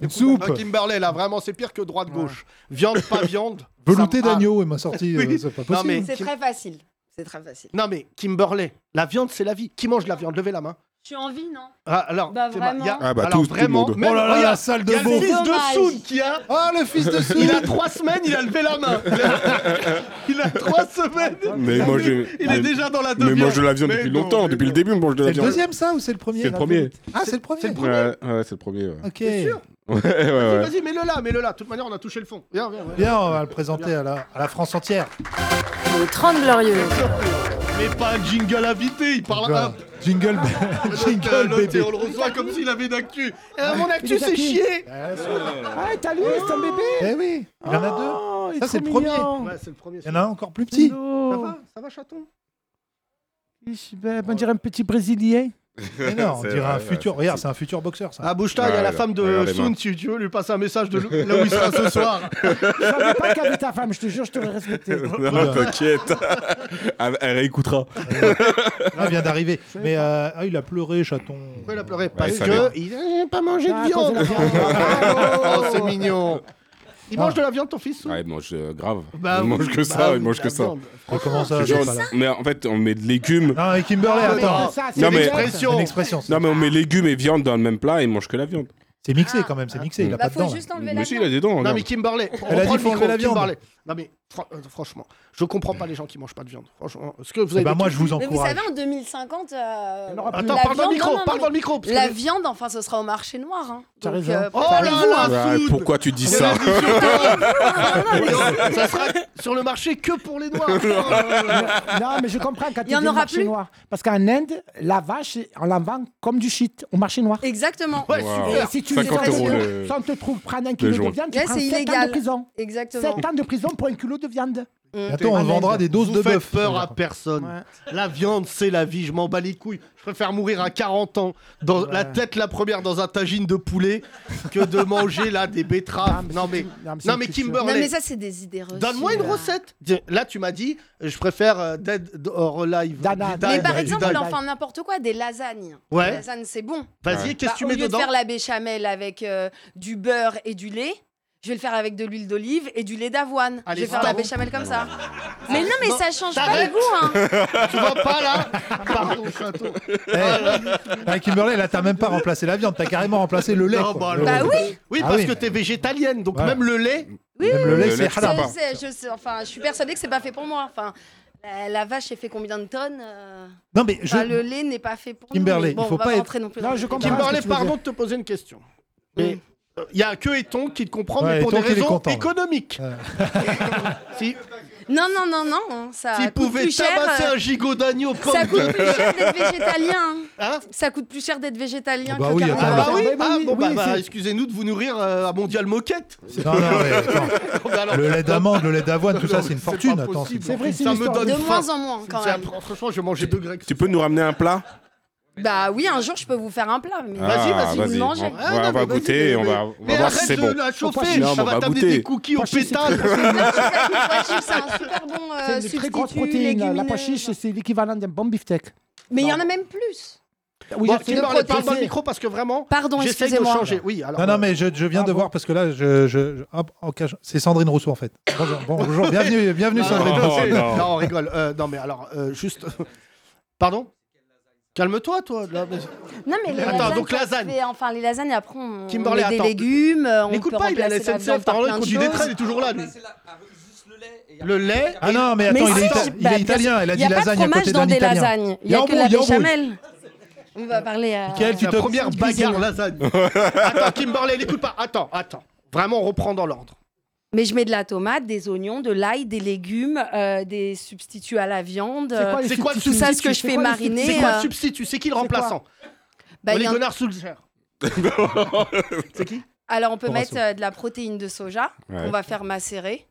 Speaker 5: Une soupe.
Speaker 8: Ah, Kimberley, là, vraiment, c'est pire que droite-gauche. Viande, pas viande.
Speaker 5: Velouté d'agneau, il m'a sorti.
Speaker 8: Oui.
Speaker 5: euh, c'est pas
Speaker 8: Non,
Speaker 5: possible.
Speaker 8: mais-
Speaker 13: C'est très facile. C'est très facile.
Speaker 4: Non mais Kimberley, la viande c'est la vie. Qui mange de la viande Levez la main.
Speaker 13: Tu as envie, non
Speaker 4: Ah, alors,
Speaker 13: Bah,
Speaker 4: c'est ma- il y a-
Speaker 13: vraiment. Ah,
Speaker 6: bah,
Speaker 4: alors,
Speaker 6: tous, tout le
Speaker 4: vraiment,
Speaker 6: monde.
Speaker 4: même-
Speaker 6: Oh là là,
Speaker 4: regarde,
Speaker 6: la salle de
Speaker 4: il y a le
Speaker 6: beau.
Speaker 4: fils
Speaker 13: Dommage.
Speaker 4: de Soun qui a.
Speaker 5: Ah le fils de
Speaker 4: Il a trois semaines, il a levé la main. Il a, il a trois semaines.
Speaker 6: Mais moi, je...
Speaker 4: Il est
Speaker 6: mais-
Speaker 4: déjà dans la
Speaker 6: Mais
Speaker 4: demi-heure.
Speaker 6: moi, je la viande depuis longtemps. Depuis le début, on mange de la
Speaker 5: C'est le
Speaker 6: viande.
Speaker 5: deuxième, ça, ou c'est le premier
Speaker 6: C'est le
Speaker 5: la
Speaker 6: premier.
Speaker 5: viande Ah, c'est le premier.
Speaker 6: Ouais, ouais, c'est le premier. ouais.
Speaker 5: Ok.
Speaker 4: T'es sûr
Speaker 6: Ouais, ouais, ouais.
Speaker 4: Vas-y, mets-le là, mets-le là. De toute manière, on a touché le fond. Viens, viens, viens.
Speaker 5: Bien, on va le présenter à la, à la France entière.
Speaker 2: Les 30 Glorieuses.
Speaker 8: Mais pas un jingle invité, il parle
Speaker 5: Voilà.
Speaker 8: un.
Speaker 4: Ah,
Speaker 5: Jingle, jingle
Speaker 4: euh,
Speaker 8: L'autre,
Speaker 5: bébé.
Speaker 8: on le reçoit comme s'il avait une actu. Eh,
Speaker 7: Ah,
Speaker 8: mon
Speaker 7: il
Speaker 8: actu,
Speaker 7: est
Speaker 8: c'est
Speaker 7: acquis.
Speaker 8: chier
Speaker 7: Ah, t'as lu, c'est un bébé Oh,
Speaker 5: Eh oui, il y en
Speaker 13: Oh,
Speaker 5: a deux. Ça, c'est le premier.
Speaker 4: Oh. Ouais, c'est le premier.
Speaker 5: Il y en a un encore plus petit.
Speaker 4: Ça va Ça va, chaton
Speaker 7: Ich- ben, On dirait un petit Brésilien.
Speaker 5: Mais non, on
Speaker 6: C'est
Speaker 5: dirait
Speaker 6: vrai,
Speaker 5: un
Speaker 6: ouais,
Speaker 5: futur. Regarde, c'est un futur boxeur, ça.
Speaker 4: Ah, Bouchta, il y a
Speaker 6: Ouais,
Speaker 4: la
Speaker 6: là,
Speaker 4: femme de
Speaker 6: regarde les mains.
Speaker 4: Soun, si tu veux lui passer un message de là où il sera ce soir.
Speaker 7: Je savais pas qu'il y avait ta femme, je te jure, je t'aurais respecté.
Speaker 6: Non, t'inquiète. elle, elle réécoutera.
Speaker 5: Ah, il vient d'arriver. Mais euh, ah, il a pleuré, chaton.
Speaker 4: Pourquoi il a pleuré Parce
Speaker 6: ça
Speaker 4: que
Speaker 6: vient.
Speaker 4: il n'a pas mangé de
Speaker 7: Ah, à cause de
Speaker 4: viande.
Speaker 7: la viande.
Speaker 4: Oh, c'est mignon. Il mange de la viande, ton fils Soun
Speaker 6: Ah, il mange euh, grave.
Speaker 4: Bah
Speaker 6: il
Speaker 4: oui,
Speaker 6: mange que
Speaker 4: bah
Speaker 6: ça,
Speaker 4: oui,
Speaker 6: il mange
Speaker 4: la
Speaker 6: que ça.
Speaker 4: viande.
Speaker 5: Mais comment ça
Speaker 6: Genre,
Speaker 5: c'est pas là
Speaker 6: mais en fait, on met de légumes.
Speaker 5: Non, et Kimberley,
Speaker 4: Ah, mais
Speaker 5: attends.
Speaker 4: ça,
Speaker 6: Non,
Speaker 4: une
Speaker 6: mais-
Speaker 5: C'est une
Speaker 4: expression.
Speaker 5: expression. ça.
Speaker 6: Non, mais on met légumes et viande dans le même plat et il mange que la viande.
Speaker 5: C'est mixé quand même, c'est mixé. Il a
Speaker 13: Bah,
Speaker 5: pas de dents.
Speaker 13: faut
Speaker 5: là.
Speaker 13: juste enlever la
Speaker 6: Mais si, il
Speaker 13: viande.
Speaker 6: a des dents.
Speaker 4: hein. Non
Speaker 6: regarde.
Speaker 4: mais Kimberley, on
Speaker 5: Elle a
Speaker 4: prend
Speaker 5: dit
Speaker 4: le
Speaker 5: faut enlever
Speaker 4: micro,
Speaker 5: la viande.
Speaker 4: Kimberley. Non mais fran- euh, franchement, je comprends pas les gens qui mangent pas de viande. Franchement, ce que vous
Speaker 5: Eh
Speaker 4: avez
Speaker 5: ben,
Speaker 4: vécu-
Speaker 5: moi, je vous
Speaker 13: Mais vous
Speaker 5: encourage.
Speaker 13: savez, en 2050, euh,
Speaker 7: Il y en aura plus.
Speaker 13: la
Speaker 4: Attends, parle dans
Speaker 13: viande-
Speaker 4: le micro,
Speaker 13: non, non,
Speaker 4: parle
Speaker 13: mais
Speaker 4: dans le micro. parce
Speaker 13: La
Speaker 4: que-
Speaker 13: viande, enfin, ce sera au marché noir. Hein.
Speaker 7: T'as
Speaker 13: Donc,
Speaker 7: raison.
Speaker 4: Oh
Speaker 13: préparez-
Speaker 4: là là,
Speaker 6: Ouais,
Speaker 4: Soun
Speaker 6: pourquoi tu dis ça
Speaker 4: Ça sera sur le marché que pour les noirs. Euh,
Speaker 7: Non, mais je comprends quand
Speaker 13: Il
Speaker 7: tu
Speaker 13: y en
Speaker 7: dis
Speaker 13: aura
Speaker 7: marché
Speaker 13: plus
Speaker 7: noir. Parce qu'en Inde, la vache, on la vend comme du shit au marché noir.
Speaker 13: Exactement.
Speaker 4: Ouais,
Speaker 6: Wow.
Speaker 4: super.
Speaker 7: Et si tu
Speaker 6: 50
Speaker 7: si on
Speaker 6: euros
Speaker 7: te trouve-
Speaker 6: le-
Speaker 7: si on te trouve prendre un kilo
Speaker 6: jour.
Speaker 7: de viande, tu
Speaker 13: Là,
Speaker 7: prends
Speaker 13: c'est
Speaker 7: 7 ans
Speaker 13: illégal.
Speaker 7: de prison. 7
Speaker 13: Exactement. Mm.
Speaker 7: ans de prison pour un kilo de viande.
Speaker 5: Bientôt, on vendra des doses
Speaker 4: Vous
Speaker 5: de
Speaker 4: faites
Speaker 5: bœuf.
Speaker 4: peur à personne. La viande, c'est la vie. Je m'en bats les couilles. Je préfère mourir à 40 ans, dans la tête la première dans un tagine de poulet, que de manger là des betteraves. Non mais,
Speaker 7: c'est
Speaker 4: non, mais
Speaker 7: une culture.
Speaker 4: Kimberley.
Speaker 13: Non, mais ça, c'est des idées reçues.
Speaker 4: Donne-moi une
Speaker 13: là.
Speaker 4: recette. Tiens, Là, tu m'as dit, je préfère euh, Dead or Alive. Dana,
Speaker 7: Dana,
Speaker 13: Mais
Speaker 7: Dana,
Speaker 13: par
Speaker 4: Dana.
Speaker 13: exemple,
Speaker 7: dalle.
Speaker 13: on en fait n'importe quoi, des lasagnes.
Speaker 4: Ouais.
Speaker 13: Des lasagnes, c'est bon.
Speaker 4: Vas-y,
Speaker 6: Ouais.
Speaker 4: qu'est-ce
Speaker 13: Bah,
Speaker 4: que tu
Speaker 13: au
Speaker 4: mets
Speaker 13: lieu
Speaker 4: dedans
Speaker 13: de faire la béchamel avec euh, du beurre et du lait, je vais le faire avec de l'huile d'olive et du lait d'avoine.
Speaker 4: Allez,
Speaker 13: je vais faire
Speaker 4: bravo.
Speaker 13: la béchamel comme ça. Mais non, mais
Speaker 4: Non,
Speaker 13: ça change pas
Speaker 4: t'arrêtes.
Speaker 13: le goût. Hein.
Speaker 4: Tu vois pas là Pardon, château.
Speaker 5: Eh, ah, Kimberley, là, t'as même pas remplacé la viande, t'as carrément remplacé le lait.
Speaker 4: Non,
Speaker 5: quoi.
Speaker 4: bah,
Speaker 5: Le-
Speaker 13: Bah oui,
Speaker 4: Oui,
Speaker 5: Ah
Speaker 4: parce
Speaker 5: oui.
Speaker 4: que t'es végétalienne, donc
Speaker 5: Voilà.
Speaker 4: même le lait.
Speaker 13: oui,
Speaker 5: Même le
Speaker 6: Le
Speaker 5: lait,
Speaker 6: lait,
Speaker 5: c'est
Speaker 6: tu
Speaker 13: Je
Speaker 5: halal.
Speaker 13: sais, je sais, enfin, je suis persuadée que c'est pas fait pour moi. Enfin, la, la vache est fait combien de tonnes euh,
Speaker 5: Non, mais je.
Speaker 13: enfin, Le lait n'est pas fait pour
Speaker 5: Kimberley,
Speaker 13: nous. mais bon,
Speaker 5: il faut
Speaker 13: on va
Speaker 5: pas être-
Speaker 13: rentrer non plus.
Speaker 7: Non,
Speaker 13: dans le
Speaker 7: je
Speaker 13: détail.
Speaker 7: comprends.
Speaker 4: Kimberley,
Speaker 7: ce que tu veux
Speaker 4: pardon de te poser une question. Mais euh, il y a que Eton qui te comprend,
Speaker 5: Ouais,
Speaker 4: mais pour
Speaker 5: Eton
Speaker 4: des
Speaker 5: qui est
Speaker 4: raisons
Speaker 5: content.
Speaker 4: économiques. si
Speaker 13: Non, non, non, non. hein, Ça
Speaker 4: s'il
Speaker 13: coûte
Speaker 4: pouvait
Speaker 13: plus cher.
Speaker 4: tabasser
Speaker 13: euh,
Speaker 4: un gigot d'agneau, pomme
Speaker 13: Ça
Speaker 4: de-
Speaker 13: coûte plus cher d'être végétalien.
Speaker 4: Hein
Speaker 13: Ça coûte plus cher d'être végétalien
Speaker 5: Ah bah
Speaker 13: que
Speaker 5: oui,
Speaker 4: ah
Speaker 13: carnivore.
Speaker 4: bah
Speaker 5: Ah
Speaker 4: oui,
Speaker 7: bah oui,
Speaker 4: ah, bon,
Speaker 7: oui,
Speaker 4: bah,
Speaker 7: oui,
Speaker 4: bah,
Speaker 7: c'est-
Speaker 4: excusez-nous de vous nourrir euh, à Mondial Moquette.
Speaker 5: Non, non, mais attends,
Speaker 4: Oh, bah, alors,
Speaker 5: le lait d'amande, le lait d'avoine, tout ça, c'est une
Speaker 4: pas
Speaker 5: fortune. Attends,
Speaker 4: possible.
Speaker 7: C'est vrai, c'est
Speaker 4: ça
Speaker 7: une
Speaker 4: me
Speaker 7: histoire.
Speaker 4: donne
Speaker 13: De
Speaker 4: faim.
Speaker 13: moins en moins, quand
Speaker 4: C'est-
Speaker 13: même.
Speaker 4: Franchement, je vais manger deux grecs.
Speaker 6: Tu peux nous ramener un plat
Speaker 13: Bah oui, un jour, je peux vous faire un plat. Mais
Speaker 6: Ah,
Speaker 4: vas-y,
Speaker 13: vous le mangez.
Speaker 6: On,
Speaker 13: Ouais,
Speaker 6: ouais, on va goûter et on va, on va
Speaker 4: Mais
Speaker 6: voir
Speaker 4: arrête
Speaker 6: si c'est
Speaker 4: de
Speaker 6: bon.
Speaker 4: la chauffer,
Speaker 6: chier. Non, mais
Speaker 4: ça
Speaker 6: on
Speaker 4: va
Speaker 6: va
Speaker 4: t'amener
Speaker 6: goûter.
Speaker 4: des cookies au
Speaker 7: Pas chier, c'est
Speaker 4: pétale.
Speaker 13: la pois chiche, c'est un super bon euh,
Speaker 7: C'est une
Speaker 13: substitut euh,
Speaker 7: très grosse protéine. La
Speaker 13: légumineux.
Speaker 7: pois chiche, c'est l'équivalent d'un bon beefsteak.
Speaker 13: Mais il y en a même plus.
Speaker 7: Oui,
Speaker 4: Bon,
Speaker 7: je sais.
Speaker 4: Kimberly,
Speaker 13: protéger.
Speaker 4: parle dans le micro parce que vraiment,
Speaker 13: Pardon,
Speaker 4: j'essaie de
Speaker 13: excusez-moi.
Speaker 4: changer. Oui, alors.
Speaker 5: Non, non, mais je, je viens
Speaker 4: Ah
Speaker 5: de voir parce que là, je, je- je- hop, en cage- c'est Sandrine Rousseau en fait. Bonjour, bon, bonjour, bienvenue, bienvenue
Speaker 4: Non,
Speaker 5: Sandrine.
Speaker 4: non,
Speaker 6: Oh,
Speaker 4: non.
Speaker 6: non.
Speaker 4: Non, on rigole. Euh, non, mais alors, euh, juste. Pardon Calme-toi, toi. là, mais-
Speaker 13: Non, mais les
Speaker 4: Attends,
Speaker 13: lasagnes,
Speaker 4: donc
Speaker 13: ça
Speaker 4: lasagne.
Speaker 13: fait- enfin, les lasagnes, après, on, on
Speaker 4: Kimberley,
Speaker 13: met des
Speaker 4: attends.
Speaker 13: légumes, euh, on
Speaker 4: N'écoute
Speaker 13: peut
Speaker 4: pas, il est à la
Speaker 13: remplacer la viande
Speaker 4: SNCF,
Speaker 13: par
Speaker 4: Tarlo, il
Speaker 13: plein de
Speaker 4: conduit des trains, il est
Speaker 13: choses.
Speaker 4: toujours là. lui. Le lait
Speaker 5: Ah non, mais
Speaker 13: Mais
Speaker 5: attends, il, est
Speaker 13: si,
Speaker 5: ita-
Speaker 13: je-
Speaker 5: il
Speaker 13: bah,
Speaker 5: est
Speaker 13: bien
Speaker 5: italien,
Speaker 13: sûr.
Speaker 5: elle a
Speaker 13: Il y
Speaker 5: dit lasagne à
Speaker 13: pas de
Speaker 5: côté
Speaker 13: fromage dans
Speaker 5: d'un
Speaker 13: des
Speaker 5: italien.
Speaker 13: lasagnes. Il y a que
Speaker 5: Yambou,
Speaker 13: la
Speaker 5: yambou.
Speaker 13: béchamel. On va parler à...
Speaker 5: Quel tu
Speaker 4: la
Speaker 5: te-
Speaker 4: première bagarre lasagne. attends, Kimberley, n'écoute pas. Attends, attends. Vraiment, on reprend dans l'ordre.
Speaker 13: Mais je mets de la tomate, des oignons, de l'ail, des légumes, euh, des substituts à la viande.
Speaker 8: C'est quoi les C'est quoi le
Speaker 13: Euh, tout ça ce
Speaker 8: substitut
Speaker 13: que je
Speaker 8: C'est
Speaker 13: fais
Speaker 8: quoi les
Speaker 13: mariner
Speaker 8: substituts C'est quoi le
Speaker 13: euh,
Speaker 8: substitut C'est qui le
Speaker 13: c'est
Speaker 8: remplaçant
Speaker 13: quoi Bah, il y en-
Speaker 8: Gunnar Solskjaer.
Speaker 6: C'est
Speaker 8: qui
Speaker 13: Alors on peut
Speaker 6: Horatio.
Speaker 13: mettre euh, de la protéine de soja
Speaker 6: Ouais.
Speaker 13: qu'on va faire macérer.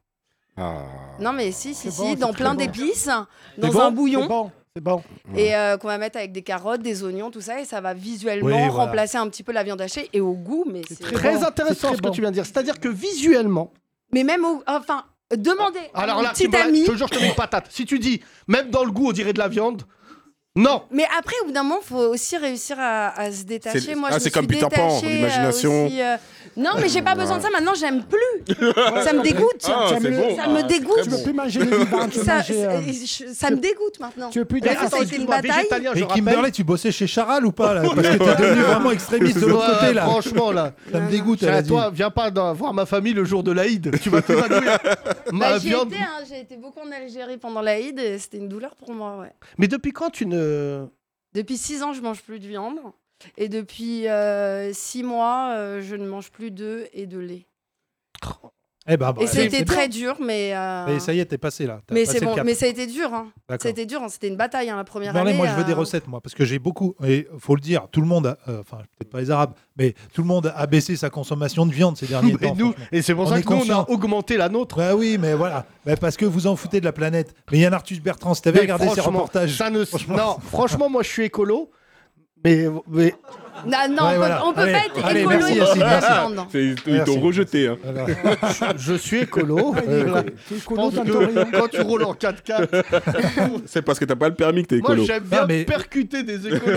Speaker 13: Non mais si, si,
Speaker 7: bon,
Speaker 13: si,
Speaker 7: c'est
Speaker 13: dans
Speaker 7: très
Speaker 13: plein
Speaker 7: bon.
Speaker 13: d'épices,
Speaker 7: C'est
Speaker 13: dans
Speaker 7: bon,
Speaker 13: un bouillon.
Speaker 7: C'est bon, c'est bon.
Speaker 13: Et euh, qu'on va mettre avec des carottes, des oignons, tout ça, et ça va visuellement
Speaker 4: Oui, voilà.
Speaker 13: remplacer un petit peu la viande hachée et au goût, mais c'est
Speaker 4: Très, intéressant ce que tu viens de dire. C'est-à-dire que visuellement,
Speaker 13: Mais même au, enfin, demandez.
Speaker 8: Ah,
Speaker 6: Ah,
Speaker 4: Alors
Speaker 13: à
Speaker 4: là,
Speaker 13: mon
Speaker 4: tu
Speaker 13: petit
Speaker 4: me la-
Speaker 13: ami.
Speaker 4: je te jure, je te mets une patate.
Speaker 8: Si tu dis, même dans le goût, on dirait de la viande. Non
Speaker 13: Mais après, au bout d'un moment, faut aussi réussir à, à se détacher.
Speaker 6: C'est-
Speaker 13: Moi,
Speaker 6: ah,
Speaker 13: je me
Speaker 6: c'est comme
Speaker 13: suis
Speaker 6: Peter Pan,
Speaker 13: détachée, euh,
Speaker 6: l'imagination.
Speaker 13: aussi, euh, Non, mais j'ai pas besoin de ça. Maintenant, j'aime plus. ça me
Speaker 6: Ouais.
Speaker 13: dégoûte.
Speaker 6: Ah,
Speaker 13: ça
Speaker 6: c'est bon. Ah,
Speaker 13: me
Speaker 6: c'est
Speaker 13: dégoûte.
Speaker 6: très bon. Tu peux plus manger les vivants, tu peux
Speaker 13: Ça-
Speaker 6: manger, euh,
Speaker 13: je- Ça me dégoûte maintenant.
Speaker 7: Tu veux plus
Speaker 13: Là,
Speaker 5: d'attends,
Speaker 13: ça a été une bataille.
Speaker 5: Et Kimberley, tu bossais chez Charal ou pas là Euh, Parce que t'es
Speaker 8: Ouais.
Speaker 5: devenu vraiment extrémiste de l'autre
Speaker 8: Ouais,
Speaker 5: côté là.
Speaker 8: Franchement, là.
Speaker 5: Ça me dégoûte.
Speaker 8: Tiens,
Speaker 5: Elle a dit.
Speaker 8: toi, viens pas dans- voir ma famille le jour de l'Aïd. Tu vas t'évanouir.
Speaker 13: Bah,
Speaker 8: ma
Speaker 13: j'y
Speaker 8: viande.
Speaker 13: étais, hein, j'ai été beaucoup en Algérie pendant l'Aïd et c'était une douleur pour moi. Ouais.
Speaker 4: Mais depuis quand tu ne.
Speaker 13: Depuis 6 ans, je mange plus de viande. Et depuis 6 mois, euh, je ne mange plus d'œufs et de lait.
Speaker 5: Eh ben,
Speaker 13: et
Speaker 5: bref.
Speaker 13: c'était
Speaker 5: C'est
Speaker 13: très
Speaker 5: bien.
Speaker 13: dur, mais. euh,
Speaker 5: Mais ça y est, t'es passé là. T'as
Speaker 13: mais
Speaker 5: passé
Speaker 13: c'est
Speaker 5: le
Speaker 13: bon,
Speaker 5: cap.
Speaker 13: mais ça a été dur. hein.
Speaker 5: D'accord.
Speaker 13: Ça a été dur, hein, c'était une bataille hein, la première
Speaker 5: Non, mais
Speaker 13: année.
Speaker 5: moi, je veux des
Speaker 13: euh,
Speaker 5: recettes, moi, parce que j'ai beaucoup, et faut le dire, tout le monde, a- euh, enfin, peut-être pas les Arabes, mais tout le monde a baissé sa consommation de viande ces derniers temps.
Speaker 8: nous,
Speaker 5: franchement.
Speaker 8: et c'est pour ça
Speaker 5: est
Speaker 8: que nous, on
Speaker 5: conscients.
Speaker 8: a augmenté la nôtre.
Speaker 5: Bah oui, mais voilà. Bah, parce que vous en foutez de la planète. Mais Yann Arthus Bertrand, si t'avais
Speaker 8: Mais
Speaker 5: regardé ces
Speaker 8: franchement,
Speaker 5: reportages.
Speaker 8: ça ne-
Speaker 5: franchement-
Speaker 8: Non, franchement, moi, je suis écolo. Mais. mais...
Speaker 13: Non, non, on peut- on peut pas être écolo et manger de la viande.
Speaker 6: C'est- ils
Speaker 8: Merci.
Speaker 6: t'ont rejeté. hein.
Speaker 8: Je, je suis écolo.
Speaker 6: Euh,
Speaker 8: Je
Speaker 7: écolo
Speaker 8: pense
Speaker 7: dans
Speaker 8: que
Speaker 7: ton rayon.
Speaker 8: quand tu roules en 4x4,
Speaker 6: c'est parce que t'as pas le permis que t'es
Speaker 8: moi
Speaker 6: écolo.
Speaker 8: j'aime
Speaker 5: Ah,
Speaker 8: bien percuter des écolos.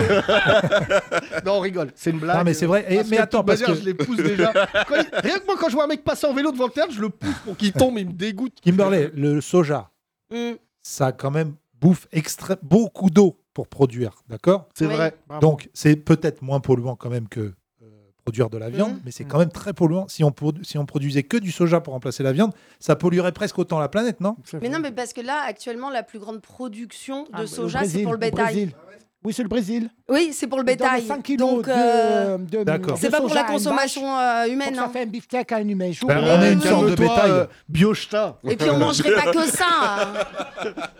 Speaker 8: non, on rigole, c'est une blague.
Speaker 5: Non, mais c'est vrai. Et-
Speaker 8: Parce
Speaker 5: mais
Speaker 8: que, de
Speaker 5: attends,
Speaker 8: toute
Speaker 5: parce
Speaker 8: manière,
Speaker 5: que-
Speaker 8: je les pousse déjà. Quand il- Rien que moi, quand je vois un mec passer en vélo devant le terre, je le pousse pour qu'il tombe, il me dégoûte.
Speaker 5: Kimberley, le soja,
Speaker 13: Mm.
Speaker 5: ça quand même bouffe extra- beaucoup d'eau pour produire, d'accord
Speaker 8: C'est Oui. vrai.
Speaker 5: Donc c'est peut-être moins polluant quand même que euh, produire de la viande, mais
Speaker 8: Mhm.
Speaker 5: c'est quand même très polluant. Si on, produ- si on produisait que du soja pour remplacer la viande, ça polluerait presque autant la planète, non
Speaker 13: Mais non, mais parce que là, actuellement, la plus grande production de
Speaker 7: Ah, au
Speaker 13: soja, c'est
Speaker 7: Brésil,
Speaker 13: pour le
Speaker 7: au
Speaker 13: bétail.
Speaker 7: Brésil. Oui, c'est le Brésil.
Speaker 13: Oui, c'est pour le
Speaker 7: Ils donnent
Speaker 13: bétail.
Speaker 7: 5 kilos
Speaker 13: Donc,
Speaker 7: de-
Speaker 13: euh,
Speaker 7: de-
Speaker 5: D'accord.
Speaker 13: c'est
Speaker 7: de
Speaker 13: pas pour
Speaker 7: soja
Speaker 13: la
Speaker 7: à une
Speaker 13: consommation euh, humaine.
Speaker 7: Ça
Speaker 13: hein.
Speaker 7: fait un beefsteak à une humaine. Je vous
Speaker 5: Ben,
Speaker 7: prie.
Speaker 5: on est une sorte de
Speaker 8: Calme-toi,
Speaker 5: bétail.
Speaker 8: euh, Biochta.
Speaker 13: Et puis on mangerait pas que ça. hein.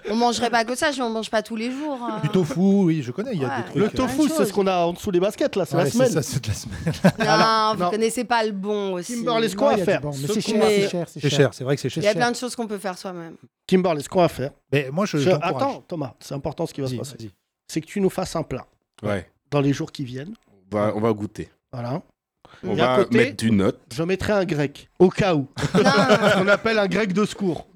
Speaker 13: On mangerait pas que ça, je- on mange pas tous les jours. hein.
Speaker 5: Du tofu, oui, je connais, il y a
Speaker 13: Ouais.
Speaker 5: des trucs.
Speaker 8: Le
Speaker 5: euh,
Speaker 8: tofu, c'est ce qu'on a en dessous des baskets, là, c'est
Speaker 5: Ouais,
Speaker 8: la semaine.
Speaker 5: ça, c'est de la semaine.
Speaker 13: Non, vous connaissez pas le bon aussi.
Speaker 8: Kimberly, ce
Speaker 7: Ah
Speaker 8: qu'on va faire,
Speaker 7: bon,
Speaker 8: ce
Speaker 7: mais c'est
Speaker 8: qu'on-
Speaker 7: cher,
Speaker 13: Mais-
Speaker 7: c'est cher, c'est
Speaker 5: C'est
Speaker 7: cher.
Speaker 5: cher, c'est vrai que c'est
Speaker 13: Il y a
Speaker 5: cher.
Speaker 13: plein de choses qu'on peut faire soi-même.
Speaker 4: Kimberly, ce qu'on va faire.
Speaker 5: Mais moi, je.
Speaker 4: Je-
Speaker 5: j'encourage.
Speaker 4: Attends, Thomas, c'est important ce qui va se passer. C'est que tu nous fasses un plat
Speaker 6: Ouais.
Speaker 4: dans les jours qui viennent.
Speaker 6: On va, on va goûter.
Speaker 4: Voilà.
Speaker 6: On
Speaker 4: Et à
Speaker 6: va
Speaker 4: côté,
Speaker 6: mettre du note.
Speaker 4: Je mettrai un grec, au cas où.
Speaker 8: Ce qu'on appelle un grec de secours.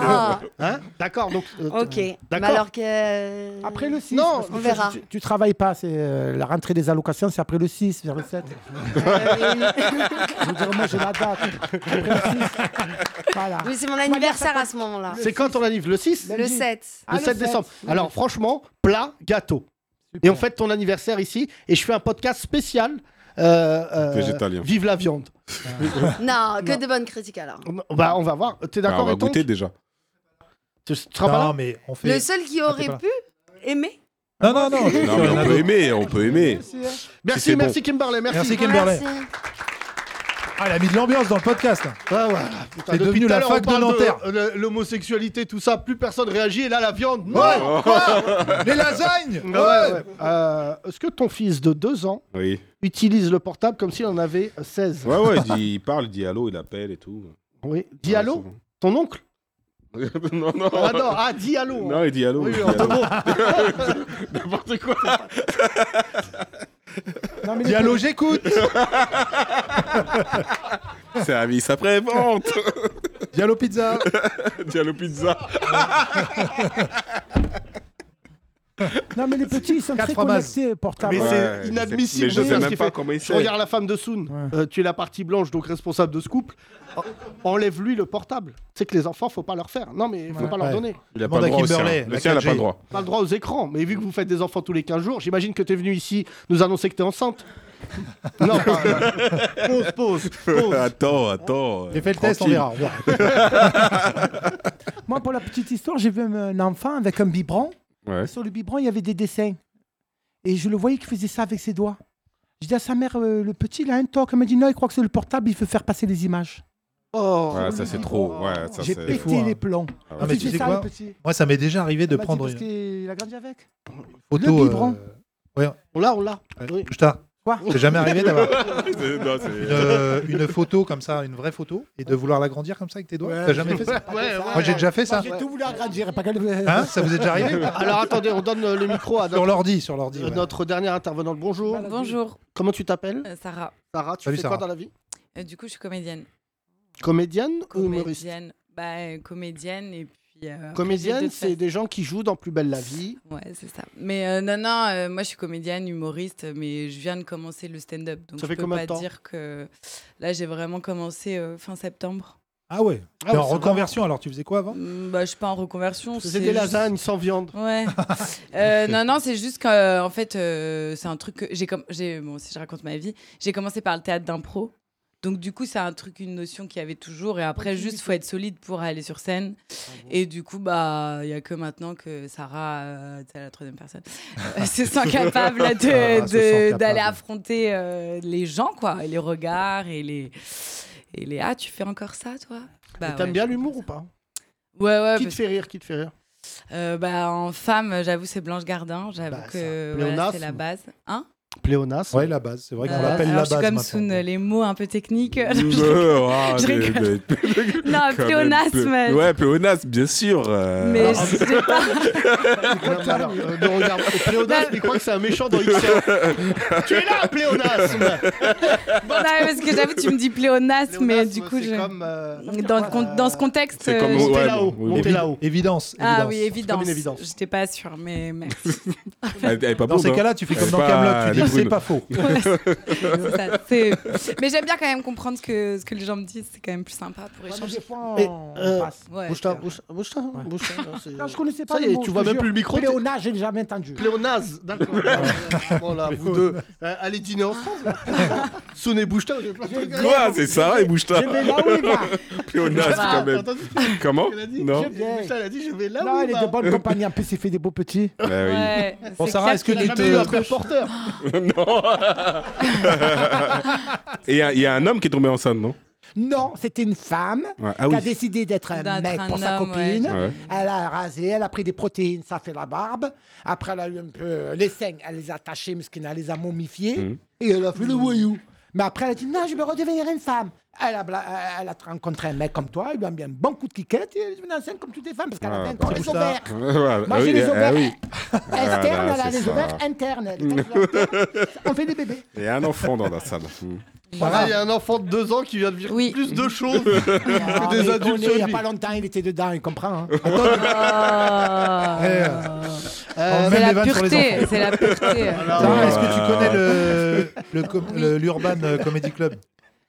Speaker 13: Ah,
Speaker 4: Hein D'accord, donc. euh,
Speaker 13: ok. Mais
Speaker 7: Bah
Speaker 4: D'accord.
Speaker 13: alors que.
Speaker 7: Après le 6.
Speaker 13: Non,
Speaker 7: parce que
Speaker 13: on
Speaker 7: tu-
Speaker 13: verra.
Speaker 7: Tu, tu travailles pas, c'est euh, la rentrée des allocations, c'est après le 6, vers le 7. Je veux dire, moi j'ai la date. Après le 6. Voilà.
Speaker 13: Oui, c'est mon anniversaire à ce moment-là.
Speaker 4: C'est quand ton anniversaire Le 6
Speaker 13: Le 7.
Speaker 8: Ah,
Speaker 4: Le 7 décembre. Alors, franchement, plat, gâteau. Et on fête ton anniversaire ici. Et je fais un podcast spécial. euh, euh,
Speaker 6: Végétalien.
Speaker 4: Vive la viande.
Speaker 13: Non, que de bonnes critiques alors.
Speaker 4: bah, on va voir. T'es
Speaker 6: Bah, on
Speaker 4: d'accord
Speaker 6: va
Speaker 4: Eton
Speaker 6: goûter déjà.
Speaker 4: Tu tu seras pas là
Speaker 5: Non, mais on fait.
Speaker 13: Le seul qui
Speaker 5: t'es pas
Speaker 13: aurait
Speaker 5: là.
Speaker 13: pu aimer.
Speaker 5: Non, non, non.
Speaker 6: Non, mais on peut aimer, on peut aimer.
Speaker 4: Merci,
Speaker 6: c'est bon.
Speaker 4: merci Kimberley, merci.
Speaker 5: Merci, Kimberley. Ah, elle a mis de l'ambiance dans le podcast.
Speaker 4: Ah, ouais.
Speaker 8: Putain,
Speaker 5: C'est
Speaker 8: depuis
Speaker 5: devenu
Speaker 8: tout à
Speaker 5: la
Speaker 8: l'heure, on
Speaker 5: fac de
Speaker 8: parle
Speaker 5: Nanterre.
Speaker 8: euh, le- L'homosexualité, tout ça, plus personne réagit. Et là, la viande. Non
Speaker 5: Ouais.
Speaker 8: Quoi
Speaker 5: Les lasagnes
Speaker 4: Ouais, ouais, ouais. Euh, Est-ce que ton fils de 2 ans
Speaker 6: Oui.
Speaker 4: utilise le portable comme s'il en avait 16
Speaker 6: Ouais, ouais, il, dit- il parle, il dit allô, il appelle et tout.
Speaker 4: Oui. Dis allô Ton oncle
Speaker 6: non, non.
Speaker 4: Ah non, ah, dis allô
Speaker 6: Non, il dit allô.
Speaker 4: Oui,
Speaker 6: il dit
Speaker 4: en deux
Speaker 6: allô.
Speaker 4: mots.
Speaker 6: N'importe quoi.
Speaker 7: Non, mais les-
Speaker 5: Diallo, j'écoute.
Speaker 6: Service après-vente.
Speaker 5: Diallo pizza.
Speaker 6: Diallo pizza.
Speaker 7: Non, mais les petits, ils sont
Speaker 5: Quatre
Speaker 7: très
Speaker 5: fromages.
Speaker 7: connectés, portables.
Speaker 8: Mais
Speaker 6: Ouais, je
Speaker 8: c'est
Speaker 6: sais-
Speaker 8: inadmissible.
Speaker 6: mais je sais
Speaker 8: parce
Speaker 6: même
Speaker 8: qu'il
Speaker 6: pas comment il
Speaker 8: Je
Speaker 6: sait.
Speaker 8: regarde la femme de Soon. Euh, tu es la partie blanche, donc responsable de ce couple. En- Enlève-lui le portable. Tu sais que les enfants, faut pas leur faire. Non, mais faut
Speaker 5: Ouais.
Speaker 4: pas leur
Speaker 5: Ouais.
Speaker 4: donner.
Speaker 6: Il a pas
Speaker 5: Demande
Speaker 6: le
Speaker 5: à
Speaker 6: droit. au sien.
Speaker 5: Kimberley,
Speaker 6: Le
Speaker 5: la
Speaker 6: sien, il a
Speaker 5: 4G.
Speaker 6: pas le droit.
Speaker 4: Pas le droit aux écrans. Mais vu que vous faites des enfants tous les 15 jours, j'imagine que tu es venu ici nous annoncer que tu es enceinte. non, pas- pause, pause, pause.
Speaker 6: Attends, attends.
Speaker 5: J'ai fait le test, on
Speaker 6: Tranquille.
Speaker 5: verra. on verra.
Speaker 7: Moi, pour la petite histoire, j'ai vu un enfant avec un biberon.
Speaker 6: Ouais.
Speaker 7: Et Sur le biberon, il y avait des dessins. Et je le voyais qui faisait ça avec ses doigts. Je dis à sa mère, euh, le petit, il a un toc. Elle m'a dit, non, il croit que c'est le portable, il veut faire passer les images. Oh,
Speaker 6: Ouais, Ah, ça, c'est trop. Ouais, ça,
Speaker 7: J'ai
Speaker 6: c'est-
Speaker 7: pété
Speaker 6: Fou, hein.
Speaker 7: les plombs.
Speaker 6: Ah ouais.
Speaker 5: Non, mais
Speaker 7: Si,
Speaker 5: tu
Speaker 7: c'est
Speaker 5: sais
Speaker 7: ça,
Speaker 5: quoi
Speaker 7: le petit.
Speaker 5: Moi, ça m'est déjà arrivé de
Speaker 4: Ah bah,
Speaker 7: Elle m'a dit
Speaker 5: prendre
Speaker 7: parce
Speaker 5: une
Speaker 7: qu'il a grandi avec.
Speaker 5: photo.
Speaker 7: Le biberon.
Speaker 5: euh, ouais.
Speaker 4: On l'a, on l'a.
Speaker 5: Je t'as.
Speaker 7: Quoi
Speaker 5: C'est jamais arrivé d'avoir
Speaker 6: C'est- non, c'est-
Speaker 5: une, euh, une photo comme ça, une vraie photo, et de vouloir l'agrandir comme ça avec tes doigts. T'as jamais fait ça Moi, j'ai déjà fait ça.
Speaker 7: J'ai tout voulu
Speaker 4: Ah,
Speaker 7: agrandir. Pas que-
Speaker 5: Hein Ça vous est déjà arrivé
Speaker 4: Alors attendez, on donne euh, le micro à notre,
Speaker 5: Sur l'ordi, sur l'ordi.
Speaker 4: euh,
Speaker 5: ouais.
Speaker 4: notre dernière intervenante. Bonjour.
Speaker 14: Bah, Bonjour. Euh,
Speaker 4: Comment tu t'appelles
Speaker 14: Sarah.
Speaker 4: Sarah, Ah, tu
Speaker 5: Salut,
Speaker 4: fais
Speaker 5: Sarah.
Speaker 4: quoi dans la vie
Speaker 14: Euh, du coup, je suis comédienne.
Speaker 4: Comédienne ou humoriste
Speaker 14: Comédienne. Bah, euh, comédienne et puis. euh, après, j'ai
Speaker 4: Comédienne,
Speaker 14: d'autres
Speaker 4: c'est des gens qui jouent dans Plus belle la vie.
Speaker 14: Ouais, c'est ça. Mais euh, non, non, euh, moi je suis comédienne, humoriste, mais je viens de commencer le stand-up. Donc
Speaker 4: Ça
Speaker 14: je
Speaker 4: fait
Speaker 14: peux
Speaker 4: combien de
Speaker 14: pas
Speaker 4: temps
Speaker 14: dire que là j'ai vraiment commencé euh, fin septembre.
Speaker 5: Ah ouais. T'es
Speaker 14: Ah ouais,
Speaker 5: en
Speaker 14: ça va.
Speaker 5: reconversion alors, tu faisais quoi avant
Speaker 14: Mm, Bah, je suis pas en reconversion.
Speaker 4: C'est
Speaker 14: c'est
Speaker 4: des
Speaker 14: juste-
Speaker 4: lasagnes sans viande.
Speaker 14: Ouais. Euh, non, non, c'est juste qu'en en fait, euh, c'est un truc que j'ai comme. j'ai- Bon, si je raconte ma vie, j'ai commencé par le théâtre d'impro. Donc, du coup, c'est un truc, une notion qu'il y avait toujours. Et après, juste, faut être solide pour aller sur scène.
Speaker 4: Ah
Speaker 14: Et du coup, bah, il y a que maintenant que Sarah, euh, c'est la troisième personne, euh, se sent capable de-
Speaker 2: Sarah se
Speaker 14: de-
Speaker 2: sent
Speaker 14: d'aller
Speaker 2: capable.
Speaker 14: affronter euh, les gens, quoi, et les regards et les. Et les ah, tu fais encore ça, toi Bah
Speaker 4: Et t'aimes bien
Speaker 14: je-
Speaker 4: l'humour ou pas
Speaker 14: Ouais, ouais.
Speaker 4: Qui te
Speaker 14: parce-
Speaker 4: fait rire Qui te fait rire
Speaker 14: euh, bah, en femme, j'avoue, c'est Blanche Gardin. J'avoue
Speaker 5: Bah,
Speaker 14: que voilà,
Speaker 4: Pléonasme.
Speaker 14: c'est la base. Hein
Speaker 4: Pléonas.
Speaker 5: Ouais, la base. C'est vrai qu'on
Speaker 14: Euh,
Speaker 5: l'appelle
Speaker 14: alors,
Speaker 5: la
Speaker 14: je suis
Speaker 5: base.
Speaker 14: comme
Speaker 5: maintenant.
Speaker 14: Soon, les mots un peu techniques.
Speaker 6: Euh, ah,
Speaker 14: je
Speaker 6: mais-
Speaker 14: rigole.
Speaker 6: mais-
Speaker 14: Non,
Speaker 6: quand même,
Speaker 14: pléonasme.
Speaker 6: plé- Ouais, pléonasme, bien sûr. euh.
Speaker 14: Mais je sais pas.
Speaker 4: Non, alors, euh, non, regarde, Pléonas, il croit que c'est un méchant dans XR. tu es là, Pléonasme
Speaker 14: Bon, non, mais parce que j'avoue, tu me dis pléonasme, mais du coup, je...
Speaker 5: euh,
Speaker 14: dans, le con- dans ce contexte,
Speaker 5: C'est comme-
Speaker 14: euh,
Speaker 5: ouais,
Speaker 14: j'étais
Speaker 5: bon, oui, oui. Évidence,
Speaker 14: Ah
Speaker 5: évidence.
Speaker 14: oui,
Speaker 5: C'est comme
Speaker 14: évidence.
Speaker 5: une évidence.
Speaker 14: J'étais pas sûre, mais merci.
Speaker 6: Elle- elle est pas
Speaker 5: Dans
Speaker 6: blonde,
Speaker 5: ces
Speaker 6: hein.
Speaker 5: cas-là, tu fais
Speaker 6: Elle
Speaker 5: comme
Speaker 6: est
Speaker 5: dans
Speaker 6: pas-
Speaker 5: Kaamelott, tu
Speaker 6: elle est
Speaker 5: dis c'est
Speaker 6: brune.
Speaker 5: pas faux.
Speaker 14: C'est ça, c'est- mais j'aime bien quand même comprendre ce que, ce que les gens me disent. C'est quand même plus sympa pour échanger.
Speaker 4: Et, euh,
Speaker 14: Ouais,
Speaker 4: Bouge-toi, bouge-toi, bouge-toi, bouge-toi, c'est-
Speaker 7: Non, je connaissais pas
Speaker 4: Ça y
Speaker 7: le
Speaker 4: est,
Speaker 7: mot,
Speaker 4: tu
Speaker 7: je
Speaker 4: vois
Speaker 7: te
Speaker 4: même
Speaker 7: jure.
Speaker 4: plus le micro. t'es-
Speaker 7: Pléonasme, j'ai jamais entendu.
Speaker 4: Pléonase, d'accord. Voilà, Oh vous deux. Euh, Allez dîner ensemble. Sonnez bouge-toi. j'ai plein de trucs à
Speaker 6: Quoi
Speaker 4: dire.
Speaker 6: C'est Sarah et Bouchta
Speaker 4: Je vais là où il
Speaker 7: bah.
Speaker 4: va.
Speaker 6: Pléonasme,
Speaker 4: Ah,
Speaker 6: quand même.
Speaker 4: t'as entendu
Speaker 6: Comment
Speaker 4: Elle a dit,
Speaker 6: Non.
Speaker 4: je vais- Bouchta, elle a dit, je vais là
Speaker 7: Non,
Speaker 4: où
Speaker 7: elle
Speaker 4: il
Speaker 7: est de
Speaker 4: va.
Speaker 7: bonne compagnie. En plus, il fait des beaux petits.
Speaker 6: Bah oui.
Speaker 14: Ouais,
Speaker 7: Bon,
Speaker 14: c'est
Speaker 7: Sarah,
Speaker 14: clair
Speaker 7: est-ce que
Speaker 14: qu'il a
Speaker 7: tu
Speaker 14: jamais
Speaker 7: te-
Speaker 14: eu un
Speaker 7: Après,
Speaker 14: truc.
Speaker 4: porteur.
Speaker 6: non. Et il y, a- il y a un homme qui est tombé enceinte, non
Speaker 7: Non, c'était une femme
Speaker 6: Ouais, ah
Speaker 7: qui a
Speaker 6: oui.
Speaker 7: décidé d'être un
Speaker 14: D'être
Speaker 7: mec
Speaker 14: un
Speaker 7: pour sa
Speaker 14: homme,
Speaker 7: copine.
Speaker 6: ouais. Ouais.
Speaker 7: Elle a rasé, elle a pris des protéines, ça fait la barbe. Après, elle a eu un peu euh, les seins, elle les a tachés, mais elle les a momifiés.
Speaker 6: Mhm.
Speaker 7: Et elle a fait le voyou. Mais après, elle a dit Non, je vais redevenir une femme. Elle a, bla- euh, elle a rencontré un mec comme toi, il lui a mis un bon coup de kickette et elle est devenue enceinte comme toutes les femmes parce qu'elle
Speaker 6: Ah,
Speaker 7: avait
Speaker 6: bah,
Speaker 7: encore les
Speaker 6: c'est
Speaker 7: ovaires.
Speaker 6: ça. Voilà.
Speaker 7: Moi,
Speaker 6: Ah
Speaker 7: j'ai
Speaker 6: oui,
Speaker 7: les
Speaker 6: ah
Speaker 7: ovaires
Speaker 6: oui.
Speaker 7: externes,
Speaker 6: Voilà,
Speaker 7: elle a
Speaker 6: c'est
Speaker 7: les
Speaker 6: ça.
Speaker 7: ovaires internes. Elle est internes. On fait des bébés.
Speaker 6: Il y a un enfant dans la salle. Mm.
Speaker 4: Voilà, il y a un enfant de 2 ans qui vient de dire plus de choses
Speaker 7: Ah,
Speaker 4: que des
Speaker 7: mais
Speaker 4: adultes.
Speaker 7: René,
Speaker 4: sur
Speaker 7: Il n'y a
Speaker 4: lui.
Speaker 7: pas longtemps, il était dedans, il comprend. hein.
Speaker 4: Euh,
Speaker 7: C'est la
Speaker 14: pureté, c'est la pureté.
Speaker 5: Sarah, Est-ce que tu connais le- le com- le- l'Urban euh, Comedy Club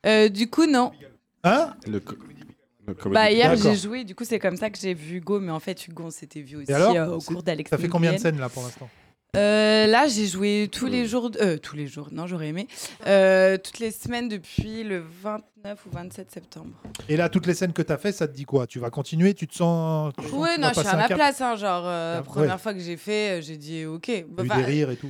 Speaker 14: Euh, du coup, non.
Speaker 5: Hein
Speaker 6: Le co- le comédie-
Speaker 14: Bah, hier,
Speaker 5: D'accord.
Speaker 14: j'ai joué, du coup, c'est comme ça que j'ai vu Hugo, mais en fait, Hugo, on s'était vu aussi
Speaker 5: Et alors
Speaker 14: euh, au
Speaker 5: C'est-
Speaker 14: cours d'Alex.
Speaker 5: Ça fait combien de
Speaker 14: Nguyen.
Speaker 5: scènes là pour l'instant
Speaker 14: Euh, Là, j'ai joué tous les jours, euh, tous les jours, non, j'aurais aimé, Euh, toutes les semaines depuis le 29 ou 27 septembre.
Speaker 5: Et là, toutes les scènes que t'as fait, ça te dit quoi Tu vas continuer Tu te sens. tu sens que
Speaker 14: Ouais,
Speaker 5: tu
Speaker 14: non,
Speaker 5: vas
Speaker 14: je suis
Speaker 5: passer
Speaker 14: à
Speaker 5: un
Speaker 14: ma
Speaker 5: cap
Speaker 14: place, hein, genre, euh,
Speaker 5: Ah,
Speaker 14: première
Speaker 5: ouais.
Speaker 14: fois que j'ai fait, euh, j'ai dit ok.
Speaker 5: T'as eu
Speaker 14: Bah,
Speaker 5: des rires et tout.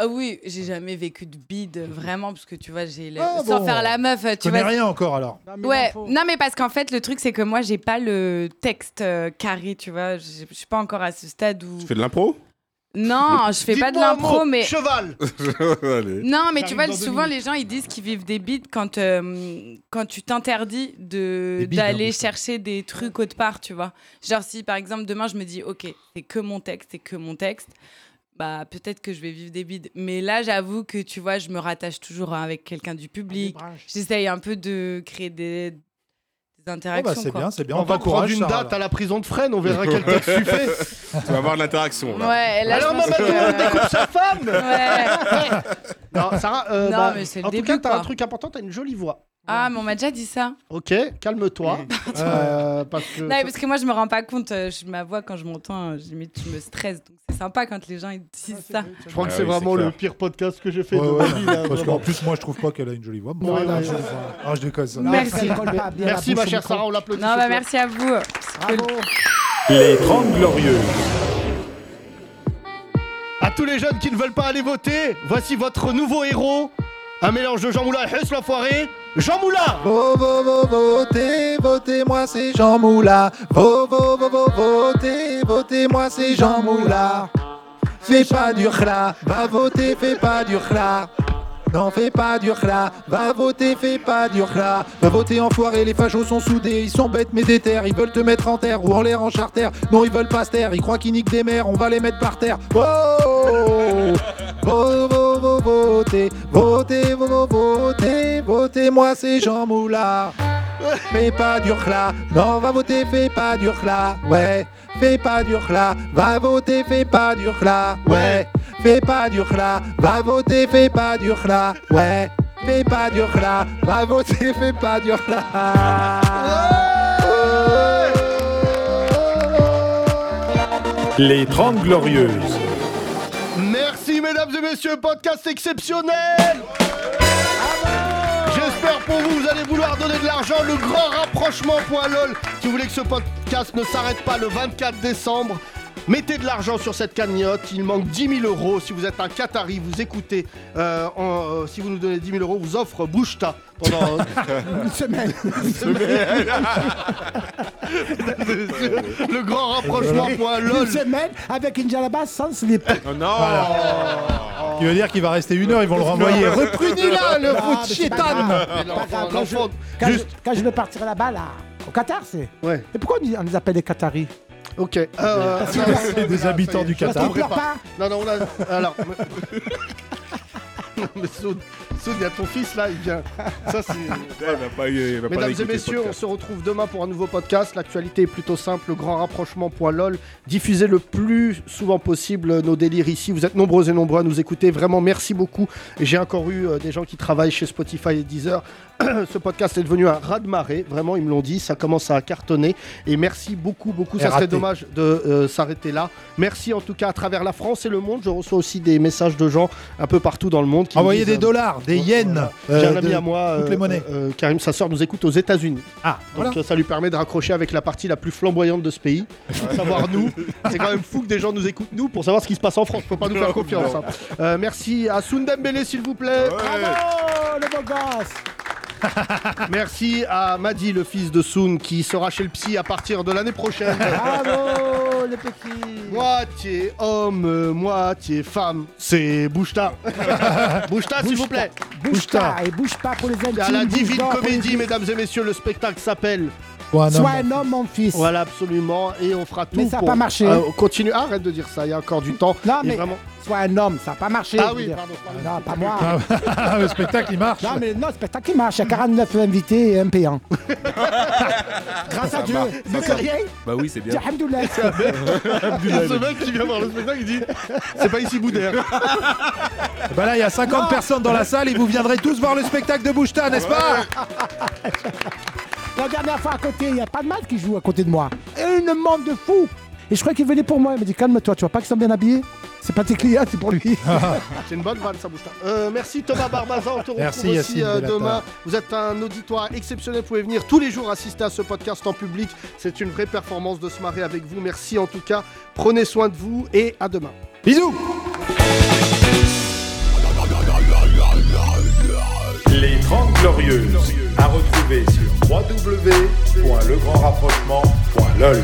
Speaker 14: Ah oui, j'ai jamais vécu de bide, vraiment, parce que tu vois, j'ai le-
Speaker 5: Ah,
Speaker 14: sans
Speaker 5: bon.
Speaker 14: faire la meuf,
Speaker 5: Tu
Speaker 14: tu
Speaker 5: connais
Speaker 14: vois.
Speaker 5: rien encore alors
Speaker 14: ouais, non mais parce qu'en fait le truc c'est que moi j'ai pas le texte euh, carré, tu vois, J'ai- je suis pas encore à ce stade où
Speaker 6: Tu fais de l'impro
Speaker 14: Non, je fais pas de
Speaker 4: Dites-moi un
Speaker 14: l'impro
Speaker 4: mot,
Speaker 14: mais
Speaker 4: Cheval
Speaker 6: Allez.
Speaker 14: Non, mais
Speaker 4: J'arrive
Speaker 14: tu vois,
Speaker 4: dans deux
Speaker 14: souvent
Speaker 4: minutes.
Speaker 14: les gens ils disent qu'ils vivent des bides quand, euh, quand tu t'interdis de,
Speaker 2: Des bides, hein,
Speaker 14: d'aller
Speaker 2: Bouchard.
Speaker 14: chercher des trucs autre part, tu vois. Genre, si par exemple demain je me dis, ok, c'est que mon texte, c'est que mon texte, bah peut-être que je vais vivre des bides. Mais là, j'avoue que tu vois, je me rattache toujours hein, avec quelqu'un
Speaker 5: Ah,
Speaker 14: du public.
Speaker 7: branches.
Speaker 14: J'essaye un peu de créer des, des
Speaker 5: Oh,
Speaker 14: interactions.
Speaker 5: bah, c'est
Speaker 14: quoi.
Speaker 5: bien, c'est bien.
Speaker 4: On va
Speaker 5: t'encourage,
Speaker 4: prendre une
Speaker 5: Sarah,
Speaker 4: date
Speaker 5: alors.
Speaker 4: à la prison de Fresnes, on verra quel texte tu fais. Ah, bah,
Speaker 6: Tu vas avoir de l'interaction. là.
Speaker 14: Ouais, et là,
Speaker 4: Alors,
Speaker 14: je pense
Speaker 4: Mamadou,
Speaker 14: que-
Speaker 4: on découpe sa femme
Speaker 14: Ouais.
Speaker 4: Non, Sarah, euh,
Speaker 14: Non,
Speaker 4: bah,
Speaker 14: mais c'est le
Speaker 4: en tout
Speaker 14: début,
Speaker 4: cas, t'as un
Speaker 14: quoi.
Speaker 4: truc important, t'as une jolie voix.
Speaker 14: Ah, mais on m'a déjà dit ça.
Speaker 4: Ok, calme-toi. Euh, parce que...
Speaker 14: Non, mais parce que moi, je me rends pas compte. euh, Je, ma voix, quand je m'entends, euh, je, limite, je me stresse. Donc, c'est sympa quand les gens ils disent ça.
Speaker 4: Je crois que
Speaker 5: Ah
Speaker 4: c'est
Speaker 5: oui,
Speaker 4: vraiment
Speaker 5: c'est
Speaker 4: le
Speaker 5: clair.
Speaker 4: pire podcast que j'ai fait
Speaker 5: Ouais,
Speaker 4: de
Speaker 5: ouais,
Speaker 4: ma vie. là,
Speaker 5: parce
Speaker 4: vraiment.
Speaker 5: qu'en plus, moi, je trouve pas qu'elle a une jolie voix.
Speaker 4: Ouais,
Speaker 5: Ah,
Speaker 4: ouais,
Speaker 5: je-
Speaker 4: ouais.
Speaker 5: Ah, je déconne. Ah. ça.
Speaker 14: Merci.
Speaker 7: Elle colle pas bien la
Speaker 4: Merci,
Speaker 7: bouche
Speaker 4: ma
Speaker 7: au
Speaker 4: chère
Speaker 7: micro.
Speaker 4: Sarah, on l'applaudit.
Speaker 14: Non,
Speaker 4: s'il
Speaker 14: bah
Speaker 4: te plaît.
Speaker 14: merci à vous. C'est cool.
Speaker 6: Les 30 glorieuses.
Speaker 4: À tous les jeunes qui ne veulent pas aller voter, voici votre nouveau héros. Un mélange de Jean Moulin et Huss l'enfoiré, Jean Moulin
Speaker 10: Vos, vos, vos, votez, votez-moi, c'est Jean Moulin Vos, vos, vos, vos, votez, votez-moi, c'est Jean Moulin Fais pas du khla, va voter, fais pas du khla non, fais pas du khla, va voter, fais pas du khla. Va voter enfoiré, les fachos sont soudés, ils sont bêtes mais déterres, ils veulent te mettre en terre ou en l'air en charter. Non, ils veulent pas se taire, ils croient qu'ils niquent des mères, on va les mettre par terre. Oh, Vo- vo- vo- votez, votez, vo- vo- votez, votez-moi, c'est Jean Moulin. Fais pas du khla, non, va voter, fais pas du khla, ouais. Fais pas du khla, va voter, fais pas du khla, ouais. Fais pas du khla, va voter, fais pas du khla, ouais. Fais pas du khla, va voter, fais pas du Oh. khla.
Speaker 6: Les 30 Glorieuses.
Speaker 4: Merci mesdames et messieurs, podcast exceptionnel J'espère pour vous, vous allez vouloir donner de l'argent, le grand rapprochement.lol. Si vous voulez que ce podcast ne s'arrête pas le 24 décembre, mettez de l'argent sur cette cagnotte. Il manque 10 000 euros. Si vous êtes un Qatari, vous écoutez. euh, en- euh, si vous nous donnez 10 000 euros, on vous offre Bouchta pendant euh,
Speaker 7: Une semaine.
Speaker 4: Une semaine. le grand rapprochement point
Speaker 7: Une
Speaker 4: lol.
Speaker 7: semaine avec une jalaba sans slip.
Speaker 5: Non Qui veut dire qu'il va rester une heure, ils vont le renvoyer. Reprenez-la, le
Speaker 7: Non,
Speaker 5: fou
Speaker 7: mais
Speaker 5: de
Speaker 7: c'est pas
Speaker 5: chétan
Speaker 7: grave. C'est pas grave. Quand je- quand je- Quand je veux partir là-bas, là, au Qatar, c'est.
Speaker 4: Ouais.
Speaker 7: Et pourquoi on dit- on les appelle les Qataris
Speaker 4: Ok. Euh,
Speaker 7: Parce
Speaker 4: non,
Speaker 7: qu'ils-
Speaker 4: non, ça y est,
Speaker 7: des
Speaker 4: ça y est,
Speaker 7: habitants
Speaker 4: ça y
Speaker 7: du
Speaker 4: est,
Speaker 7: Qatar.
Speaker 4: ça y est,
Speaker 7: Ils pleurent pas.
Speaker 4: Non, non, on a. Alors. Non, mais Soud, Soud, il y a ton fils là, il vient. Ça, c'est. Mesdames et messieurs, on se retrouve demain pour un nouveau podcast. L'actualité est plutôt simple, le grand rapprochement.lol. Diffusez le plus souvent possible nos délires ici. Vous êtes nombreux et nombreux à nous écouter. Vraiment, merci beaucoup. J'ai encore eu euh, des gens qui travaillent chez Spotify et Deezer. Ce podcast est devenu un raz-de-marée. Vraiment, ils me l'ont dit. Ça commence à cartonner. Et merci beaucoup, beaucoup.
Speaker 5: Et
Speaker 4: Ça serait
Speaker 5: raté.
Speaker 4: dommage de euh, s'arrêter là. Merci en tout cas à travers la France et le monde. Je reçois aussi des messages de gens un peu partout dans le monde. Qui me
Speaker 5: Envoyez
Speaker 4: disent,
Speaker 5: des
Speaker 4: euh,
Speaker 5: dollars, des yens.
Speaker 4: j'ai
Speaker 5: euh,
Speaker 4: un ami
Speaker 5: de
Speaker 4: à moi,
Speaker 5: Toutes les
Speaker 4: euh,
Speaker 5: monnaies.
Speaker 4: euh, Karim, sa sœur nous écoute aux États-Unis.
Speaker 5: Ah,
Speaker 4: donc
Speaker 5: voilà.
Speaker 4: euh, ça lui permet de raccrocher avec la partie la plus flamboyante de ce pays. Pour savoir nous, c'est quand même fou que des gens nous écoutent nous pour savoir ce qui se passe en France. Faut pas nous faire confiance. hein. Euh, merci à Sundembele s'il vous plaît.
Speaker 7: Bravo, le beau gosse
Speaker 4: Merci à Madi, le fils de Soun, qui sera chez le psy à partir de l'année prochaine.
Speaker 7: Bravo, le petit
Speaker 4: Moitié homme, euh, moitié femme, c'est Bouchta. Bouchta, s'il vous plaît.
Speaker 7: Boucheta et bouge pas pour les intimes.
Speaker 4: À la
Speaker 7: bouge
Speaker 4: Divine
Speaker 7: pas pour les
Speaker 4: Comédie,
Speaker 7: intimes.
Speaker 4: mesdames et messieurs, le spectacle s'appelle
Speaker 7: Sois un homme, mon fils.
Speaker 4: Voilà, absolument. Et on fera tout.
Speaker 7: Mais ça a
Speaker 4: pour-
Speaker 7: pas marché.
Speaker 4: Euh, on continue. Arrête de dire ça. Il y a encore du temps.
Speaker 7: Non,
Speaker 4: Et
Speaker 7: mais
Speaker 4: vraiment-
Speaker 7: sois un homme, ça n'a pas marché.
Speaker 4: Ah
Speaker 7: je veux
Speaker 4: oui,
Speaker 7: dire.
Speaker 4: pardon, Ah
Speaker 7: Non, pas moi.
Speaker 5: Ah, le spectacle, il marche.
Speaker 7: Non, mais non, le spectacle, il marche. Il y a 49 invités et un payant. Grâce à Dieu. Mais c'est rien.
Speaker 15: Bah oui, c'est bien.
Speaker 7: Alhamdoulilah.
Speaker 4: Ce mec qui vient voir le spectacle, il dit euh, C'est pas ici Boudère.
Speaker 5: Bah là, il y a 50 personnes dans la salle et vous viendrez tous voir le spectacle de Bouchta, n'est-ce pas
Speaker 7: La dernière fois à côté, il n'y a pas de mal qui joue à côté de moi. Une monde de fou. Et je crois qu'il venait pour moi. Il me dit calme-toi, tu vois pas qu'ils sont bien habillés C'est pas tes clients, c'est pour lui.
Speaker 4: C'est une bonne vanne, ça bouge pas. Euh, merci Thomas Barbazan, on te retrouve
Speaker 7: Merci,
Speaker 4: aussi
Speaker 7: Yacine
Speaker 4: euh,
Speaker 7: Delata.
Speaker 4: demain. Vous êtes un auditoire exceptionnel, vous pouvez venir tous les jours assister à ce podcast en public. C'est une vraie performance de se marrer avec vous. Merci en tout cas. Prenez soin de vous et à demain.
Speaker 5: Bisous
Speaker 6: Les 30 Glorieuses. À retrouver sur www.legrandrapprochement.lol.